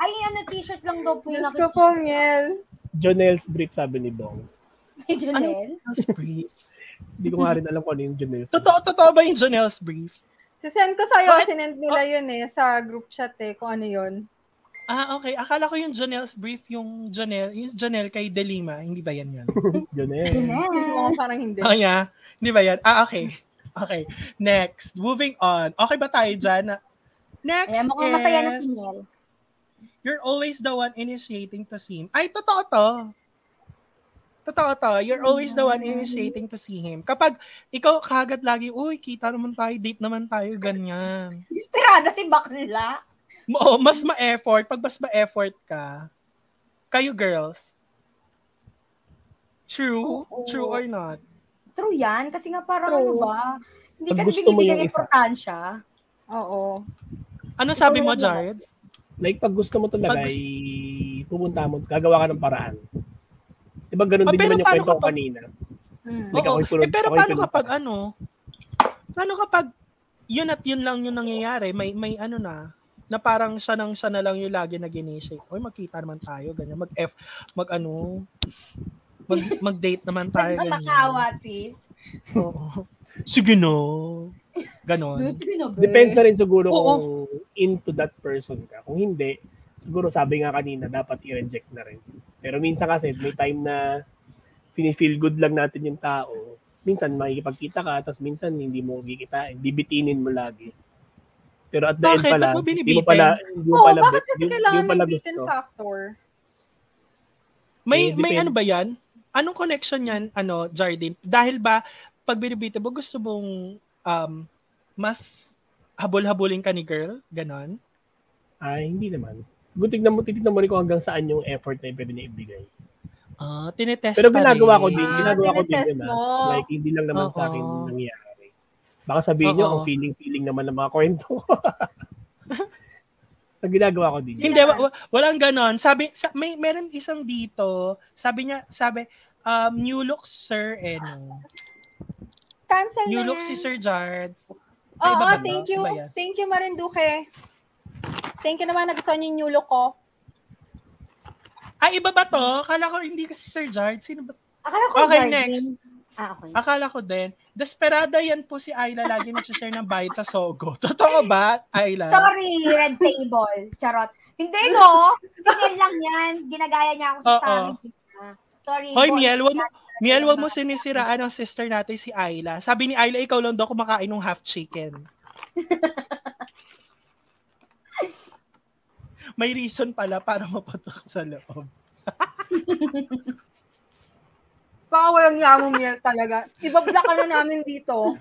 [SPEAKER 3] Ay, ano, t-shirt lang daw po yung
[SPEAKER 1] Diyos ko po, Miel.
[SPEAKER 4] Jonel's brief sabi ni Bong.
[SPEAKER 3] ni Jonel.
[SPEAKER 2] Janelle's brief.
[SPEAKER 4] Hindi ko nga rin alam kung ano yung Jonel's brief.
[SPEAKER 2] Totoo, totoo ba yung Janelle's brief?
[SPEAKER 1] Sisend ko sa'yo,
[SPEAKER 2] Bakit?
[SPEAKER 1] sinend nila yun eh, sa group chat eh, kung ano yun.
[SPEAKER 2] Ah, okay. Akala ko yung Jonel's brief, yung Jonel, yung Jonel kay Delima. Hindi ba yan
[SPEAKER 3] <laughs>
[SPEAKER 2] yun?
[SPEAKER 4] Yun eh.
[SPEAKER 3] Yes.
[SPEAKER 1] Oo, parang hindi.
[SPEAKER 2] Oh, yeah. Hindi ba yan? Ah, okay. Okay. Next. Moving on. Okay ba tayo dyan? Next
[SPEAKER 3] Ayan, mukhang masaya na
[SPEAKER 2] is,
[SPEAKER 3] si Mel.
[SPEAKER 2] you're always the one initiating to see him. Ay, totoo to. Totoo to. You're always the one initiating to see him. Kapag ikaw kagad lagi, uy, kita naman tayo, date naman tayo, ganyan.
[SPEAKER 3] Desperada si Bakla.
[SPEAKER 2] Oo, mas ma-effort. Pag mas ma-effort ka, kayo girls, true?
[SPEAKER 3] Oo.
[SPEAKER 2] True or not?
[SPEAKER 3] True yan. Kasi nga parang
[SPEAKER 1] True.
[SPEAKER 3] ano ba, hindi ka
[SPEAKER 4] Pag gusto mo
[SPEAKER 3] binibigyan
[SPEAKER 4] yung isa.
[SPEAKER 3] importansya.
[SPEAKER 1] Oo.
[SPEAKER 2] Ano sabi mo,
[SPEAKER 3] Ikaw na lang.
[SPEAKER 2] Jared?
[SPEAKER 4] Like, pag gusto mo
[SPEAKER 2] Pag
[SPEAKER 4] talaga,
[SPEAKER 2] gusto-
[SPEAKER 4] ay pumunta mo, gagawa ka ng paraan. Diba ganun
[SPEAKER 2] Ah,
[SPEAKER 4] din
[SPEAKER 2] pero
[SPEAKER 4] naman yung
[SPEAKER 2] paano
[SPEAKER 4] kwento ko
[SPEAKER 2] kapag-
[SPEAKER 4] kanina?
[SPEAKER 1] Mm.
[SPEAKER 4] Like,
[SPEAKER 2] Oo.
[SPEAKER 4] ako'y puno-
[SPEAKER 2] Eh, pero
[SPEAKER 4] ako'y
[SPEAKER 2] paano
[SPEAKER 4] puno-
[SPEAKER 2] kapag ano? Paano kapag yun at yun lang yung nangyayari? May may ano na na parang siya nang siya na lang yung lagi na ginisip. Oy, magkita naman tayo, ganyan. Mag F, mag ano,
[SPEAKER 4] <laughs>
[SPEAKER 2] mag, mag-date naman tayo.
[SPEAKER 3] Ang
[SPEAKER 2] ganyan.
[SPEAKER 3] makawa, sis.
[SPEAKER 2] Oo. Sige no. Ganon.
[SPEAKER 4] Depends na rin siguro
[SPEAKER 2] Oo.
[SPEAKER 4] kung into that person ka. Kung hindi, siguro sabi nga kanina, dapat i-reject na rin. Pero minsan kasi, may time na feel good lang natin yung tao. Minsan makikipagkita ka, tapos minsan hindi mo kikitain. Bibitinin mo lagi. Pero at the end
[SPEAKER 2] Bakit?
[SPEAKER 4] pala,
[SPEAKER 2] Ba't mo
[SPEAKER 4] hindi
[SPEAKER 2] binibitin?
[SPEAKER 4] mo pala, hindi mo
[SPEAKER 1] Oo,
[SPEAKER 4] pala,
[SPEAKER 1] bakit kasi
[SPEAKER 4] hindi- hindi
[SPEAKER 1] kailangan
[SPEAKER 4] mo
[SPEAKER 1] ng
[SPEAKER 4] pala
[SPEAKER 1] beaten
[SPEAKER 4] gusto.
[SPEAKER 1] factor?
[SPEAKER 2] May
[SPEAKER 4] Eh,
[SPEAKER 2] may
[SPEAKER 4] depende.
[SPEAKER 2] ano ba 'yan? Anong connection 'yan ano, Jardine? Dahil ba pag binibita mo gusto mong um mas habol-habulin ka ni girl? Ganon?
[SPEAKER 4] Ah, hindi naman. Kung tignan mo, titignan mo rin kung hanggang saan yung effort na pwede niya ibigay.
[SPEAKER 2] Ah, tinetest
[SPEAKER 4] Pero
[SPEAKER 2] pa rin.
[SPEAKER 4] ginagawa ko din,
[SPEAKER 1] Ah,
[SPEAKER 4] ginagawa ko din
[SPEAKER 1] tinetest
[SPEAKER 4] yun. ah.
[SPEAKER 1] mo.
[SPEAKER 4] Like, hindi lang naman sa akin
[SPEAKER 2] Oo.
[SPEAKER 4] nangyari. Baka sabihin nyo,
[SPEAKER 2] Oo.
[SPEAKER 4] ang feeling-feeling naman ng mga kwento. <laughs> Ang ginagawa ko din. yun.
[SPEAKER 2] Hindi, wa- wa- walang ganon. Sabi, sa, may meron isang dito, sabi niya, sabi, um, new look sir, eh, no.
[SPEAKER 1] Cancel
[SPEAKER 2] New
[SPEAKER 1] na
[SPEAKER 2] look
[SPEAKER 1] yan.
[SPEAKER 2] si Sir Jards.
[SPEAKER 1] Oo,
[SPEAKER 2] iba ba ba?
[SPEAKER 1] thank you.
[SPEAKER 2] Iba yan?
[SPEAKER 1] Thank you, Marinduque. Thank you naman, nagustuhan niyo yung new look ko.
[SPEAKER 2] Ay, Ah, iba ba to? Akala ko hindi kasi Sir Jards. Sino ba?
[SPEAKER 3] Akala ko
[SPEAKER 2] Okay,
[SPEAKER 3] Jardine.
[SPEAKER 2] next.
[SPEAKER 3] Ah, okay.
[SPEAKER 2] Akala ko din. Desperada yan po si Ayla lagi nagsishare ng bayad sa Sogo. <laughs> Totoo ba, Ayla?
[SPEAKER 3] Sorry, red table. Charot. Hindi, no. Sinil lang yan. Ginagaya niya ako sa
[SPEAKER 2] Oo.
[SPEAKER 3] sami. Ah, Sorry.
[SPEAKER 2] Hoy,
[SPEAKER 3] boy.
[SPEAKER 2] Miel, wag mo- Miel, wag mo sinisiraan ang sister natin si Ayla. Sabi ni Ayla, ikaw lang daw kumakain ng half
[SPEAKER 1] <laughs>
[SPEAKER 2] chicken. May reason pala para mapatok sa loob.
[SPEAKER 1] Baka walang yamo niya talaga. Ibabla ka na namin dito.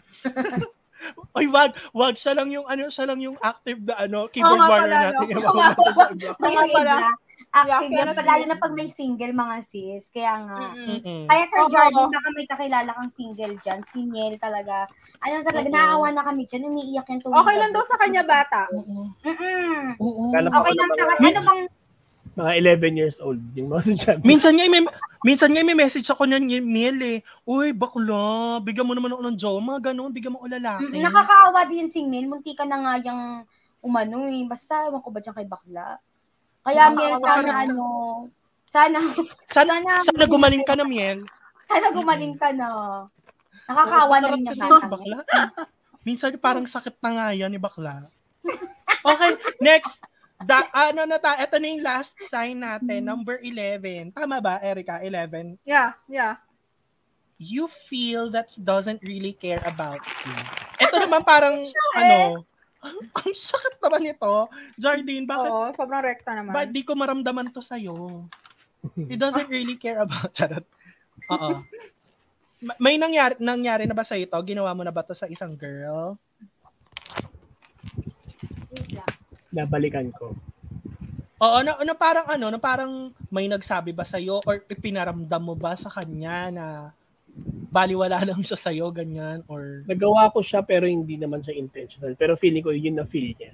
[SPEAKER 2] Oy, wag, wag siya lang yung ano, siya lang yung active na ano, keyboard
[SPEAKER 1] nga
[SPEAKER 2] warrior
[SPEAKER 1] pala,
[SPEAKER 2] natin.
[SPEAKER 3] <laughs>
[SPEAKER 1] no?
[SPEAKER 2] Yung mga-
[SPEAKER 3] May
[SPEAKER 1] Tama
[SPEAKER 3] iba.
[SPEAKER 1] pala. Yeah,
[SPEAKER 3] Active yan.
[SPEAKER 1] kaya-
[SPEAKER 3] Pag lalo na pag may single, mga sis. Kaya nga.
[SPEAKER 1] <laughs> <laughs> Mm-mm.
[SPEAKER 2] Mm-mm.
[SPEAKER 3] Kaya Sir
[SPEAKER 1] Mm. Oo.
[SPEAKER 3] Jardine, baka may kakilala kang single dyan. Si Miel talaga. Ano talaga,
[SPEAKER 2] Oo.
[SPEAKER 3] naawa na kami dyan. Umiiyak yan tuwing
[SPEAKER 1] Okay lang daw
[SPEAKER 3] gabi.
[SPEAKER 1] sa kanya bata.
[SPEAKER 2] Oo.
[SPEAKER 3] Mm-mm.
[SPEAKER 2] Oo.
[SPEAKER 4] Kala
[SPEAKER 3] Okay lang sa kanya. Ano bang
[SPEAKER 4] Mga 11 years old. Yung mga <laughs> sinasabi.
[SPEAKER 2] Minsan nga, may, minsan nga may message ako niyan ni Miel eh. Uy, bakla, bigyan mo naman ako ng joma, ganun, bigyan mo ako lalaki.
[SPEAKER 3] Mm, Nakakaawa din si Mel. Munti ka na nga yung umano eh. Basta, ewan ko ba dyan kay bakla? Kaya Mel,
[SPEAKER 1] Nakakaawa
[SPEAKER 3] sana
[SPEAKER 2] ka.
[SPEAKER 3] ano, sana, <laughs>
[SPEAKER 2] Sana,
[SPEAKER 3] Sana-
[SPEAKER 2] sana gumaling ka na, Miel.
[SPEAKER 3] sana gumaling ka na. Nakakaawa na
[SPEAKER 2] Masarap
[SPEAKER 3] rin yung
[SPEAKER 2] kasi
[SPEAKER 3] bata
[SPEAKER 2] yung
[SPEAKER 3] niya.
[SPEAKER 2] bakla. Minsan parang sakit na nga yan, yung bakla. Okay, next. Da, ano na ta, ito na yung last sign natin, number 11. Tama ba, Erica? 11.
[SPEAKER 1] Yeah, yeah.
[SPEAKER 2] You feel that he doesn't really care about you. Ito naman parang, ano, <laughs> ang, ang sakit naman ito. Jardine, bakit
[SPEAKER 1] Oo, sobrang rekta naman.
[SPEAKER 2] Ba't di ko maramdaman to
[SPEAKER 4] <laughs>
[SPEAKER 2] sa'yo? He doesn't really care about... <laughs> Charot. Oo. Ma- May nangyari, nangyari na ba sa'yo to? Ginawa mo na ba to sa isang girl?
[SPEAKER 4] Nabalikan ko.
[SPEAKER 2] Oo, na, na parang ano, na parang may nagsabi ba sa'yo or pinaramdam mo ba sa kanya na baliwala <laughs> lang siya sa'yo, ganyan, or...
[SPEAKER 4] Nagawa ko siya pero hindi naman siya intentional. Pero feeling ko yun na feel niya.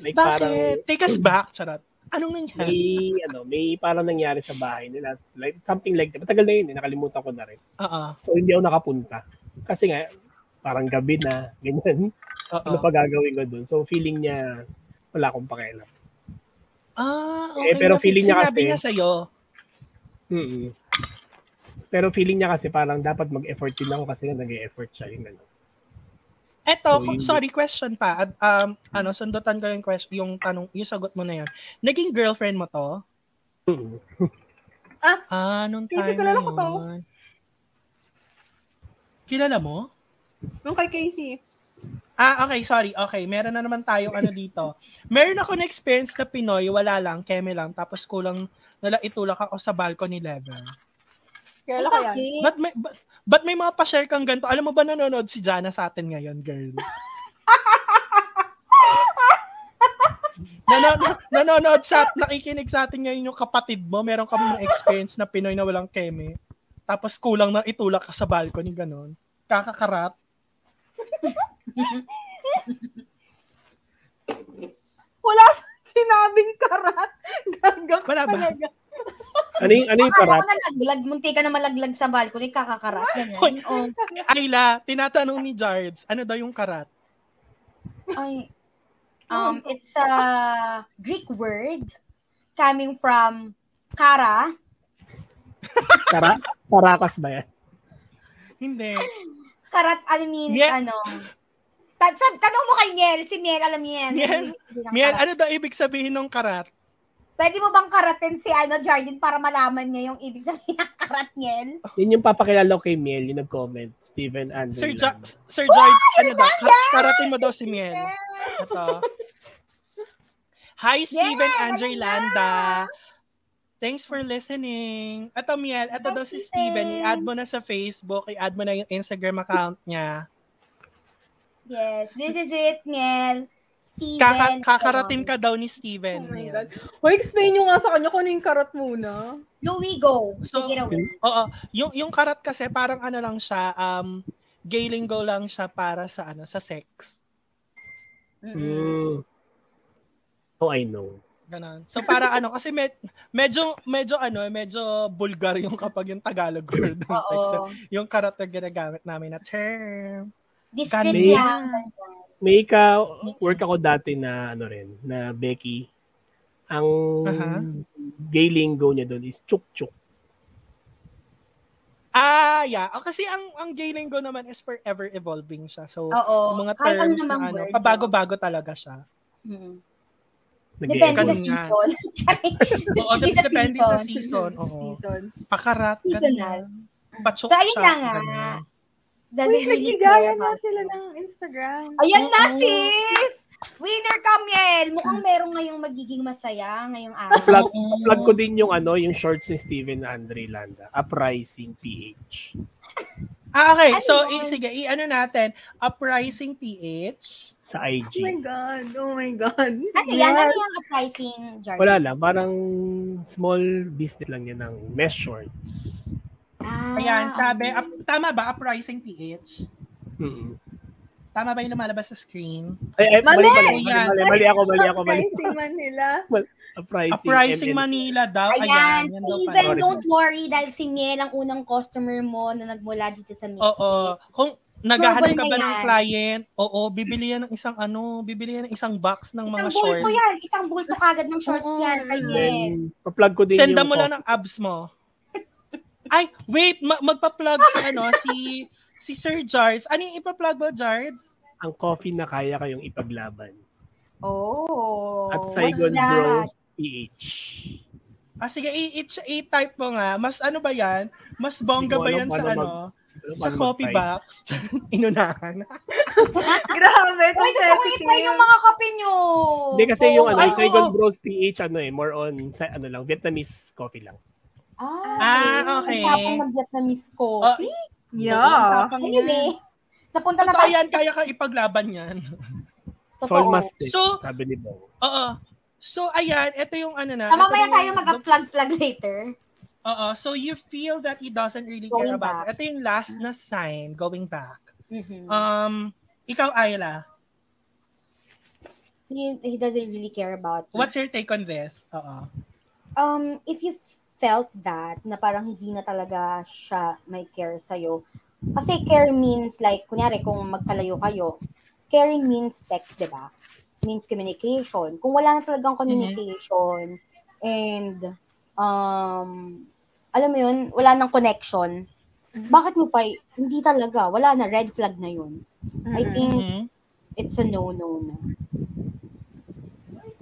[SPEAKER 4] Like parang
[SPEAKER 2] Bakit? Take us back, charot. Anong nangyari?
[SPEAKER 4] may ano, may parang nangyari sa bahay nila. Like something like that. Matagal na yun, eh, nakalimutan ko na rin.
[SPEAKER 2] Oo.
[SPEAKER 4] So hindi ako nakapunta. Kasi nga parang gabi na, ganyan.
[SPEAKER 2] Oo.
[SPEAKER 4] Ano pa gagawin ko dun? So feeling niya wala akong pakialam.
[SPEAKER 2] Ah,
[SPEAKER 4] Eh,
[SPEAKER 2] okay.
[SPEAKER 4] pero
[SPEAKER 2] na-
[SPEAKER 4] feeling niya
[SPEAKER 2] Sinabi
[SPEAKER 4] kasi-
[SPEAKER 2] niya sa'yo.
[SPEAKER 4] mm Pero feeling niya kasi parang dapat mag-effort din ako kasi nag-effort siya. Yun, ano.
[SPEAKER 2] Eto,
[SPEAKER 4] So, yun.
[SPEAKER 2] sorry, question pa. At, um, ano, sundutan ko yung, question, yung tanong, yung sagot mo na yun. Naging girlfriend mo to?
[SPEAKER 1] Ah.
[SPEAKER 2] Ah, nung
[SPEAKER 1] Hindi,
[SPEAKER 2] time
[SPEAKER 1] kilala
[SPEAKER 2] na
[SPEAKER 1] ko to.
[SPEAKER 2] yun. Kilala mo?
[SPEAKER 1] Nung kay Casey.
[SPEAKER 2] Ah, okay, sorry. Okay, meron na naman tayong <laughs> ano dito. Meron ako na experience na Pinoy, wala lang, keme lang, tapos kulang nala itulak ako sa balcony level.
[SPEAKER 1] Kilala ko yan.
[SPEAKER 3] Bakit?
[SPEAKER 2] But may but, but may mga pa-share kang ganito. Alam mo ba nanonood si Jana sa atin ngayon, girl? Nanonood, nanonood sa nakikinig sa atin ngayon yung kapatid mo. Meron kami ng experience na Pinoy na walang keme. Tapos kulang na itulak ka sa balcony ganun. Kakakarap.
[SPEAKER 1] Wala siyang sinabing karat. <laughs> Gagak
[SPEAKER 2] Wala ba?
[SPEAKER 1] talaga.
[SPEAKER 4] Ano yung, ano yung
[SPEAKER 3] Akala
[SPEAKER 4] parat?
[SPEAKER 3] ko nalaglag, munti ka na malaglag sa balcony, kakakarat, ganyan.
[SPEAKER 2] Hoy.
[SPEAKER 3] Oh,
[SPEAKER 2] Ayla, tinatanong ni Jards, ano daw yung karat?
[SPEAKER 3] Oh,
[SPEAKER 2] <laughs>
[SPEAKER 3] ay. Um, it's a Greek word coming from kara,
[SPEAKER 4] Kara? Karakas ba yan?
[SPEAKER 2] Hindi.
[SPEAKER 3] Karat, I mean,
[SPEAKER 2] Miel.
[SPEAKER 3] ano. Ta- sab- tanong mo kay Miel. Si Miel, alam niya yan.
[SPEAKER 2] Miel. Miel, ano daw ibig sabihin ng karat?
[SPEAKER 3] Pwede mo bang karatin si ano, Jardin para malaman niya yung ibig sabihin ng karat, Miel?
[SPEAKER 4] Yan yung papakilala ko kay Miel, yung nag-comment. Steven Andrew.
[SPEAKER 2] Sir, ja-
[SPEAKER 4] lang.
[SPEAKER 2] Sir Jards, ano daw? Ka- karatin mo daw si Miel. Ito. Hi, Steven
[SPEAKER 3] Yeah,
[SPEAKER 2] Andre
[SPEAKER 3] wala
[SPEAKER 2] Landa. Thanks for listening. Ito, Miel. Ito
[SPEAKER 3] Bye,
[SPEAKER 2] daw si
[SPEAKER 3] Steven.
[SPEAKER 2] Steven. I-add mo na sa Facebook. I-add mo na yung Instagram account niya.
[SPEAKER 3] Yes, this is it, Miel. Steven. oh.
[SPEAKER 2] Kaka- kakaratin ka daw ni
[SPEAKER 1] Oh
[SPEAKER 2] Steven.
[SPEAKER 1] my
[SPEAKER 2] Miel.
[SPEAKER 1] God. Hoy, explain nyo nga sa kanya kung ano yung karat muna.
[SPEAKER 3] Louie, go.
[SPEAKER 2] So-
[SPEAKER 3] Take it away.
[SPEAKER 2] Oo. Yung, yung karat kasi parang ano lang siya, um, gay lingo lang siya para sa ano sa sex.
[SPEAKER 3] Mm-mm.
[SPEAKER 4] Hmm. Oh, I know.
[SPEAKER 2] Ganon. So para ano kasi med- medyo medyo ano, medyo bulgar yung kapag yung Tagalog word ng sex. So,
[SPEAKER 3] <laughs> Oo.
[SPEAKER 2] yung karat na ginagamit namin na term.
[SPEAKER 3] Discreet
[SPEAKER 2] Ganun.
[SPEAKER 3] lang.
[SPEAKER 4] May ka work ako dati na ano rin, na Becky. Ang
[SPEAKER 2] Aha.
[SPEAKER 4] gay lingo niya doon is chuk-chuk.
[SPEAKER 2] Ah, yeah. O, kasi ang ang gay lingo naman is forever evolving siya. So,
[SPEAKER 3] Oo.
[SPEAKER 2] yung mga
[SPEAKER 3] Kahit ano
[SPEAKER 2] terms na
[SPEAKER 3] namang
[SPEAKER 2] ano,
[SPEAKER 3] word,
[SPEAKER 2] pabago-bago talaga siya.
[SPEAKER 3] Mm. Depende sa
[SPEAKER 2] Ganun
[SPEAKER 4] Nag-e-evolve.
[SPEAKER 2] nga.
[SPEAKER 3] season.
[SPEAKER 2] Oo,
[SPEAKER 3] Depende sa
[SPEAKER 2] depende sa
[SPEAKER 3] season.
[SPEAKER 1] <laughs>
[SPEAKER 2] season. Oo.
[SPEAKER 1] Season.
[SPEAKER 2] Pakarat,
[SPEAKER 3] Seasonal.
[SPEAKER 2] ganyan. Patsok
[SPEAKER 3] So, ayun
[SPEAKER 2] siya,
[SPEAKER 3] na nga.
[SPEAKER 2] ganyan.
[SPEAKER 3] Doesn't
[SPEAKER 1] Uy,
[SPEAKER 3] really care
[SPEAKER 1] nagkigayan
[SPEAKER 3] about
[SPEAKER 1] na sila ng Instagram.
[SPEAKER 3] Ayan na,
[SPEAKER 2] Oo.
[SPEAKER 3] sis! Winner ka, Miel! Mukhang meron ngayong magiging masaya ngayong araw.
[SPEAKER 4] Plug, plug ko din yung ano, yung shorts ni Steven Andre Landa, Uprising PH.
[SPEAKER 2] Ah, okay.
[SPEAKER 3] Ano
[SPEAKER 2] So,
[SPEAKER 3] yun?
[SPEAKER 2] i- sige, i-ano natin, Uprising PH.
[SPEAKER 1] Oh
[SPEAKER 4] sa
[SPEAKER 1] my
[SPEAKER 4] IG.
[SPEAKER 1] God. Oh my God.
[SPEAKER 3] Ano yan? Ano
[SPEAKER 1] Yes.
[SPEAKER 3] yung uprising, Jarvis?
[SPEAKER 4] Wala lang, parang small business lang yan ng mesh shorts.
[SPEAKER 3] Ah,
[SPEAKER 2] Ayan, sabi,
[SPEAKER 3] okay.
[SPEAKER 2] up- tama ba, Uprising PH?
[SPEAKER 4] Mm.
[SPEAKER 2] Tama ba yung lumalabas sa screen?
[SPEAKER 4] Ay, ay,
[SPEAKER 1] Mali!
[SPEAKER 4] mali, mali, mali, mali, mali ako, mali ako, mali.
[SPEAKER 1] Pricing Manila.
[SPEAKER 4] Uprising,
[SPEAKER 2] Uprising
[SPEAKER 4] MNC.
[SPEAKER 2] Manila daw.
[SPEAKER 3] Ayan,
[SPEAKER 2] Ayan, yan daw pala.
[SPEAKER 3] Steven, don't worry dahil si Miel ang unang customer mo na nagmula dito sa Mixed.
[SPEAKER 2] Oo. Kung naghahanap ka
[SPEAKER 3] Global
[SPEAKER 2] ba
[SPEAKER 3] na
[SPEAKER 2] ng
[SPEAKER 3] yan.
[SPEAKER 2] client, oo, bibili yan ng isang ano, bibili yan ng isang box ng mga
[SPEAKER 3] Isang
[SPEAKER 2] shorts.
[SPEAKER 3] bulto yan. Isang bulto kagad ng shorts
[SPEAKER 2] Oo.
[SPEAKER 3] yan kay Miel. <laughs>
[SPEAKER 4] Then, pa-plug ko din
[SPEAKER 2] Senda
[SPEAKER 4] yung
[SPEAKER 2] mo lang ng abs mo. <laughs> Ay, wait, ma- magpa-plug si ano, si si Sir Jards. Ano yung ipa-plug mo, Jards?
[SPEAKER 4] ang coffee na kaya kayong ipaglaban.
[SPEAKER 3] Oh.
[SPEAKER 4] At
[SPEAKER 3] what's
[SPEAKER 4] Saigon
[SPEAKER 3] that?
[SPEAKER 4] Bros PH.
[SPEAKER 2] Ah, sige, i- i- i-type mo nga. Mas ano ba yan? Mas bongga
[SPEAKER 4] Hindi ko
[SPEAKER 2] ba
[SPEAKER 4] alam
[SPEAKER 2] yan
[SPEAKER 4] paano
[SPEAKER 2] sa
[SPEAKER 4] mag-
[SPEAKER 2] ano?
[SPEAKER 4] Ano
[SPEAKER 2] Sa
[SPEAKER 4] ba
[SPEAKER 2] copy
[SPEAKER 4] mag-type?
[SPEAKER 2] box? <laughs> Inunahan.
[SPEAKER 1] Grabe.
[SPEAKER 3] Uy, gusto ko i-try yung mga kape nyo.
[SPEAKER 4] Hindi kasi yung ano,
[SPEAKER 2] Ay, oo.
[SPEAKER 4] Saigon Bros PH ano eh, more on sa ano lang, Vietnamese coffee lang.
[SPEAKER 2] Ah, okay.
[SPEAKER 3] Tapang mag-Vietnamese ko.
[SPEAKER 2] Oh, Oo,
[SPEAKER 1] Yeah.
[SPEAKER 2] tapang
[SPEAKER 3] Anyway,
[SPEAKER 2] yan.
[SPEAKER 3] napunta na
[SPEAKER 2] Totoo
[SPEAKER 3] tayo.
[SPEAKER 2] yan, kaya ka ipaglaban yan.
[SPEAKER 3] Totoo.
[SPEAKER 4] Soul Mastic,
[SPEAKER 2] So-
[SPEAKER 4] sabi ni Bong.
[SPEAKER 2] Oo. So, ayan, ito yung ano na.
[SPEAKER 3] Ah,
[SPEAKER 2] ito
[SPEAKER 3] mamaya
[SPEAKER 2] yung-
[SPEAKER 3] tayo mag-flag-flag later.
[SPEAKER 2] Oo. So, you feel that he doesn't really
[SPEAKER 3] Going
[SPEAKER 2] care about
[SPEAKER 3] back. Mm.
[SPEAKER 2] it. Ito yung last na sign, going back. Um, ikaw, Ayla,
[SPEAKER 3] he, he doesn't really care about you.
[SPEAKER 2] what's your take on this? Oo.
[SPEAKER 3] Um, if you felt that, na parang hindi na talaga siya may care sa'yo, kasi care means like, kunyari, kung magkalayo kayo, care means text, di ba? Means communication. Kung wala na talagang
[SPEAKER 2] Mm-hmm.
[SPEAKER 3] communication, and, um, alam mo yun, wala nang connection,
[SPEAKER 2] Mm-hmm.
[SPEAKER 3] Bakit mo pa, i- hindi talaga, wala na, red flag na yun. I think
[SPEAKER 2] Mhm.
[SPEAKER 3] it's a no-no na.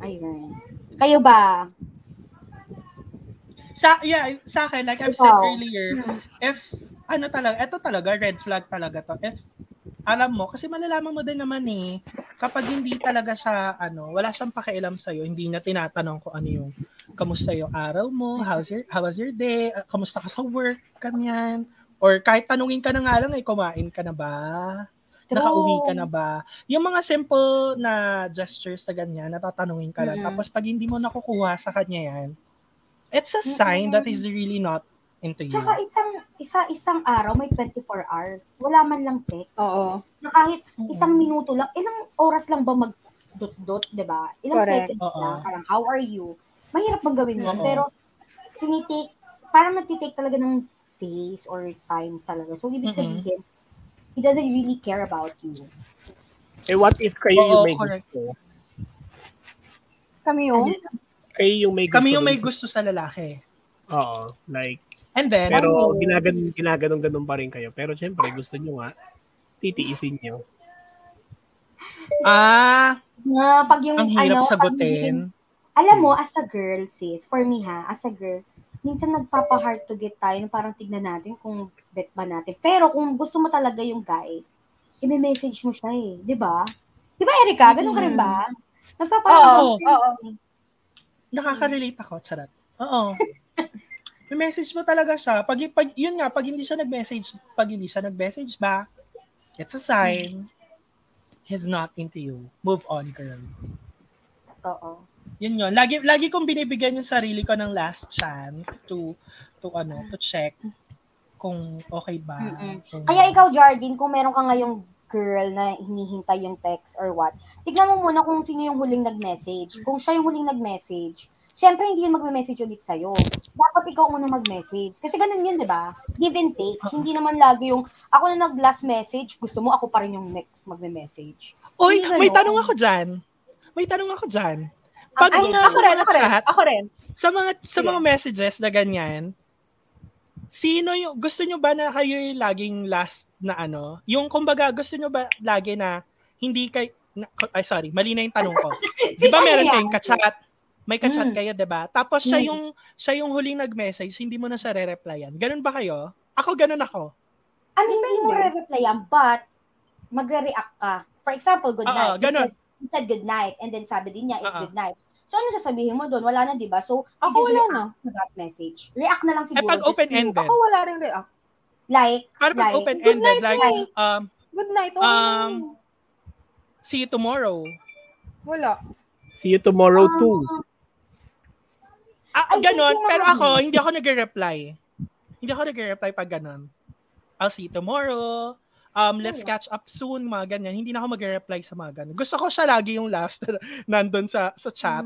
[SPEAKER 3] Ayun. Kayo ba?
[SPEAKER 2] Sa, yeah, sa akin, like I've said
[SPEAKER 3] Ikaw.
[SPEAKER 2] earlier, if, ano talaga, eto talaga, red flag talaga to. If, alam mo, kasi malalaman mo din naman eh, kapag hindi talaga siya, ano, wala siyang pakialam sa'yo, hindi na tinatanong ko ano yung, kamusta yung araw mo, how's your, how was your day, Ah, kamusta ka sa work, kanyan. Or kahit tanungin ka na nga lang, ay kumain ka na ba? Nakauwi ka na ba? Yung mga simple na gestures na ganyan, natatanungin ka lang.
[SPEAKER 1] Mm.
[SPEAKER 2] Tapos pag hindi mo nakukuha sa kanya yan, it's a sign that he's really not into you.
[SPEAKER 3] Tsaka isang, isa, isang araw, may 24 hours. Wala man lang text.
[SPEAKER 1] Oo.
[SPEAKER 3] Na kahit
[SPEAKER 2] Mm.
[SPEAKER 3] isang minuto lang, ilang oras lang ba mag-dot-dot, di ba? Ilang
[SPEAKER 1] Correct.
[SPEAKER 3] seconds
[SPEAKER 2] Oo.
[SPEAKER 3] lang, parang how are you? Mahirap bang gawin yun,
[SPEAKER 2] Oo.
[SPEAKER 3] pero tinitake, parang nagtitake talaga ng days or times talaga. So, ibig
[SPEAKER 2] Mm-mm.
[SPEAKER 3] sabihin, he doesn't really care about you.
[SPEAKER 4] Eh, what if kayo
[SPEAKER 2] Oo,
[SPEAKER 4] yung may
[SPEAKER 2] correct.
[SPEAKER 4] gusto?
[SPEAKER 1] Kami yung?
[SPEAKER 4] Kayo yung may gusto.
[SPEAKER 2] Kami yung may
[SPEAKER 4] dun sa-
[SPEAKER 2] gusto sa lalaki.
[SPEAKER 4] Oo, like,
[SPEAKER 2] And then,
[SPEAKER 3] Ano?
[SPEAKER 4] pero ginagan ginaganong-ganon pa rin kayo. Pero syempre, gusto nyo nga, titiisin nyo.
[SPEAKER 2] ah,
[SPEAKER 3] Nga, pag yung,
[SPEAKER 2] ang hirap
[SPEAKER 3] ano, pag yung-
[SPEAKER 2] sagutin.
[SPEAKER 3] alam mo, as a girl, sis, for me ha, as a girl, minsan nagpapa-hard to get tayo na parang tignan natin kung bet ba natin. Pero kung gusto mo talaga yung guy, i-message mo siya eh. Di ba? Di ba, Erika? Ganun ka rin ba?
[SPEAKER 1] Oo.
[SPEAKER 3] Nagpapa-hard
[SPEAKER 1] Oo.
[SPEAKER 2] Nakaka-relate ako, charot.
[SPEAKER 3] <laughs>
[SPEAKER 2] Oo. May message mo talaga siya. Pag, pag, yun nga, pag hindi siya nag-message, pag hindi siya nag-message ba, it's a
[SPEAKER 3] Mm.
[SPEAKER 2] sign he's not into you. Move on, girl.
[SPEAKER 3] Oo.
[SPEAKER 2] yun yun. Lagi, lagi kong binibigyan yung sarili ko ng last chance to, to ano, to check kung okay ba.
[SPEAKER 3] Mm-mm.
[SPEAKER 2] Kung-
[SPEAKER 3] Kaya ikaw, Jardine, kung meron ka ngayong girl na hinihintay yung text or what, tignan mo muna kung sino yung huling nag-message. Kung siya yung huling nag-message, syempre hindi yun magme-message ulit sa'yo. Dapat ikaw una mag-message. Kasi ganun yun, di ba? Give and take. Hindi naman lagi yung, ako na nag-last message, gusto mo, ako pa rin yung next magme-message.
[SPEAKER 2] Uy,
[SPEAKER 3] Hindi
[SPEAKER 2] may
[SPEAKER 3] ganun.
[SPEAKER 2] tanong ako dyan. May tanong ako dyan. Pag
[SPEAKER 3] As
[SPEAKER 1] Ay,
[SPEAKER 3] in,
[SPEAKER 2] mga
[SPEAKER 1] ako rin, ako rin.
[SPEAKER 2] chat,
[SPEAKER 1] Ako rin.
[SPEAKER 2] sa mga sa
[SPEAKER 1] Sige.
[SPEAKER 2] mga messages na ganyan, sino yung gusto nyo ba na kayo yung laging last na ano? Yung kumbaga gusto nyo ba lagi na hindi kay na, ay sorry, mali na yung tanong
[SPEAKER 3] <laughs>
[SPEAKER 2] ko. 'Di ba
[SPEAKER 3] Sino
[SPEAKER 2] meron
[SPEAKER 3] yan?
[SPEAKER 2] kayong ka-chat? May ka-chat
[SPEAKER 3] Mm.
[SPEAKER 2] kayo, 'di ba? Tapos siya
[SPEAKER 3] Mm.
[SPEAKER 2] yung siya yung huling nag-message, hindi mo na siya re-replyan. Ganun ba kayo? Ako ganun ako.
[SPEAKER 3] I mean, hindi mo re-replyan, but magre-react ka. For example, good
[SPEAKER 2] Oo,
[SPEAKER 3] night. He
[SPEAKER 2] ganun.
[SPEAKER 3] said, he said good night, and then sabi din niya, it's
[SPEAKER 2] Oo.
[SPEAKER 3] good night. So, ano sasabihin mo doon? Wala na, di ba? So, you
[SPEAKER 1] Ako
[SPEAKER 3] just
[SPEAKER 1] wala
[SPEAKER 3] react
[SPEAKER 1] na.
[SPEAKER 3] to that message. React na lang
[SPEAKER 2] Eh
[SPEAKER 3] siguro.
[SPEAKER 2] pag
[SPEAKER 3] just
[SPEAKER 2] open-ended.
[SPEAKER 1] Ako wala rin react.
[SPEAKER 3] Like,
[SPEAKER 2] Para pag
[SPEAKER 3] like,
[SPEAKER 2] open-ended
[SPEAKER 1] good
[SPEAKER 2] like
[SPEAKER 1] night,
[SPEAKER 2] um
[SPEAKER 1] Good night. Oh,
[SPEAKER 2] Um, see you tomorrow.
[SPEAKER 1] wala.
[SPEAKER 4] See you tomorrow
[SPEAKER 3] ah,
[SPEAKER 4] too.
[SPEAKER 2] Ah,
[SPEAKER 3] I think
[SPEAKER 2] ganun,
[SPEAKER 3] yung-
[SPEAKER 2] pero ako hindi ako nagre-reply. Hindi ako nagre-reply pag ganun. I'll see you tomorrow. Um, let's catch up soon, mga ganyan. Hindi na ako magre-reply sa mga ganun. Gusto ko siya lagi yung last na <laughs> nandun sa sa chat.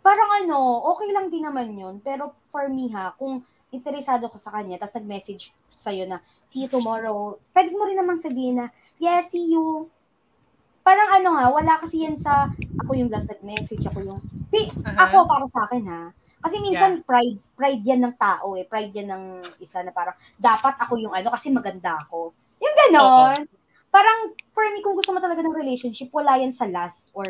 [SPEAKER 3] Parang ano, okay lang din naman yun. Pero for me ha, kung interesado ko sa kanya, tapos nag-message sa'yo na, see you tomorrow, pwede mo rin namang sabihin na, yes, see you. Parang ano ha, wala kasi yan sa, ako yung last nag-message, ako yung, Fi-
[SPEAKER 2] Aha.
[SPEAKER 3] ako para sa akin ha. Kasi minsan pride, pride yan ng tao eh. Pride yan ng isa na parang, dapat ako yung ano kasi maganda ako. Yung ganon. Parang, for me, kung gusto mo talaga ng relationship, wala yan sa last or,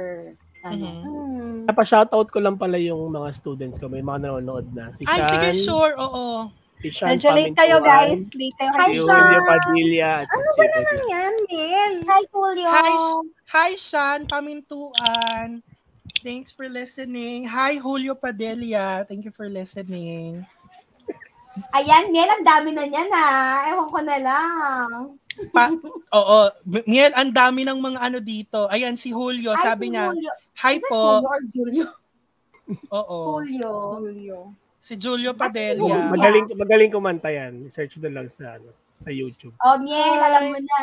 [SPEAKER 3] ano.
[SPEAKER 2] Mhm.
[SPEAKER 1] Hmm.
[SPEAKER 4] Napa-shoutout ko lang pala yung mga students ko. May mga nanonood na. Si
[SPEAKER 2] Ay,
[SPEAKER 4] Shan,
[SPEAKER 2] sige, sure, oo.
[SPEAKER 4] si Shan
[SPEAKER 1] Medyo late kayo, guys.
[SPEAKER 4] Pamintuan,
[SPEAKER 1] Late kayo.
[SPEAKER 3] Hi,
[SPEAKER 4] Si
[SPEAKER 3] Shan!
[SPEAKER 4] Julio Padilla. At ano ba naman
[SPEAKER 1] Yan, Mel.
[SPEAKER 3] Hi, Julio!
[SPEAKER 2] Mm-hmm. Hi, Sh- hi Shan, pamintuan. Thanks for listening. Hi, Julio Padelia. Thank you for listening.
[SPEAKER 3] Ayan, Miel, ang dami na niyan ha. Ewan ko na lang.
[SPEAKER 2] Pa oo, M- Miel, ang dami ng mga ano dito. Ayan, si Julio,
[SPEAKER 3] Ay,
[SPEAKER 2] sabi
[SPEAKER 3] si
[SPEAKER 2] niya,
[SPEAKER 3] Julio.
[SPEAKER 2] hi
[SPEAKER 3] Is it
[SPEAKER 2] po.
[SPEAKER 3] Julio or Julio?
[SPEAKER 2] <laughs> Oo,
[SPEAKER 3] Julio.
[SPEAKER 1] Julio.
[SPEAKER 2] Ah, si Julio
[SPEAKER 3] Julio.
[SPEAKER 2] Padelia.
[SPEAKER 4] Magaling, magaling kumanta yan. Search na lang sa, ano, sa YouTube.
[SPEAKER 3] Oh, Miel,
[SPEAKER 2] Hi.
[SPEAKER 3] alam mo na.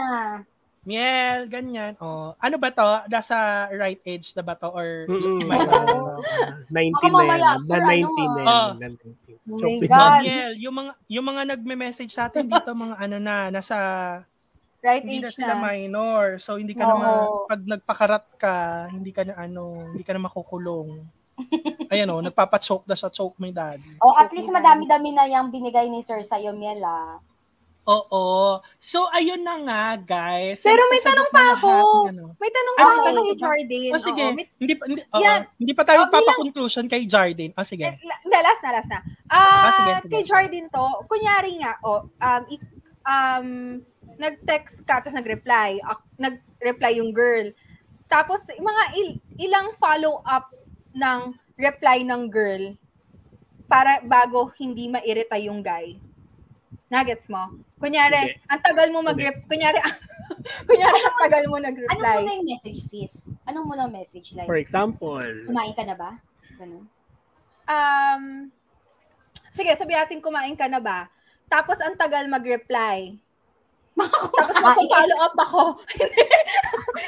[SPEAKER 2] Miel, ganyan. Oh, ano ba to? Nasa right age na ba to or
[SPEAKER 4] Mm-mm.
[SPEAKER 2] iba na?
[SPEAKER 4] Ah, 19 na
[SPEAKER 3] mamaya,
[SPEAKER 4] yan. Na
[SPEAKER 3] sir,
[SPEAKER 4] 19 na yan.
[SPEAKER 2] ano, ah.
[SPEAKER 4] Na 19.
[SPEAKER 1] Oh my
[SPEAKER 4] Choppy.
[SPEAKER 1] God.
[SPEAKER 2] Oh, Miel, yung mga yung mga nagme-message sa atin dito mga ano na nasa
[SPEAKER 1] Right
[SPEAKER 2] hindi na
[SPEAKER 1] age na.
[SPEAKER 2] sila minor. So hindi ka
[SPEAKER 1] Oo.
[SPEAKER 2] na ma- pag nagpakarat ka, hindi ka na ano, hindi ka na
[SPEAKER 1] <laughs>
[SPEAKER 2] makukulong. Ayan oh, o, nagpapachoke na siya, choke my daddy.
[SPEAKER 3] Oh, at least madami-dami na yung binigay ni Sir sa'yo, Miel ah.
[SPEAKER 2] Oo. So, ayun na nga, guys.
[SPEAKER 1] Pero
[SPEAKER 2] Since
[SPEAKER 1] may
[SPEAKER 2] nasagot
[SPEAKER 1] tanong
[SPEAKER 2] na
[SPEAKER 1] pa
[SPEAKER 2] lahat
[SPEAKER 1] ako.
[SPEAKER 2] ng ano.
[SPEAKER 1] May tanong
[SPEAKER 2] Ay,
[SPEAKER 1] ako
[SPEAKER 2] may tanong
[SPEAKER 1] kay
[SPEAKER 2] ba?
[SPEAKER 1] Jardine.
[SPEAKER 2] O Oh, sige,
[SPEAKER 1] Oo, may-
[SPEAKER 2] hindi, pa- hindi, oo.
[SPEAKER 1] Yan.
[SPEAKER 2] hindi pa tayo
[SPEAKER 1] Oh, bilang-
[SPEAKER 2] magpapa-conclusion kay Jardine. O sige.
[SPEAKER 1] Eh, La- la- last na, last na. Ah,
[SPEAKER 2] Ah, sige, sige.
[SPEAKER 1] kay Jordan to, kunyari nga, oh, um, i- um, nag-text ka, tapos nag-reply. Ak- nag-reply yung girl. Tapos, mga il- ilang follow-up ng reply ng girl para bago hindi mairita yung guy. Nagets mo? Kunyari, ang tagal mo mag-rep, kunyari, <laughs> kunyari, ang tagal mo
[SPEAKER 3] Ano
[SPEAKER 1] nag-reply.
[SPEAKER 3] muna yung message, sis? Anong muna yung message? Like,
[SPEAKER 4] For example,
[SPEAKER 3] kumain ka na ba? Ganun.
[SPEAKER 1] um, sige, sabi natin kumain ka na ba? Tapos ang tagal mag-reply. Tapos magpa-follow up ako. <laughs>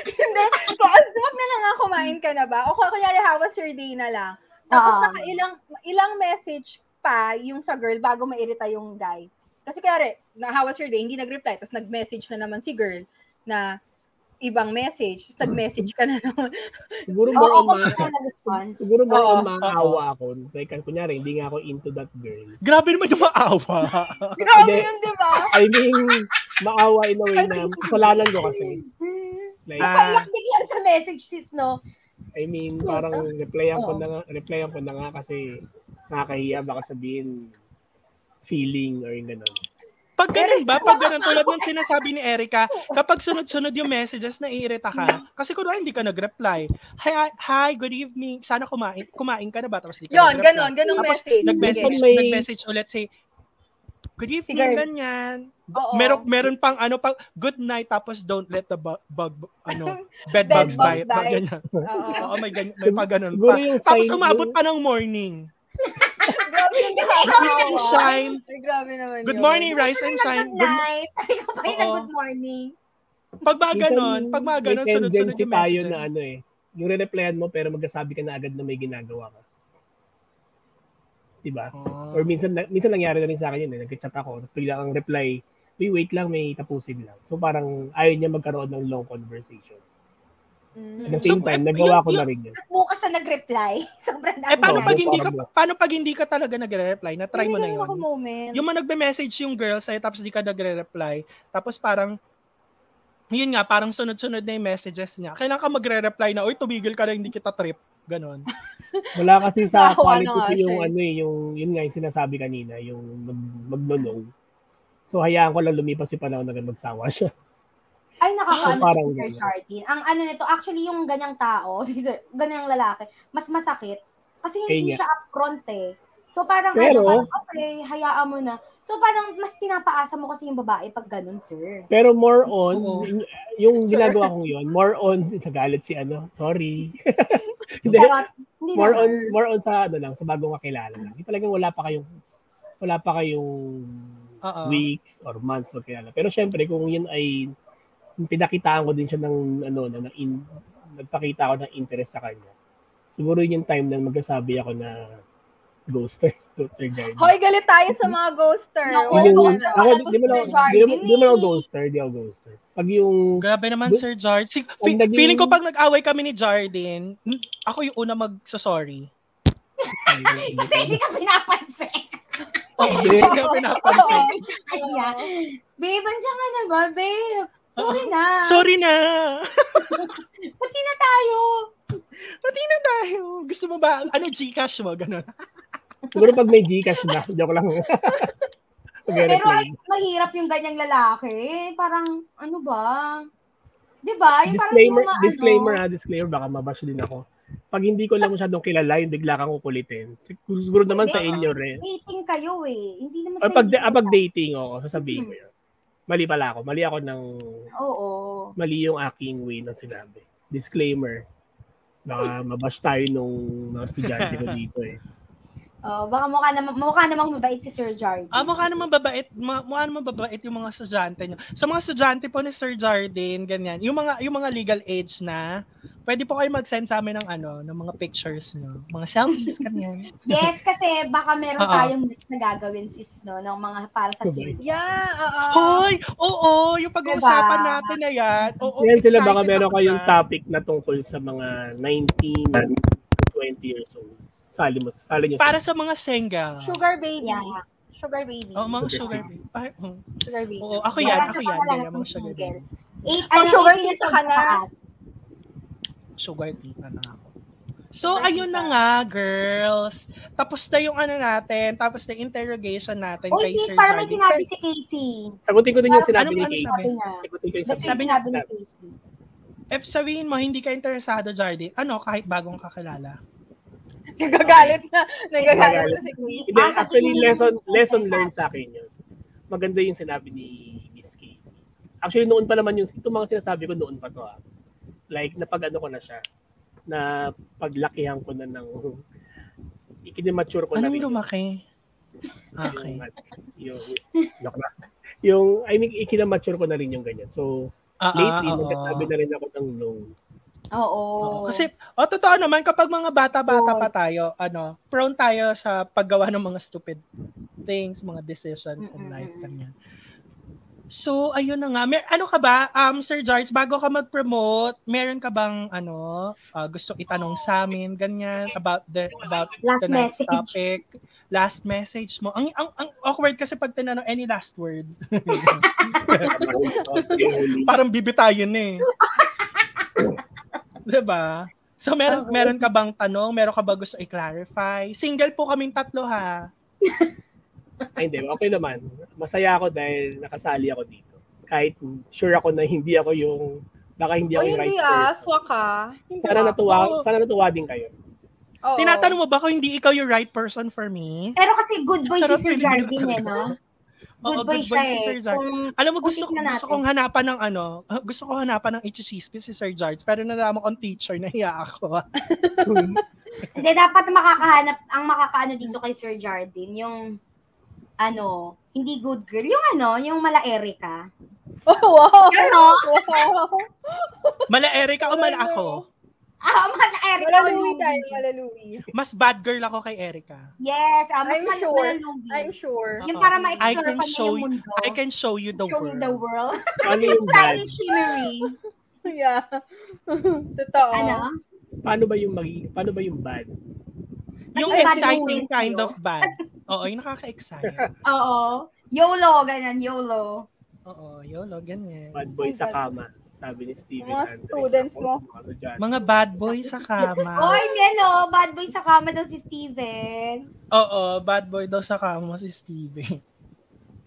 [SPEAKER 1] Hindi. Kung wag na lang nga kumain ka na ba? O kung kunyari, how was your day na lang. Tapos
[SPEAKER 3] Oo.
[SPEAKER 1] naka ilang, ilang message pa yung sa girl bago mairita yung guy. Kasi kunyari, na how was your day, hindi nag-reply. Tapos nag-message na naman si girl na ibang message. Tapos nag-message ka na
[SPEAKER 2] <laughs>
[SPEAKER 1] naman.
[SPEAKER 4] siguro
[SPEAKER 3] Oo,
[SPEAKER 4] more on
[SPEAKER 3] kung
[SPEAKER 4] mga,
[SPEAKER 3] ano na response.
[SPEAKER 4] siguro more
[SPEAKER 1] Oo.
[SPEAKER 4] on maaawa ako. Like, kunyari, hindi nga ako into that girl.
[SPEAKER 2] Grabe naman yung maawa.
[SPEAKER 1] Grabe
[SPEAKER 4] Hindi.
[SPEAKER 1] yun, di ba?
[SPEAKER 4] I mean, maawa in a way na kasalanan ko kasi.
[SPEAKER 3] Hmm.
[SPEAKER 4] Like,
[SPEAKER 2] Ah,
[SPEAKER 3] Napaiyak bigyan sa message, sis, no?
[SPEAKER 4] I mean, parang replyan
[SPEAKER 3] Oo.
[SPEAKER 4] ko na nga, replyan ko na nga kasi nakakahiya baka sabihin feeling or yung ganun.
[SPEAKER 2] pag ganun ba? Pag ganun, tulad ng sinasabi ni Erica, kapag sunod-sunod yung messages, naiirita
[SPEAKER 1] Mm.
[SPEAKER 2] ka. Kasi kunwari hindi ka nag-reply. Hi, hi, good evening. Sana kumain, kumain ka na ba? Tapos hindi ka
[SPEAKER 1] Yun,
[SPEAKER 2] nag-reply.
[SPEAKER 1] ganun. Ganun
[SPEAKER 2] Tapos
[SPEAKER 1] message.
[SPEAKER 2] Nag-message,
[SPEAKER 4] Minsan may-
[SPEAKER 2] nag-message ulit si Good evening,
[SPEAKER 3] girl.
[SPEAKER 2] ganyan.
[SPEAKER 1] Oo.
[SPEAKER 2] Meron, meron pang ano pang good night tapos don't let the bu- bug
[SPEAKER 1] <laughs>
[SPEAKER 2] ano
[SPEAKER 1] Bed
[SPEAKER 2] bed, bugs
[SPEAKER 1] bugs
[SPEAKER 2] bite, Mga
[SPEAKER 1] bite.
[SPEAKER 2] ganyan.
[SPEAKER 1] Oo.
[SPEAKER 2] Oo, may ganyan, may pa ganun
[SPEAKER 4] Siguro
[SPEAKER 2] pa.
[SPEAKER 4] yung
[SPEAKER 2] Tapos
[SPEAKER 4] sign
[SPEAKER 2] umabot
[SPEAKER 4] yung-
[SPEAKER 2] pa ng morning.
[SPEAKER 1] Grabe yung
[SPEAKER 2] Rise and shine.
[SPEAKER 1] Ay, grabe naman
[SPEAKER 2] Good
[SPEAKER 1] yun.
[SPEAKER 2] morning, rise and shine.
[SPEAKER 3] Good
[SPEAKER 2] Good,
[SPEAKER 3] night. Ikaw pa yung
[SPEAKER 2] Oo.
[SPEAKER 3] good morning.
[SPEAKER 2] pag mga
[SPEAKER 4] Minsan,
[SPEAKER 2] ganun, pag mga
[SPEAKER 4] may
[SPEAKER 2] ganun, sunod-sunod
[SPEAKER 4] tendency
[SPEAKER 2] yung
[SPEAKER 4] tayo
[SPEAKER 2] messages.
[SPEAKER 4] na ano eh, yung re-replyan mo pero magkasabi ka na agad na may ginagawa ka. Diba?
[SPEAKER 2] Oh.
[SPEAKER 4] Or minsan, na- minsan nangyari na rin sa akin yun eh, nag-chat ako, tapos bigla ang reply, uy, wait lang, may tapusin lang. So parang ayaw niya magkaroon ng long conversation. At the
[SPEAKER 1] Mm.
[SPEAKER 4] same
[SPEAKER 2] So,
[SPEAKER 4] time,
[SPEAKER 2] eh,
[SPEAKER 4] nagawa
[SPEAKER 2] yun-
[SPEAKER 4] ko na
[SPEAKER 2] yun-
[SPEAKER 4] rin yun.
[SPEAKER 3] Tapos bukas na nag-reply. <laughs> Sobrang
[SPEAKER 2] Eh paano
[SPEAKER 4] Oo,
[SPEAKER 2] pag hindi ka
[SPEAKER 4] parang-
[SPEAKER 2] paano pag hindi ka talaga nagre-reply? Na try mo na
[SPEAKER 1] Hindi ganun ako
[SPEAKER 2] 'yon.
[SPEAKER 1] moment.
[SPEAKER 2] Yung mga nagme-message yung girl sa'yo tapos di ka nagre-reply, tapos parang yun nga, parang sunod-sunod na yung messages niya. Kailan ka magre-reply na, oy, tumigil ka na, hindi kita trip. Ganon.
[SPEAKER 4] Wala kasi sa
[SPEAKER 1] Nakawa na
[SPEAKER 4] quality
[SPEAKER 1] nga
[SPEAKER 4] ko yung
[SPEAKER 1] siya eh.
[SPEAKER 4] ano eh, yung yun nga yung sinasabi kanina, yung mag, magnonong. So hayaan ko lang lumipas yung panahon hanggang magsawa siya. <laughs>
[SPEAKER 3] Ay, nakakaano
[SPEAKER 4] So, parang
[SPEAKER 3] si Sir
[SPEAKER 4] ganun.
[SPEAKER 3] Jardine. Ang ano nito, actually yung ganyang tao, <laughs> si Sir- ganyang lalaki, mas masakit. Kasi hindi
[SPEAKER 4] Kaya nga.
[SPEAKER 3] siya upfront eh. So parang,
[SPEAKER 4] Pero-
[SPEAKER 3] ano, parang, okay, hayaan mo na. So parang mas pinapaasa mo kasi yung babae pag ganun, sir.
[SPEAKER 4] Pero more on,
[SPEAKER 2] Oo.
[SPEAKER 4] y- yung ginagawa kong yun, more on, <laughs> nagalit si ano, sorry. Hindi,
[SPEAKER 3] Pero, hindi
[SPEAKER 4] more
[SPEAKER 3] naman.
[SPEAKER 4] on, more on sa ano lang, sa bagong kakilala lang. Yung talagang wala pa kayong, wala pa kayong
[SPEAKER 2] Oo.
[SPEAKER 4] weeks or months magkilala. Pero syempre, kung yun ay, pinakitaan ko din siya ng, ano, na, na- in, nagpakita ko ng interest sa kanya. Siguro yun yung time na magkasabi ako na ghoster, <laughs> ghoster guard.
[SPEAKER 1] Hoy, galit tayo sa mga ghoster.
[SPEAKER 3] No,
[SPEAKER 4] Yun yung-
[SPEAKER 3] ghoster
[SPEAKER 4] ako,
[SPEAKER 3] pala,
[SPEAKER 4] di mo na,
[SPEAKER 3] ghoster
[SPEAKER 4] di, mo-
[SPEAKER 3] guard,
[SPEAKER 4] di mo na ako
[SPEAKER 3] hindi.
[SPEAKER 4] ghoster, di ako ghoster. Pag yung
[SPEAKER 2] Grabe naman,
[SPEAKER 4] Bu-
[SPEAKER 2] Sir Jar. Si,
[SPEAKER 4] Kung
[SPEAKER 2] fe-
[SPEAKER 4] naging-
[SPEAKER 2] Feeling ko pag nag-away kami ni Jardine, hmm, ako yung una magsasorry.
[SPEAKER 3] Kasi hindi ka pinapansin.
[SPEAKER 4] Oh,
[SPEAKER 2] <laughs> Oo, hindi ko pinapansin. <laughs>
[SPEAKER 3] Kasi siya kanya. Babe, andiyan ka na ba, babe? Sorry na.
[SPEAKER 4] <laughs>
[SPEAKER 2] Sorry na.
[SPEAKER 3] Pati na tayo.
[SPEAKER 2] Pati na Ano tayo. Gusto mo ba, ano, Gcash mo? Ganun.
[SPEAKER 4] Siguro pag may Gcash na, <laughs> joke
[SPEAKER 3] <laughs>
[SPEAKER 4] lang. Pag-erect
[SPEAKER 3] Pero
[SPEAKER 4] na
[SPEAKER 3] ay,
[SPEAKER 4] yun.
[SPEAKER 3] mahirap yung ganyang lalaki. Parang, ano ba? Di ba? Yung parang
[SPEAKER 4] disclaimer,
[SPEAKER 3] yung mga,
[SPEAKER 4] disclaimer
[SPEAKER 3] ano,
[SPEAKER 4] ha, disclaimer, baka mabash din ako. Pag hindi ko lang masyadong kilala, yung bigla kang kukulitin. Siguro naman sa inyo
[SPEAKER 2] ah,
[SPEAKER 4] rin.
[SPEAKER 3] dating kayo eh. Hindi naman
[SPEAKER 4] Or
[SPEAKER 3] sa
[SPEAKER 4] pag,
[SPEAKER 3] inyo.
[SPEAKER 4] ah, pag dating ako, sasabihin ko yun. Mali pala ako. Mali ako ng,
[SPEAKER 3] Oo.
[SPEAKER 4] mali yung aking way ng sinabi. Disclaimer. Baka mabash tayo nung mga estudyante
[SPEAKER 2] <laughs>
[SPEAKER 4] ko dito eh.
[SPEAKER 3] Oh, baka mukha naman mukha namang mabait si Sir Jard.
[SPEAKER 4] <laughs>
[SPEAKER 2] Ah, mukha naman babait, ma- mukha naman babait yung mga estudyante nyo. Sa mga estudyante po ni Sir Jardine, ganyan, yung mga, yung mga legal age na, pwede po kayo mag-send sa amin ng ano, ng mga pictures nyo. Mga selfies,
[SPEAKER 3] <laughs>
[SPEAKER 2] ganyan.
[SPEAKER 3] Yes, kasi baka meron
[SPEAKER 4] Ah,
[SPEAKER 2] Oo.
[SPEAKER 3] tayong next na gagawin sis no ng mga para sa
[SPEAKER 4] Sabay.
[SPEAKER 3] sir.
[SPEAKER 1] Yeah, oo.
[SPEAKER 2] Hoy! Oo, yung pag-uusapan
[SPEAKER 3] Diba?
[SPEAKER 2] natin na yan. Oo,
[SPEAKER 4] Yan sila
[SPEAKER 2] Oh,
[SPEAKER 4] baka
[SPEAKER 2] excited
[SPEAKER 4] meron
[SPEAKER 2] ako
[SPEAKER 4] kayong
[SPEAKER 2] dyan.
[SPEAKER 4] topic na tungkol sa mga 19 to 20 years old. Sali mo, sali nyo.
[SPEAKER 2] Para sa mga single.
[SPEAKER 1] Sugar baby.
[SPEAKER 3] Yeah.
[SPEAKER 1] Sugar baby.
[SPEAKER 2] Oh, mga sugar baby. Ay, oh.
[SPEAKER 1] Sugar baby.
[SPEAKER 2] Oo, ako yan,
[SPEAKER 3] Baka
[SPEAKER 2] ako
[SPEAKER 3] sa
[SPEAKER 2] yan. Yan,
[SPEAKER 3] kanila
[SPEAKER 2] mga
[SPEAKER 3] lahat
[SPEAKER 2] sugar
[SPEAKER 3] ng
[SPEAKER 2] baby.
[SPEAKER 3] Eight,
[SPEAKER 1] Pag
[SPEAKER 3] ano,
[SPEAKER 1] sugar
[SPEAKER 3] 18 years
[SPEAKER 1] tita
[SPEAKER 3] old
[SPEAKER 1] ka na.
[SPEAKER 3] pataas.
[SPEAKER 2] sugar tita na ako. So,
[SPEAKER 3] Sugar
[SPEAKER 2] ayun
[SPEAKER 3] tita.
[SPEAKER 2] na nga, girls. Tapos na yung ano natin, tapos na yung interrogation natin
[SPEAKER 3] Uy,
[SPEAKER 2] kay
[SPEAKER 3] sis,
[SPEAKER 2] Sir
[SPEAKER 3] parang may
[SPEAKER 2] Johnny.
[SPEAKER 3] sinabi si Casey.
[SPEAKER 4] Sagutin ko din yung sinabi
[SPEAKER 2] Ano-
[SPEAKER 4] ni
[SPEAKER 2] ano
[SPEAKER 4] Casey.
[SPEAKER 2] sabi?
[SPEAKER 3] Sabi niya.
[SPEAKER 4] Sagutin ko
[SPEAKER 3] Sabi,
[SPEAKER 4] yung sabi.
[SPEAKER 2] Sabi
[SPEAKER 3] sabi,
[SPEAKER 2] niya-
[SPEAKER 3] sinabi ni Casey.
[SPEAKER 2] Eh, sabihin mo, hindi ka interesado, Jardy. Ano, kahit bagong kakilala.
[SPEAKER 1] <laughs> Nagagalit na. Nagagalit na si Queen.
[SPEAKER 4] Hindi,
[SPEAKER 3] Ah, sabihin
[SPEAKER 4] actually,
[SPEAKER 3] niya
[SPEAKER 4] lesson,
[SPEAKER 3] yung
[SPEAKER 4] lesson
[SPEAKER 3] sabi.
[SPEAKER 4] learned sa akin yun. Maganda yung sinabi ni Miss Casey. Actually, noon pa naman yung, itong mga sinasabi ko noon pa to ah. Like, napag-ano ko na siya. Na paglakihan ko na ng, ikinimature ko na
[SPEAKER 2] Anong
[SPEAKER 4] rin.
[SPEAKER 2] lumaki? Okay.
[SPEAKER 4] Yung, yung, yung, yung, I mean, ikinamature ko na rin yung ganyan. So,
[SPEAKER 2] Ah, ah,
[SPEAKER 4] lately,
[SPEAKER 2] oo.
[SPEAKER 4] nagkasabi na rin ako ng no.
[SPEAKER 3] Oo.
[SPEAKER 2] Oo. Kasi, o totoo naman, kapag mga bata-bata
[SPEAKER 3] Oo.
[SPEAKER 2] pa tayo, ano, prone tayo sa paggawa ng mga stupid things, mga decisions in
[SPEAKER 3] Mm-mm.
[SPEAKER 2] life, ganyan. So, ayun na nga. Mer- ano ka ba, um, Sir George, bago ka mag-promote, meron ka bang, ano, ah, gusto itanong sa amin, ganyan, about the, about
[SPEAKER 3] Last
[SPEAKER 2] tonight's
[SPEAKER 3] message.
[SPEAKER 2] topic? Last message mo. Ang, ang, ang awkward kasi pag tinanong, any last words? Parang bibitayin
[SPEAKER 3] <laughs>
[SPEAKER 2] eh. 'Di ba? So meron meron ka bang tanong? Meron ka ba gusto i-clarify? Single po kaming tatlo ha.
[SPEAKER 4] Ay, hindi. Okay naman. Masaya ako dahil nakasali ako dito. Kahit sure ako na hindi ako yung, baka hindi
[SPEAKER 1] Oh,
[SPEAKER 4] ako yung
[SPEAKER 1] hindi
[SPEAKER 4] right
[SPEAKER 1] ah.
[SPEAKER 4] person.
[SPEAKER 1] Swak Oh. ka.
[SPEAKER 4] Sana natuwa,
[SPEAKER 2] Oo.
[SPEAKER 4] sana natuwa din kayo.
[SPEAKER 1] Oo.
[SPEAKER 2] Tinatanong mo ba kung hindi ikaw yung right person for me?
[SPEAKER 3] Pero kasi good boy si
[SPEAKER 2] Sarap
[SPEAKER 3] Sir
[SPEAKER 2] pinili
[SPEAKER 3] Jardine,
[SPEAKER 2] talaga.
[SPEAKER 3] eh, no?
[SPEAKER 2] Oo,
[SPEAKER 3] Good boy siya
[SPEAKER 2] si
[SPEAKER 3] eh.
[SPEAKER 2] Sir George.
[SPEAKER 3] Kung-
[SPEAKER 2] Alam mo, gusto,
[SPEAKER 3] Ulitin na
[SPEAKER 2] gusto
[SPEAKER 3] natin.
[SPEAKER 2] kong hanapan ng ano, <laughs> ah, gusto kong hanapan ng ichichispi si Sir George, pero nalaman ko ang teacher, <laughs> nahiya ako.
[SPEAKER 3] Hindi, dapat makakahanap, ang makakaano dito kay Sir Jardine, yung, ano, hindi good girl. Yung ano, yung mala Erica. <laughs>
[SPEAKER 1] Oh, <laughs> wow. <laughs>
[SPEAKER 3] Ano?
[SPEAKER 1] Wow.
[SPEAKER 2] Mala Erica o mala ako?
[SPEAKER 3] Ah, mala Erica.
[SPEAKER 1] Malaluwi
[SPEAKER 3] Malumi.
[SPEAKER 1] tayo, malaluwi.
[SPEAKER 2] Mas bad girl ako kay Erica.
[SPEAKER 3] Yes, ah, mas
[SPEAKER 1] I'm
[SPEAKER 3] mala,
[SPEAKER 1] sure.
[SPEAKER 3] malumi.
[SPEAKER 1] I'm sure.
[SPEAKER 3] Yung
[SPEAKER 2] I
[SPEAKER 3] para
[SPEAKER 2] can
[SPEAKER 3] ma-explore pa niya
[SPEAKER 2] show
[SPEAKER 3] yung mundo.
[SPEAKER 2] I can show you the
[SPEAKER 3] Oh. show you
[SPEAKER 2] world.
[SPEAKER 3] the world.
[SPEAKER 4] Paano yung bad?
[SPEAKER 3] Shiny, shimmery.
[SPEAKER 1] <laughs> Yeah. <laughs> Totoo.
[SPEAKER 3] Ano?
[SPEAKER 4] Paano ba yung magi, paano ba yung bad?
[SPEAKER 2] Yung
[SPEAKER 3] Maging
[SPEAKER 2] exciting
[SPEAKER 3] bad
[SPEAKER 2] kind
[SPEAKER 3] yun.
[SPEAKER 2] of
[SPEAKER 3] <laughs>
[SPEAKER 2] bad. Oo, yung nakaka-excite.
[SPEAKER 3] Oo. YOLO, ganyan, YOLO.
[SPEAKER 2] Oo, YOLO, ganyan.
[SPEAKER 4] Bad boy
[SPEAKER 1] Oh,
[SPEAKER 4] sa
[SPEAKER 1] bad.
[SPEAKER 4] kama, sabi ni Steven
[SPEAKER 1] Mga
[SPEAKER 4] Andre.
[SPEAKER 1] students
[SPEAKER 4] Ako,
[SPEAKER 1] mo.
[SPEAKER 4] mga estudyante.
[SPEAKER 2] Mga bad boy sa kama.
[SPEAKER 3] Oy, Nelo, bad boy sa kama daw si Steven.
[SPEAKER 2] Oo, bad boy daw sa kama si Steven.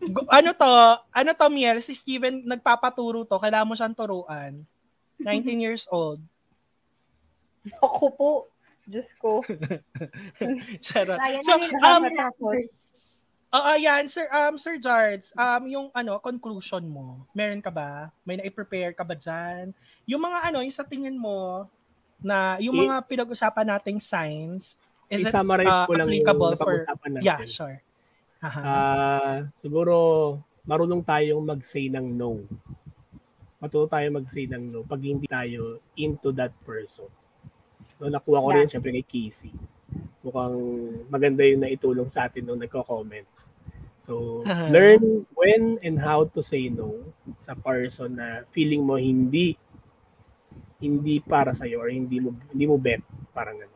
[SPEAKER 2] Gu- Ano to? Ano to, Miel? Si Steven nagpapaturo to. Kailangan mo siyang turuan.
[SPEAKER 3] <laughs>
[SPEAKER 2] 19 years old.
[SPEAKER 1] Ako po. Diyos
[SPEAKER 2] <laughs>
[SPEAKER 1] ko.
[SPEAKER 2] Charot.
[SPEAKER 3] Ayan
[SPEAKER 2] So,
[SPEAKER 3] na rin,
[SPEAKER 2] um,
[SPEAKER 3] nakakatapos.
[SPEAKER 2] oo, yan. Sir, um, Sir Jards, um, yung ano, conclusion mo, meron ka ba? May na-prepare ka ba dyan? Yung mga ano, yung sa tingin mo, na yung mga pinag-usapan nating signs, is it uh,
[SPEAKER 4] I-summarize ko lang yung
[SPEAKER 2] applicable for-
[SPEAKER 4] napag-usapan natin.
[SPEAKER 2] Yeah, sure. Aha.
[SPEAKER 4] Ah, siguro marunong tayong mag-say ng no. Matuto tayong mag-say ng no pag hindi tayo into that person. No, nakuha ko
[SPEAKER 3] Yeah.
[SPEAKER 4] rin syempre kay Casey. Mukhang maganda yung naitulong sa atin nung nagko-comment. So,
[SPEAKER 2] Ah.
[SPEAKER 4] learn when and how to say no sa person na feeling mo hindi hindi para sa or hindi mo hindi mo bet parang ano.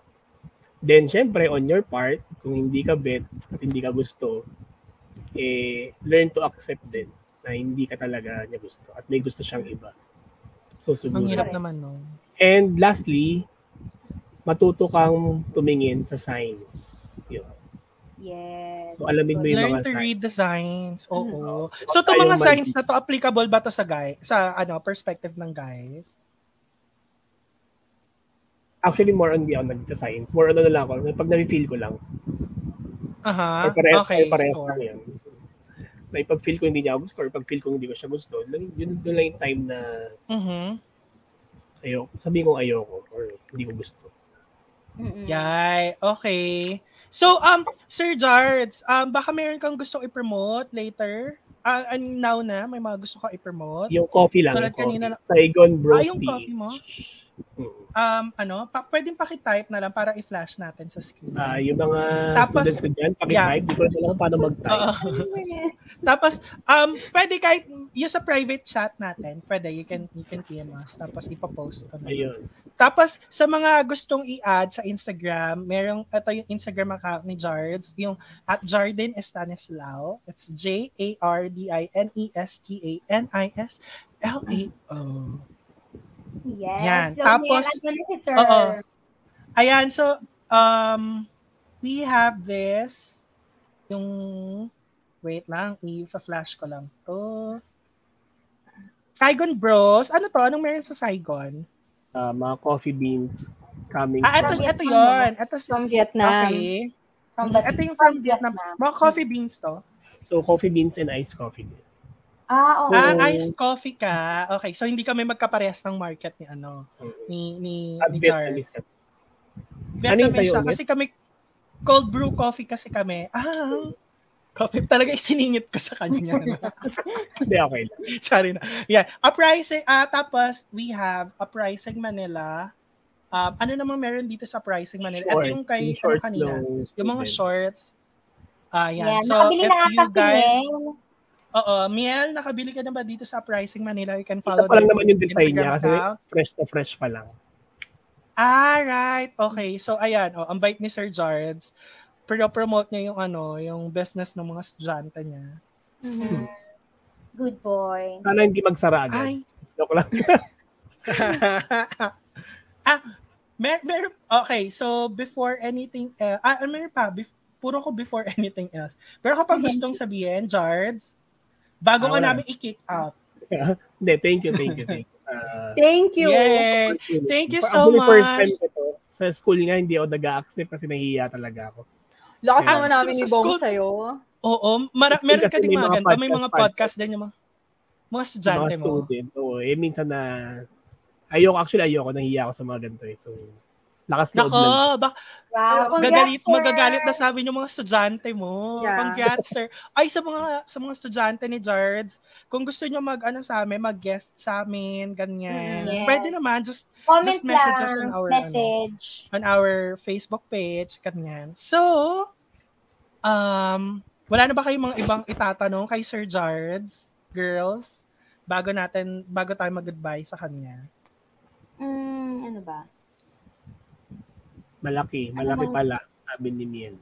[SPEAKER 4] Then syempre on your part, kung hindi ka bet at hindi ka gusto, eh learn to accept din na hindi ka talaga niya gusto at may gusto siyang iba. So siguro.
[SPEAKER 2] Ang hirap naman no.
[SPEAKER 4] And lastly, matuto kang tumingin sa signs. Yun.
[SPEAKER 3] Yes.
[SPEAKER 4] So alamin mo yung
[SPEAKER 2] Learn
[SPEAKER 4] mga
[SPEAKER 2] to
[SPEAKER 4] signs.
[SPEAKER 2] read the signs. Oo.
[SPEAKER 4] Oo.
[SPEAKER 2] So to
[SPEAKER 4] Huwag
[SPEAKER 2] mga
[SPEAKER 4] tayong
[SPEAKER 2] signs
[SPEAKER 4] mag-
[SPEAKER 2] na to applicable ba to sa guy sa ano perspective ng guys?
[SPEAKER 4] Actually, more on di ako nagka-signs. More on ano lang ako. Pag nafe-feel ko lang.
[SPEAKER 2] Aha.
[SPEAKER 4] Or parehas,
[SPEAKER 2] Ah, okay.
[SPEAKER 4] or parehas
[SPEAKER 2] sure.
[SPEAKER 4] lang yun. Na ipag-feel ko hindi niya ako gusto or pag-feel ko hindi ko siya gusto, lang- yun doon lang yung time na
[SPEAKER 2] Mhm.
[SPEAKER 4] ayoko. Sabihin ko ayoko or hindi ko gusto.
[SPEAKER 3] Mm-mm.
[SPEAKER 2] Yay. Okay. So um Sir Jards, um baka meron kang gustong i-promote later? Ah, and now na may mga gusto ka i-promote?
[SPEAKER 4] Yung coffee lang.
[SPEAKER 2] Tulad
[SPEAKER 4] yung coffee.
[SPEAKER 2] kanina lang.
[SPEAKER 4] Saigon Bros
[SPEAKER 2] Ah, yung coffee mo?
[SPEAKER 4] Mm.
[SPEAKER 2] Um ano, pa- pwedeng paki-type na lang para i-flash natin sa screen.
[SPEAKER 4] Ah, yung mga
[SPEAKER 2] Tapos-
[SPEAKER 4] students ko dyan, pakitype. Di ko na alam paano mag-type.
[SPEAKER 2] <laughs> Oo. Tapos, um, pwede kahit yung sa private chat natin, pwede, you can, you can PM us, tapos ipopost ko na.
[SPEAKER 4] Ayun.
[SPEAKER 2] Tapos, sa mga gustong i-add sa Instagram, merong, ito yung Instagram account ni Jards, yung at Jardin Estanislao. It's E J-A-R-D-I-N-E-S-T-A-N-I-S-L-A-O.
[SPEAKER 3] Yes.
[SPEAKER 2] Yan.
[SPEAKER 3] So,
[SPEAKER 2] Tapos-
[SPEAKER 3] meron mo na si Ter.
[SPEAKER 2] Oo. Ayan, so, um, we have this, yung, wait lang, i-flash ko lang to. Saigon Bros. Ano to? Anong meron sa Saigon?
[SPEAKER 4] Ah, mga coffee beans coming.
[SPEAKER 2] Ah, ito,
[SPEAKER 4] from-
[SPEAKER 2] ito yun. Ito si
[SPEAKER 1] From Vietnam.
[SPEAKER 2] Okay.
[SPEAKER 3] From the-
[SPEAKER 2] Ito yung from Vietnam. Mga coffee beans to.
[SPEAKER 4] So, coffee beans and iced coffee.
[SPEAKER 3] Ah, okay.
[SPEAKER 2] Ah,
[SPEAKER 4] Oo.
[SPEAKER 2] iced coffee ka. Okay, so hindi kami magkaparehas ng market ni ano, ni ni,
[SPEAKER 4] At
[SPEAKER 2] ni Charles.
[SPEAKER 4] Ah, Vietnamese. Ano yung
[SPEAKER 2] Vietnamese
[SPEAKER 4] sa'yo
[SPEAKER 2] siya
[SPEAKER 4] ulit?
[SPEAKER 2] kasi kami cold brew coffee kasi kami. Ah, coffee <laughs> talaga isiningit ko sa kanya. ano.
[SPEAKER 4] Hindi, okay lang.
[SPEAKER 2] <laughs> Sorry na. Yeah, uprising. Ah, tapos we have uprising Manila. Um, ano namang meron dito sa uprising Manila? Ito yung kay ano
[SPEAKER 4] shorts
[SPEAKER 2] kanina.
[SPEAKER 4] nung
[SPEAKER 2] Yung mga
[SPEAKER 4] student.
[SPEAKER 2] shorts. Ah, yan.
[SPEAKER 3] Yan.
[SPEAKER 2] So,
[SPEAKER 3] Nakabili
[SPEAKER 2] if
[SPEAKER 3] na ata
[SPEAKER 2] you guys,
[SPEAKER 3] si Mel.
[SPEAKER 2] Oo, Miel, nakabili ka na ba dito sa Uprising Manila? You can
[SPEAKER 4] Isa
[SPEAKER 2] follow
[SPEAKER 4] pa lang
[SPEAKER 2] their
[SPEAKER 4] naman yung design niya kasi
[SPEAKER 2] account.
[SPEAKER 4] fresh na fresh pa lang.
[SPEAKER 2] Ah, right. Okay. So, ayan. Oh, ang bait ni Sir Jards. Pero promote niya yung ano, yung business ng mga estudyante niya.
[SPEAKER 3] Mhm. Good boy.
[SPEAKER 4] Sana hindi magsara agad.
[SPEAKER 2] Ay. <laughs>
[SPEAKER 4] Joke lang. <laughs>
[SPEAKER 2] ah, mer mer okay. So, before anything else, ah, mer pa, bef- puro ko before anything else. Pero kapag gustong sabihin, Jards, bago ka
[SPEAKER 4] Ah, wala.
[SPEAKER 2] namin i-kick out.
[SPEAKER 4] Hindi, thank you, thank you, thank you.
[SPEAKER 2] <laughs>
[SPEAKER 4] Ah,
[SPEAKER 1] Thank you.
[SPEAKER 2] Yay! Thank you so
[SPEAKER 4] Actually, First
[SPEAKER 2] much.
[SPEAKER 4] time ko to. Sa school nga, hindi ako nag-accept kasi nahihiya talaga ako.
[SPEAKER 1] Lakas
[SPEAKER 4] Ah,
[SPEAKER 1] naman
[SPEAKER 2] so
[SPEAKER 1] namin
[SPEAKER 2] sa
[SPEAKER 1] ni Bong
[SPEAKER 2] school-
[SPEAKER 1] sa'yo.
[SPEAKER 2] Oo, mara-
[SPEAKER 4] Kasi
[SPEAKER 2] meron ka
[SPEAKER 4] kasi
[SPEAKER 2] din
[SPEAKER 4] may mga
[SPEAKER 2] mga ganito. May mga
[SPEAKER 4] podcast,
[SPEAKER 2] podcast din yung mga, mga estudyante
[SPEAKER 4] mga
[SPEAKER 2] mo.
[SPEAKER 4] student. Oo, eh, minsan na, ayoko, actually ayoko, nahihiya ako sa mga ganito eh. So, lakas loob
[SPEAKER 2] Nako,
[SPEAKER 4] lang.
[SPEAKER 2] bak
[SPEAKER 3] Wow. Congrats,
[SPEAKER 2] Ano gagalit,
[SPEAKER 3] sir.
[SPEAKER 2] magagalit na sabi ng mga estudyante mo.
[SPEAKER 1] Yeah.
[SPEAKER 2] Congrats, sir. Ay, sa mga sa mga estudyante ni Jards, kung gusto nyo mag, ano, sa amin, mag-guest sa amin, ganyan.
[SPEAKER 3] Mm, yes.
[SPEAKER 2] Pwede naman, just
[SPEAKER 3] Comment
[SPEAKER 2] Just message
[SPEAKER 3] lang.
[SPEAKER 2] us on our, ano?
[SPEAKER 3] message.
[SPEAKER 2] on our Facebook page, ganyan. So, um, wala na ba kayong mga ibang itatanong kay Sir Jards, girls? bago natin bago tayo mag-goodbye sa kanya.
[SPEAKER 3] Mm, ano ba?
[SPEAKER 4] Malaki, malaki
[SPEAKER 2] Ano?
[SPEAKER 4] pala, sabi ni
[SPEAKER 2] <laughs>
[SPEAKER 4] Miel.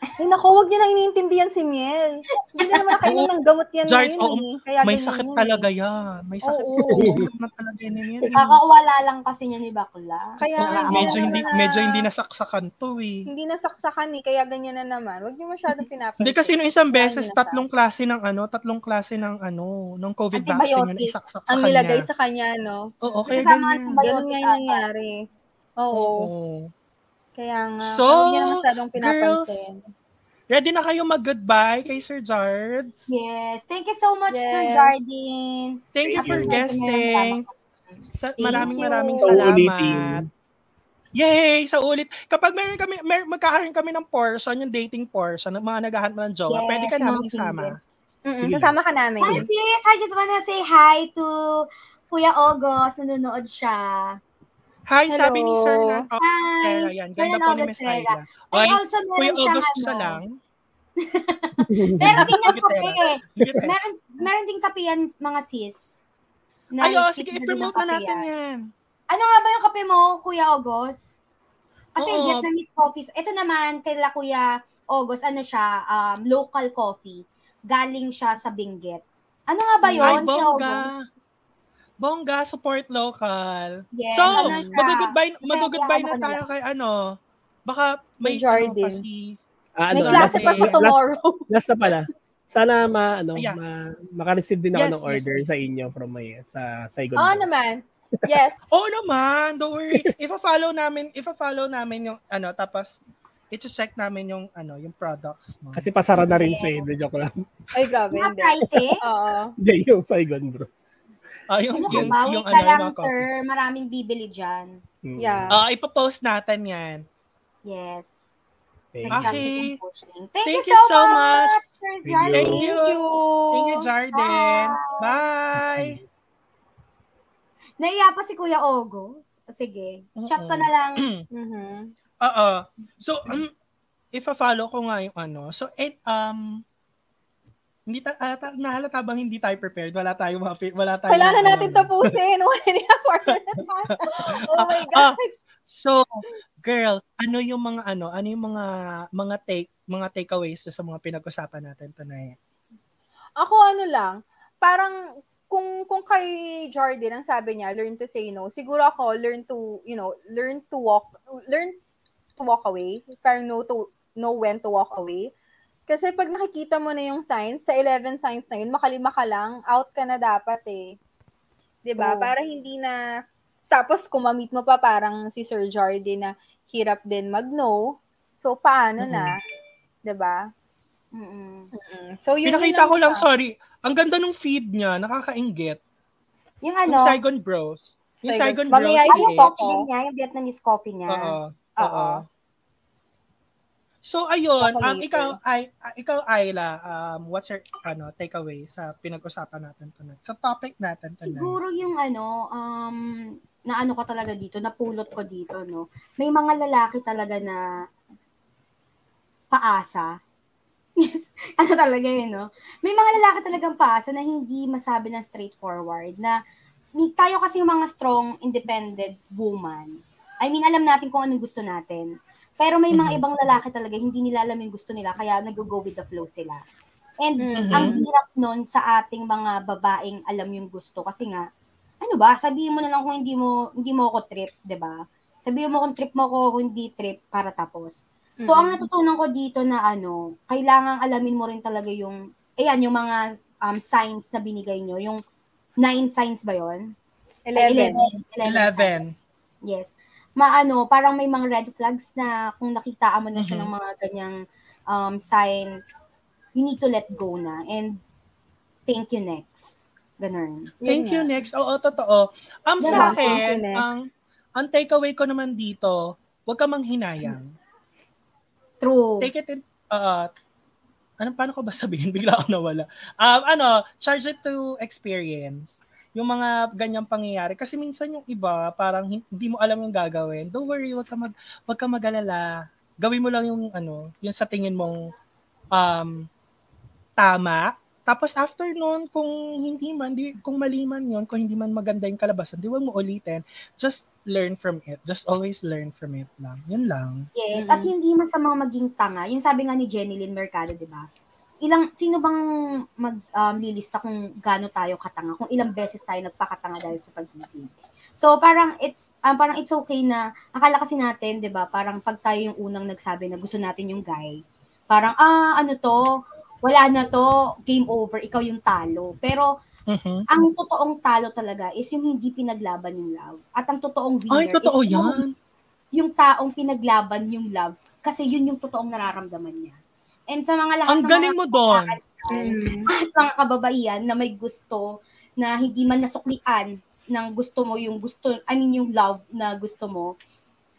[SPEAKER 1] Ay, naku, huwag niyo nang iniintindihan si Miel. Hindi na
[SPEAKER 2] <laughs>
[SPEAKER 1] naman nakainom ng gamot yan.
[SPEAKER 2] George,
[SPEAKER 1] ngayon,
[SPEAKER 2] oo,
[SPEAKER 1] eh. Kaya
[SPEAKER 2] May
[SPEAKER 1] ganyan
[SPEAKER 2] sakit
[SPEAKER 1] yun,
[SPEAKER 2] talaga
[SPEAKER 1] eh.
[SPEAKER 2] yan. May sakit.
[SPEAKER 3] Oo.
[SPEAKER 2] Sakit na talaga yan. yan.
[SPEAKER 3] Kakakuwala lang kasi niya ni Bakla.
[SPEAKER 1] Kaya
[SPEAKER 2] Oo,
[SPEAKER 1] nga,
[SPEAKER 2] medyo
[SPEAKER 1] na-
[SPEAKER 2] hindi
[SPEAKER 1] na-
[SPEAKER 2] medyo hindi nasaksakan to eh.
[SPEAKER 1] Hindi nasaksakan eh, kaya ganyan na naman. Huwag niyo masyadong pinapansin.
[SPEAKER 2] Hindi kasi nung isang
[SPEAKER 1] Kaya
[SPEAKER 2] beses
[SPEAKER 1] nilasak.
[SPEAKER 2] tatlong klase ng ano, tatlong klase ng ano, ng COVID vaccine yung
[SPEAKER 3] Antibiotic.
[SPEAKER 2] isaksak sa
[SPEAKER 1] Ang
[SPEAKER 2] kanya.
[SPEAKER 1] nilagay sa kanya, no?
[SPEAKER 2] Oo, kaya
[SPEAKER 3] Kasama
[SPEAKER 2] ganyan.
[SPEAKER 3] antibiotic.
[SPEAKER 1] Ganun nga yung
[SPEAKER 3] ata.
[SPEAKER 1] nangyari. Oo.
[SPEAKER 2] Oo.
[SPEAKER 1] Kaya nga,
[SPEAKER 2] So,
[SPEAKER 1] huwag niyo na masyadong pinapansin.
[SPEAKER 2] Ready na kayo mag-goodbye kay Sir Jard.
[SPEAKER 3] Yes. Thank you so much, Sir
[SPEAKER 1] Yes.
[SPEAKER 3] Jardin.
[SPEAKER 2] Thank you
[SPEAKER 4] Thank
[SPEAKER 2] for
[SPEAKER 4] you.
[SPEAKER 2] guesting. Sa,
[SPEAKER 3] Thank
[SPEAKER 2] maraming
[SPEAKER 1] you.
[SPEAKER 2] maraming
[SPEAKER 4] So,
[SPEAKER 2] salamat.
[SPEAKER 4] ulitin.
[SPEAKER 2] Yay! Sa ulit. Kapag meron kami, mer magkakaroon kami ng portion, yung dating portion, ng mga naghahanap ng jowa,
[SPEAKER 3] Yes,
[SPEAKER 2] pwede ka namin
[SPEAKER 3] mga
[SPEAKER 2] isama.
[SPEAKER 1] Mm-mm,
[SPEAKER 4] Sige
[SPEAKER 1] Kasama ka namin.
[SPEAKER 3] Hi, sis. I just wanna say hi to Kuya Ogos. Nanonood siya.
[SPEAKER 2] Hi,
[SPEAKER 1] Hello.
[SPEAKER 2] sabi ni Sir Nan. Oh,
[SPEAKER 3] Hi.
[SPEAKER 2] Sarah, yan. Ganda po
[SPEAKER 3] Yan ang
[SPEAKER 2] ni
[SPEAKER 3] August,
[SPEAKER 2] Miss
[SPEAKER 3] Sarah.
[SPEAKER 2] Ayla.
[SPEAKER 3] And
[SPEAKER 2] Oy,
[SPEAKER 3] also,
[SPEAKER 2] Kuya
[SPEAKER 3] meron siyang
[SPEAKER 2] August siya
[SPEAKER 3] ano.
[SPEAKER 2] lang.
[SPEAKER 3] Meron
[SPEAKER 2] <laughs>
[SPEAKER 3] din yung
[SPEAKER 2] Sige, Sarah.
[SPEAKER 3] kape.
[SPEAKER 2] Sige, Sarah.
[SPEAKER 3] Meron, meron din kape yan, mga sis. Na
[SPEAKER 2] Ay, oh,
[SPEAKER 3] nag-tip
[SPEAKER 2] sige,
[SPEAKER 3] na din ng
[SPEAKER 2] i-promote na
[SPEAKER 3] kape
[SPEAKER 2] natin
[SPEAKER 3] yan.
[SPEAKER 2] yan.
[SPEAKER 3] Ano nga ba yung kape mo, Kuya Ogos? Kasi
[SPEAKER 2] Oo.
[SPEAKER 3] Vietnamese coffees. Ito naman, kaila Kuya Ogos, ano siya, um, local coffee. Galing siya sa Benguet. Ano nga ba yun,
[SPEAKER 2] Ay,
[SPEAKER 3] Kuya
[SPEAKER 2] bongga.
[SPEAKER 3] Ogos?
[SPEAKER 2] Bongga, support local.
[SPEAKER 3] Yes,
[SPEAKER 2] so,
[SPEAKER 3] ano siya?
[SPEAKER 2] mag-goodbye,
[SPEAKER 3] Kaya
[SPEAKER 2] mag-goodbye
[SPEAKER 3] ano
[SPEAKER 2] na
[SPEAKER 3] ko na
[SPEAKER 2] tayo kay ano. Baka may
[SPEAKER 1] Kay Jardin.
[SPEAKER 2] ano pa si...
[SPEAKER 4] Ah,
[SPEAKER 1] May
[SPEAKER 2] ano,
[SPEAKER 1] klase
[SPEAKER 2] last-
[SPEAKER 1] pa ako
[SPEAKER 2] last-
[SPEAKER 1] tomorrow. <laughs>
[SPEAKER 4] Last na pala. Sana ma, ano,
[SPEAKER 2] Ayan.
[SPEAKER 4] ma, makareceive din ako
[SPEAKER 2] Yes,
[SPEAKER 4] ng
[SPEAKER 2] yes,
[SPEAKER 4] order
[SPEAKER 2] yes.
[SPEAKER 4] sa inyo from my, sa Saigon.
[SPEAKER 1] Oo
[SPEAKER 4] Bros.
[SPEAKER 1] Ah, naman. Yes.
[SPEAKER 2] Oo naman, don't
[SPEAKER 3] <laughs>
[SPEAKER 2] worry. Ipa-follow namin, ipa-follow namin yung ano, tapos iti-check namin yung ano, yung products mo.
[SPEAKER 4] Kasi pasara na rin siya, hindi joke lang. <laughs>
[SPEAKER 1] Ay, grabe.
[SPEAKER 3] Mga eh.
[SPEAKER 1] Hindi.
[SPEAKER 2] <laughs>
[SPEAKER 3] pricing?
[SPEAKER 1] Oo.
[SPEAKER 4] Hindi, yung Saigon Bros.
[SPEAKER 2] Ah, yung,
[SPEAKER 3] Ano
[SPEAKER 2] yung,
[SPEAKER 3] ka
[SPEAKER 2] yung,
[SPEAKER 3] ba?
[SPEAKER 2] ano,
[SPEAKER 3] Wait na
[SPEAKER 2] yung
[SPEAKER 3] lang,
[SPEAKER 2] mga
[SPEAKER 3] sir.
[SPEAKER 2] coffee.
[SPEAKER 3] Maraming bibili dyan.
[SPEAKER 4] Hmm.
[SPEAKER 1] Yeah.
[SPEAKER 2] Ah, ipa-post natin yan.
[SPEAKER 3] Yes.
[SPEAKER 4] Okay.
[SPEAKER 2] Ah,
[SPEAKER 3] Masyado
[SPEAKER 2] Okay.
[SPEAKER 3] kong pushing. Thank,
[SPEAKER 2] Thank
[SPEAKER 3] you so much, Sir
[SPEAKER 4] Thank you.
[SPEAKER 3] Jardin.
[SPEAKER 2] Thank
[SPEAKER 1] Thank
[SPEAKER 2] you.
[SPEAKER 1] you.
[SPEAKER 2] Thank you, Jardin. Bye.
[SPEAKER 3] Naiya pa si Kuya Ogo. Sige. Chat ko na lang.
[SPEAKER 2] <clears throat>
[SPEAKER 1] Mhm.
[SPEAKER 2] Oo. So, um, ipa-follow ko nga yung ano. So, and, um, Hindi ta, ata, nahalata bang hindi tayo prepared? Wala tayong mga, fi- wala tayong...
[SPEAKER 1] Kailangan natin
[SPEAKER 2] um,
[SPEAKER 1] tapusin. <laughs> One and a half hour <laughs> na naman. Oh my
[SPEAKER 2] Ah,
[SPEAKER 1] God.
[SPEAKER 2] So, girls, ano yung mga ano, ano yung mga mga take, mga takeaways sa mga pinag-usapan natin tonight?
[SPEAKER 1] Ako ano lang, parang kung kung kay Jordan ang sabi niya, learn to say no. Siguro ako learn to, you know, learn to walk learn to walk away. Parang no to know when to walk away. Kasi pag nakikita mo na yung signs, sa 11 signs na yun, makalima ka lang, out ka na dapat eh. 'Di ba?
[SPEAKER 3] Oo.
[SPEAKER 1] Para hindi na tapos kumamit mo pa parang si Sir Jordan na hirap din mag-no. So paano na? Diba? 'Di ba? Mm-hmm.
[SPEAKER 3] Mm-mm.
[SPEAKER 1] Mm. So yun yun
[SPEAKER 2] Pinakita ko lang,
[SPEAKER 1] siya.
[SPEAKER 2] sorry. Ang ganda ng feed niya, nakakainggit.
[SPEAKER 3] Yung
[SPEAKER 2] Yung
[SPEAKER 3] ano,
[SPEAKER 2] Saigon Bros. Yung
[SPEAKER 1] Saigon-
[SPEAKER 2] Saigon, Bros.
[SPEAKER 1] Mamaya
[SPEAKER 3] ay, yung
[SPEAKER 1] yung
[SPEAKER 2] PH.
[SPEAKER 3] coffee niya, yung Vietnamese coffee niya.
[SPEAKER 2] Oo.
[SPEAKER 1] Oo.
[SPEAKER 2] Oo. So ayun,
[SPEAKER 1] Ako
[SPEAKER 2] um,
[SPEAKER 1] later.
[SPEAKER 2] ikaw ay ah, ikaw Ayla, um, what's your ano takeaway sa pinag-usapan natin tonight? Sa topic natin tonight.
[SPEAKER 3] Siguro yung ano, um, na ano ko talaga dito, napulot ko dito, no? May mga lalaki talaga na paasa. <laughs> Yes. ano talaga yun, no? May mga lalaki talagang paasa na hindi masabi ng straightforward na ni- tayo kasi yung mga strong, independent woman. I mean, alam natin kung anong gusto natin. Pero may
[SPEAKER 2] Mhm.
[SPEAKER 3] mga ibang lalaki talaga, hindi nila alam yung gusto nila, kaya nag-go with the flow sila. And
[SPEAKER 1] Mhm.
[SPEAKER 3] ang
[SPEAKER 2] Mm-hmm.
[SPEAKER 3] hirap nun sa ating mga babaeng alam yung gusto kasi nga, ano ba, sabihin mo na lang kung hindi mo hindi mo ako trip, 'di ba? Sabihin mo kung trip mo ako, kung hindi trip para tapos.
[SPEAKER 2] Mm-hmm.
[SPEAKER 3] So ang natutunan ko dito na ano, kailangan alamin mo rin talaga yung ayan yung mga um, signs na binigay nyo, yung nine signs ba 'yon?
[SPEAKER 1] 11.
[SPEAKER 3] 11. 11 signs.
[SPEAKER 2] Eleven.
[SPEAKER 3] Yes. Maano, parang may mga red flags na kung nakita mo na siya
[SPEAKER 2] Mhm.
[SPEAKER 3] ng mga ganyang um, signs, you need to let go na and thank you next. Ganun.
[SPEAKER 2] Thank you
[SPEAKER 1] Yun nga.
[SPEAKER 2] next. Oo, totoo. Um,
[SPEAKER 3] Yeah,
[SPEAKER 2] sa
[SPEAKER 1] thank you,
[SPEAKER 2] akin,
[SPEAKER 1] next.
[SPEAKER 2] ang ang takeaway ko naman dito, huwag ka manghinayang.
[SPEAKER 3] True.
[SPEAKER 2] Take it in, uh, ano, paano ko ba sabihin? <laughs> Bigla ako nawala. Um, ano, charge it to experience. Yung mga ganyang pangyayari. Kasi minsan yung iba, parang hindi mo alam yung gagawin. Don't worry, huwag ka, mag, huwag ka mag-alala. Gawin mo lang yung, ano, yung sa tingin mong um, tama. Tapos after noon, kung hindi man, di, kung mali man yun, kung hindi man maganda yung kalabasan, di huwag mo ulitin. Just learn from it. Just always learn from it lang. Yun lang.
[SPEAKER 1] Mhm.
[SPEAKER 3] Yes, at hindi masama maging tanga. Yung sabi nga ni Jenny Lynn Mercado, 'di ba? Ilang sino bang mag um, lilista kung gaano tayo katanga, kung ilang beses tayo nagpakatanga dahil sa pag-ibig. So parang it's ah, parang it's okay na akala kasi natin, 'di ba? Parang pag tayo yung unang nagsabi na gusto natin yung guy, parang ah ano to, wala na to, game over, ikaw yung talo. Pero
[SPEAKER 2] Mhm.
[SPEAKER 3] ang totoong talo talaga is yung hindi pinaglaban yung love. At ang totoong winner
[SPEAKER 2] Ay, totoo
[SPEAKER 3] is yung
[SPEAKER 2] yan.
[SPEAKER 3] yung taong pinaglaban yung love kasi yun yung totoong nararamdaman niya. And sa mga lahat
[SPEAKER 2] Ang
[SPEAKER 3] ng
[SPEAKER 2] galing
[SPEAKER 3] mga
[SPEAKER 2] mo doon.
[SPEAKER 3] kabataan,
[SPEAKER 1] Mm.
[SPEAKER 3] at mga kababaihan na may gusto na hindi man nasuklian ng gusto mo yung gusto, I mean yung love na gusto mo,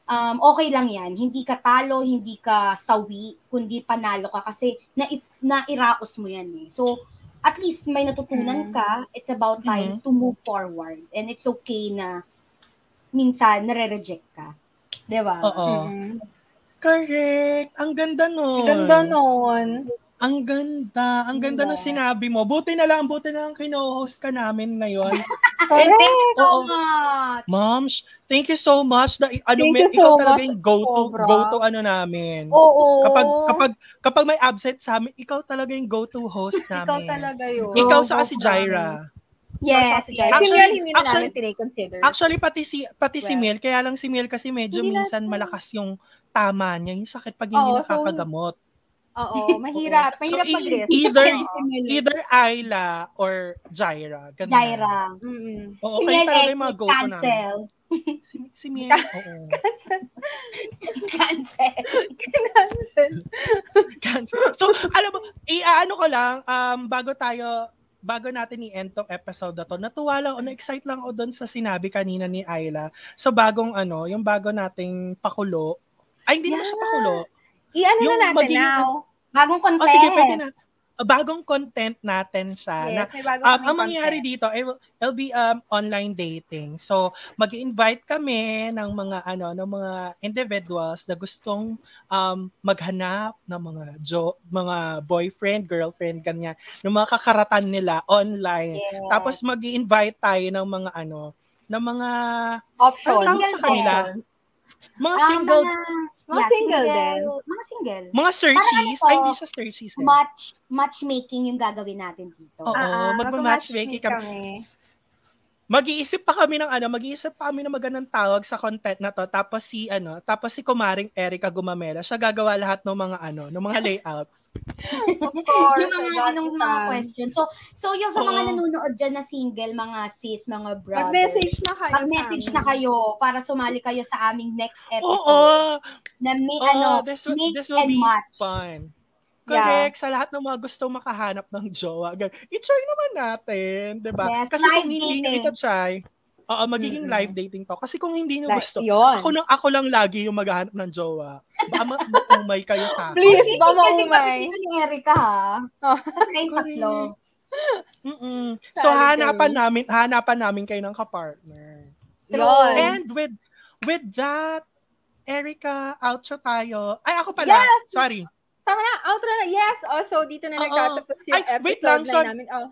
[SPEAKER 3] um, okay lang yan. Hindi ka talo, hindi ka sawi, kundi panalo ka kasi na, nairaos mo yan eh. So, at least may
[SPEAKER 1] Mm.
[SPEAKER 3] natutunan ka. It's about time
[SPEAKER 2] Mm-hmm.
[SPEAKER 3] to move forward. And it's okay na minsan nare-reject ka. Di ba?
[SPEAKER 2] Oo.
[SPEAKER 1] Mm.
[SPEAKER 2] Ah, Correct. Ang ganda nun.
[SPEAKER 1] Ang Ganda nun.
[SPEAKER 2] Ang ganda. Ang ganda
[SPEAKER 3] Diba?
[SPEAKER 2] ng sinabi mo. Buti na lang, buti na lang kino-host ka namin ngayon. <laughs>
[SPEAKER 1] Correct.
[SPEAKER 3] So
[SPEAKER 2] Oo.
[SPEAKER 3] much.
[SPEAKER 2] Moms, thank you so much. Na, ano,
[SPEAKER 1] Thank
[SPEAKER 2] men,
[SPEAKER 1] you
[SPEAKER 2] ikaw
[SPEAKER 1] so
[SPEAKER 2] talaga yung go-to,
[SPEAKER 1] Sobra.
[SPEAKER 2] go-to ano namin.
[SPEAKER 1] Oo.
[SPEAKER 2] Kapag, kapag, kapag may absent sa amin, ikaw talaga yung go-to host namin.
[SPEAKER 1] <laughs> Ikaw talaga yun.
[SPEAKER 2] Ikaw
[SPEAKER 3] Go,
[SPEAKER 2] sa
[SPEAKER 3] go
[SPEAKER 2] si Jaira.
[SPEAKER 3] Yes,
[SPEAKER 1] Actually,
[SPEAKER 3] yes.
[SPEAKER 2] Actually-
[SPEAKER 1] hindi na namin
[SPEAKER 2] actually-
[SPEAKER 1] tiniconsider.
[SPEAKER 2] Actually, pati si, pati si
[SPEAKER 1] Well.
[SPEAKER 2] Mel, kaya lang si Mel kasi medyo
[SPEAKER 1] Hindi
[SPEAKER 2] minsan
[SPEAKER 1] natin-
[SPEAKER 2] malakas yung tama niya, yung sakit pag hindi
[SPEAKER 1] Oo, so-
[SPEAKER 2] nakakagamot.
[SPEAKER 1] Oo, mahirap.
[SPEAKER 2] So,
[SPEAKER 1] Mahirap
[SPEAKER 2] i-
[SPEAKER 1] mag-risk. <laughs>
[SPEAKER 2] either-
[SPEAKER 1] Oo.
[SPEAKER 2] Either Ayla or Jaira. Ganun.
[SPEAKER 3] Jaira.
[SPEAKER 1] Mm.
[SPEAKER 2] Oo,
[SPEAKER 3] Si
[SPEAKER 2] kayo
[SPEAKER 3] Mel
[SPEAKER 2] talaga
[SPEAKER 3] X
[SPEAKER 2] yung mga
[SPEAKER 3] is
[SPEAKER 2] go-to namin.
[SPEAKER 3] cancel. <laughs>
[SPEAKER 2] Si, si Miel, oo. <laughs>
[SPEAKER 3] Cancel.
[SPEAKER 1] Cancel.
[SPEAKER 2] Cancel. So, alam mo, iaano ko lang, um, bago tayo, bago natin i-end tong episode na to, natuwa lang, o na-excite lang ako doon sa sinabi kanina ni Ayla. So, bagong ano, yung bago nating pakulo, ay, hindi naman
[SPEAKER 1] Yeah.
[SPEAKER 2] siya pakulo.
[SPEAKER 1] I-ano na
[SPEAKER 2] Yung
[SPEAKER 1] natin
[SPEAKER 2] magiging-
[SPEAKER 1] now?
[SPEAKER 3] Bagong
[SPEAKER 2] O, Oh, sige, pwede
[SPEAKER 3] content.
[SPEAKER 2] na. O, bagong content natin siya na
[SPEAKER 1] Yes, may bago
[SPEAKER 2] Um,
[SPEAKER 1] kaming
[SPEAKER 2] ang mangyayari
[SPEAKER 1] content.
[SPEAKER 2] dito, it will, it'll be um, online dating. So, mag invite kami ng mga ano, ng mga individuals na gustong um, maghanap ng mga jo- mga boyfriend, girlfriend, ganyan, ng mga kakaratan nila online.
[SPEAKER 1] Yes.
[SPEAKER 2] Tapos mag invite tayo ng mga ano, ng mga
[SPEAKER 1] option.
[SPEAKER 2] Ano tawag sa kanila? mga
[SPEAKER 1] Ang
[SPEAKER 2] single,
[SPEAKER 1] Ah, mga, mga
[SPEAKER 3] Ah, Yeah,
[SPEAKER 1] single, din.
[SPEAKER 3] Mga single.
[SPEAKER 2] mga searchies.
[SPEAKER 3] ano
[SPEAKER 2] Ay,
[SPEAKER 3] to?
[SPEAKER 2] hindi siya searchies. Eh.
[SPEAKER 3] Match, matchmaking yung gagawin natin dito.
[SPEAKER 2] Oo,
[SPEAKER 1] Ah, magmamatchmaking
[SPEAKER 2] magmamatchmaking kami. Mag-iisip pa kami ng ano, mag-iisip pa kami ng magandang tawag sa content na to. Tapos si ano, tapos si Kumaring Erica Gumamela, siya gagawa lahat ng mga ano, ng mga layouts.
[SPEAKER 1] Of course,
[SPEAKER 3] yung mga
[SPEAKER 1] that's
[SPEAKER 3] anong mga
[SPEAKER 1] fun.
[SPEAKER 3] questions. So, so yung sa
[SPEAKER 2] Oo.
[SPEAKER 3] mga nanonood dyan na single, mga sis, mga brother.
[SPEAKER 1] Mag-message na kayo.
[SPEAKER 3] Mag-message
[SPEAKER 1] sa
[SPEAKER 3] na
[SPEAKER 1] amin.
[SPEAKER 3] kayo para sumali kayo sa aming next
[SPEAKER 2] Oo,
[SPEAKER 3] episode.
[SPEAKER 2] oo,
[SPEAKER 3] Na may, ano,
[SPEAKER 2] ano, this will,
[SPEAKER 3] make
[SPEAKER 2] this will
[SPEAKER 3] and
[SPEAKER 2] be
[SPEAKER 3] match.
[SPEAKER 2] fun.
[SPEAKER 1] Yeah.
[SPEAKER 2] Correct, sa lahat ng mga gusto makahanap ng jowa. gan- I-try naman natin, 'di ba?
[SPEAKER 3] Yes,
[SPEAKER 2] Kasi kung
[SPEAKER 3] live
[SPEAKER 2] hindi
[SPEAKER 3] dating.
[SPEAKER 2] niyo ito try, oo, magiging
[SPEAKER 1] Mm-mm.
[SPEAKER 2] live dating to. Kasi kung hindi niyo
[SPEAKER 1] Like,
[SPEAKER 2] gusto,
[SPEAKER 1] yun.
[SPEAKER 2] ako lang ako lang lagi yung maghahanap ng jowa. Baka ma- maumay kayo sa akin.
[SPEAKER 1] Please,
[SPEAKER 3] Kasi
[SPEAKER 1] baka
[SPEAKER 3] pwede ba
[SPEAKER 1] maumay.
[SPEAKER 3] bigyan ni Erica, ha?
[SPEAKER 1] Oh.
[SPEAKER 3] Sa tayong tatlo.
[SPEAKER 2] Mm-mm. So
[SPEAKER 1] Sorry,
[SPEAKER 2] hanapan
[SPEAKER 1] Joey.
[SPEAKER 2] namin hanapan namin kayo ng kapartner.
[SPEAKER 1] Yun.
[SPEAKER 2] And with with that Erica, outro tayo. Ay, ako pala.
[SPEAKER 1] Yes!
[SPEAKER 2] Sorry.
[SPEAKER 1] Tama na, outro na. Yes, oh, so dito na
[SPEAKER 2] Oo.
[SPEAKER 1] nagtatapos yung
[SPEAKER 2] Ah, Ay,
[SPEAKER 1] episode
[SPEAKER 2] wait lang,
[SPEAKER 1] na
[SPEAKER 2] son.
[SPEAKER 1] namin. Oh,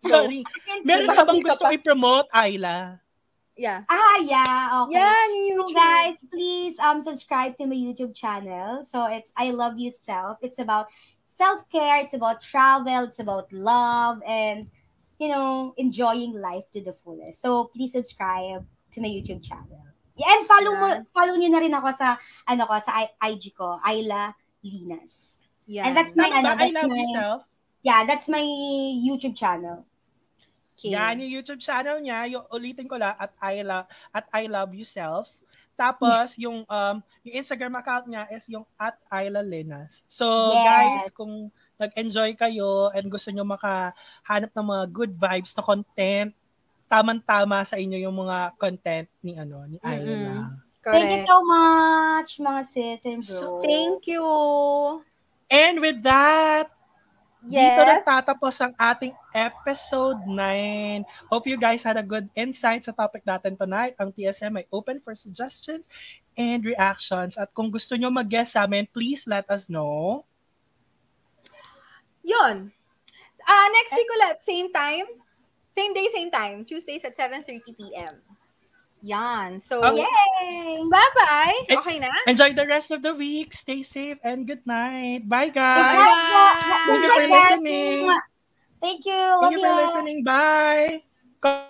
[SPEAKER 2] Sorry. Meron
[SPEAKER 1] Baka
[SPEAKER 2] ka bang
[SPEAKER 1] may
[SPEAKER 2] gusto
[SPEAKER 1] kapa-
[SPEAKER 2] i-promote, Ayla?
[SPEAKER 1] yeah.
[SPEAKER 3] Ah, yeah. Okay.
[SPEAKER 1] Yan,
[SPEAKER 3] So
[SPEAKER 1] yung YouTube.
[SPEAKER 3] guys, please um subscribe to my YouTube channel. So it's I Love You Self. It's about self-care, it's about travel, it's about love and you know, enjoying life to the fullest. So please subscribe to my YouTube channel. Yeah, and follow mo follow niyo na rin ako sa ano ko sa I- IG ko, Ayla Linas.
[SPEAKER 1] Yan.
[SPEAKER 3] and that's my-
[SPEAKER 2] Tama ba?
[SPEAKER 3] ano,
[SPEAKER 2] I
[SPEAKER 3] that's
[SPEAKER 2] love
[SPEAKER 3] my-
[SPEAKER 2] yourself.
[SPEAKER 3] Yeah, that's my YouTube channel.
[SPEAKER 1] Okay.
[SPEAKER 2] Yan, yung YouTube channel niya. Yung ulitin ko lang, at I, lo- at I love yourself. Tapos, yung, um, yung Instagram account niya is yung at Ayla Lenas. So,
[SPEAKER 3] Yes.
[SPEAKER 2] guys, kung nag-enjoy kayo and gusto nyo makahanap ng mga good vibes na content, tamang-tama sa inyo yung mga content ni ano ni Ayla.
[SPEAKER 1] Correct.
[SPEAKER 3] Thank you so much, mga sis and bro.
[SPEAKER 2] So,
[SPEAKER 1] Thank you.
[SPEAKER 2] And with that,
[SPEAKER 1] Yes.
[SPEAKER 2] Dito nagtatapos ang ating episode 9. Hope you guys had a good insight sa topic natin tonight. Ang TSM ay open for suggestions and reactions. At kung gusto nyo mag-guest sa amin, please let us know.
[SPEAKER 1] Yun. Ah, next week ulit, same time. Same day, same time. Tuesdays at 7.30 p.m. Yan. So,
[SPEAKER 3] Oh,
[SPEAKER 2] Okay.
[SPEAKER 3] Yay!
[SPEAKER 1] bye-bye.
[SPEAKER 2] Eh,
[SPEAKER 1] Okay na?
[SPEAKER 2] Enjoy the rest of the week. Stay safe and good night. Bye, guys.
[SPEAKER 1] Goodbye.
[SPEAKER 3] Guys,
[SPEAKER 2] Thank you for
[SPEAKER 3] guys.
[SPEAKER 2] listening.
[SPEAKER 3] Thank you.
[SPEAKER 2] Thank
[SPEAKER 3] Love
[SPEAKER 2] you for
[SPEAKER 3] you.
[SPEAKER 2] listening. Bye.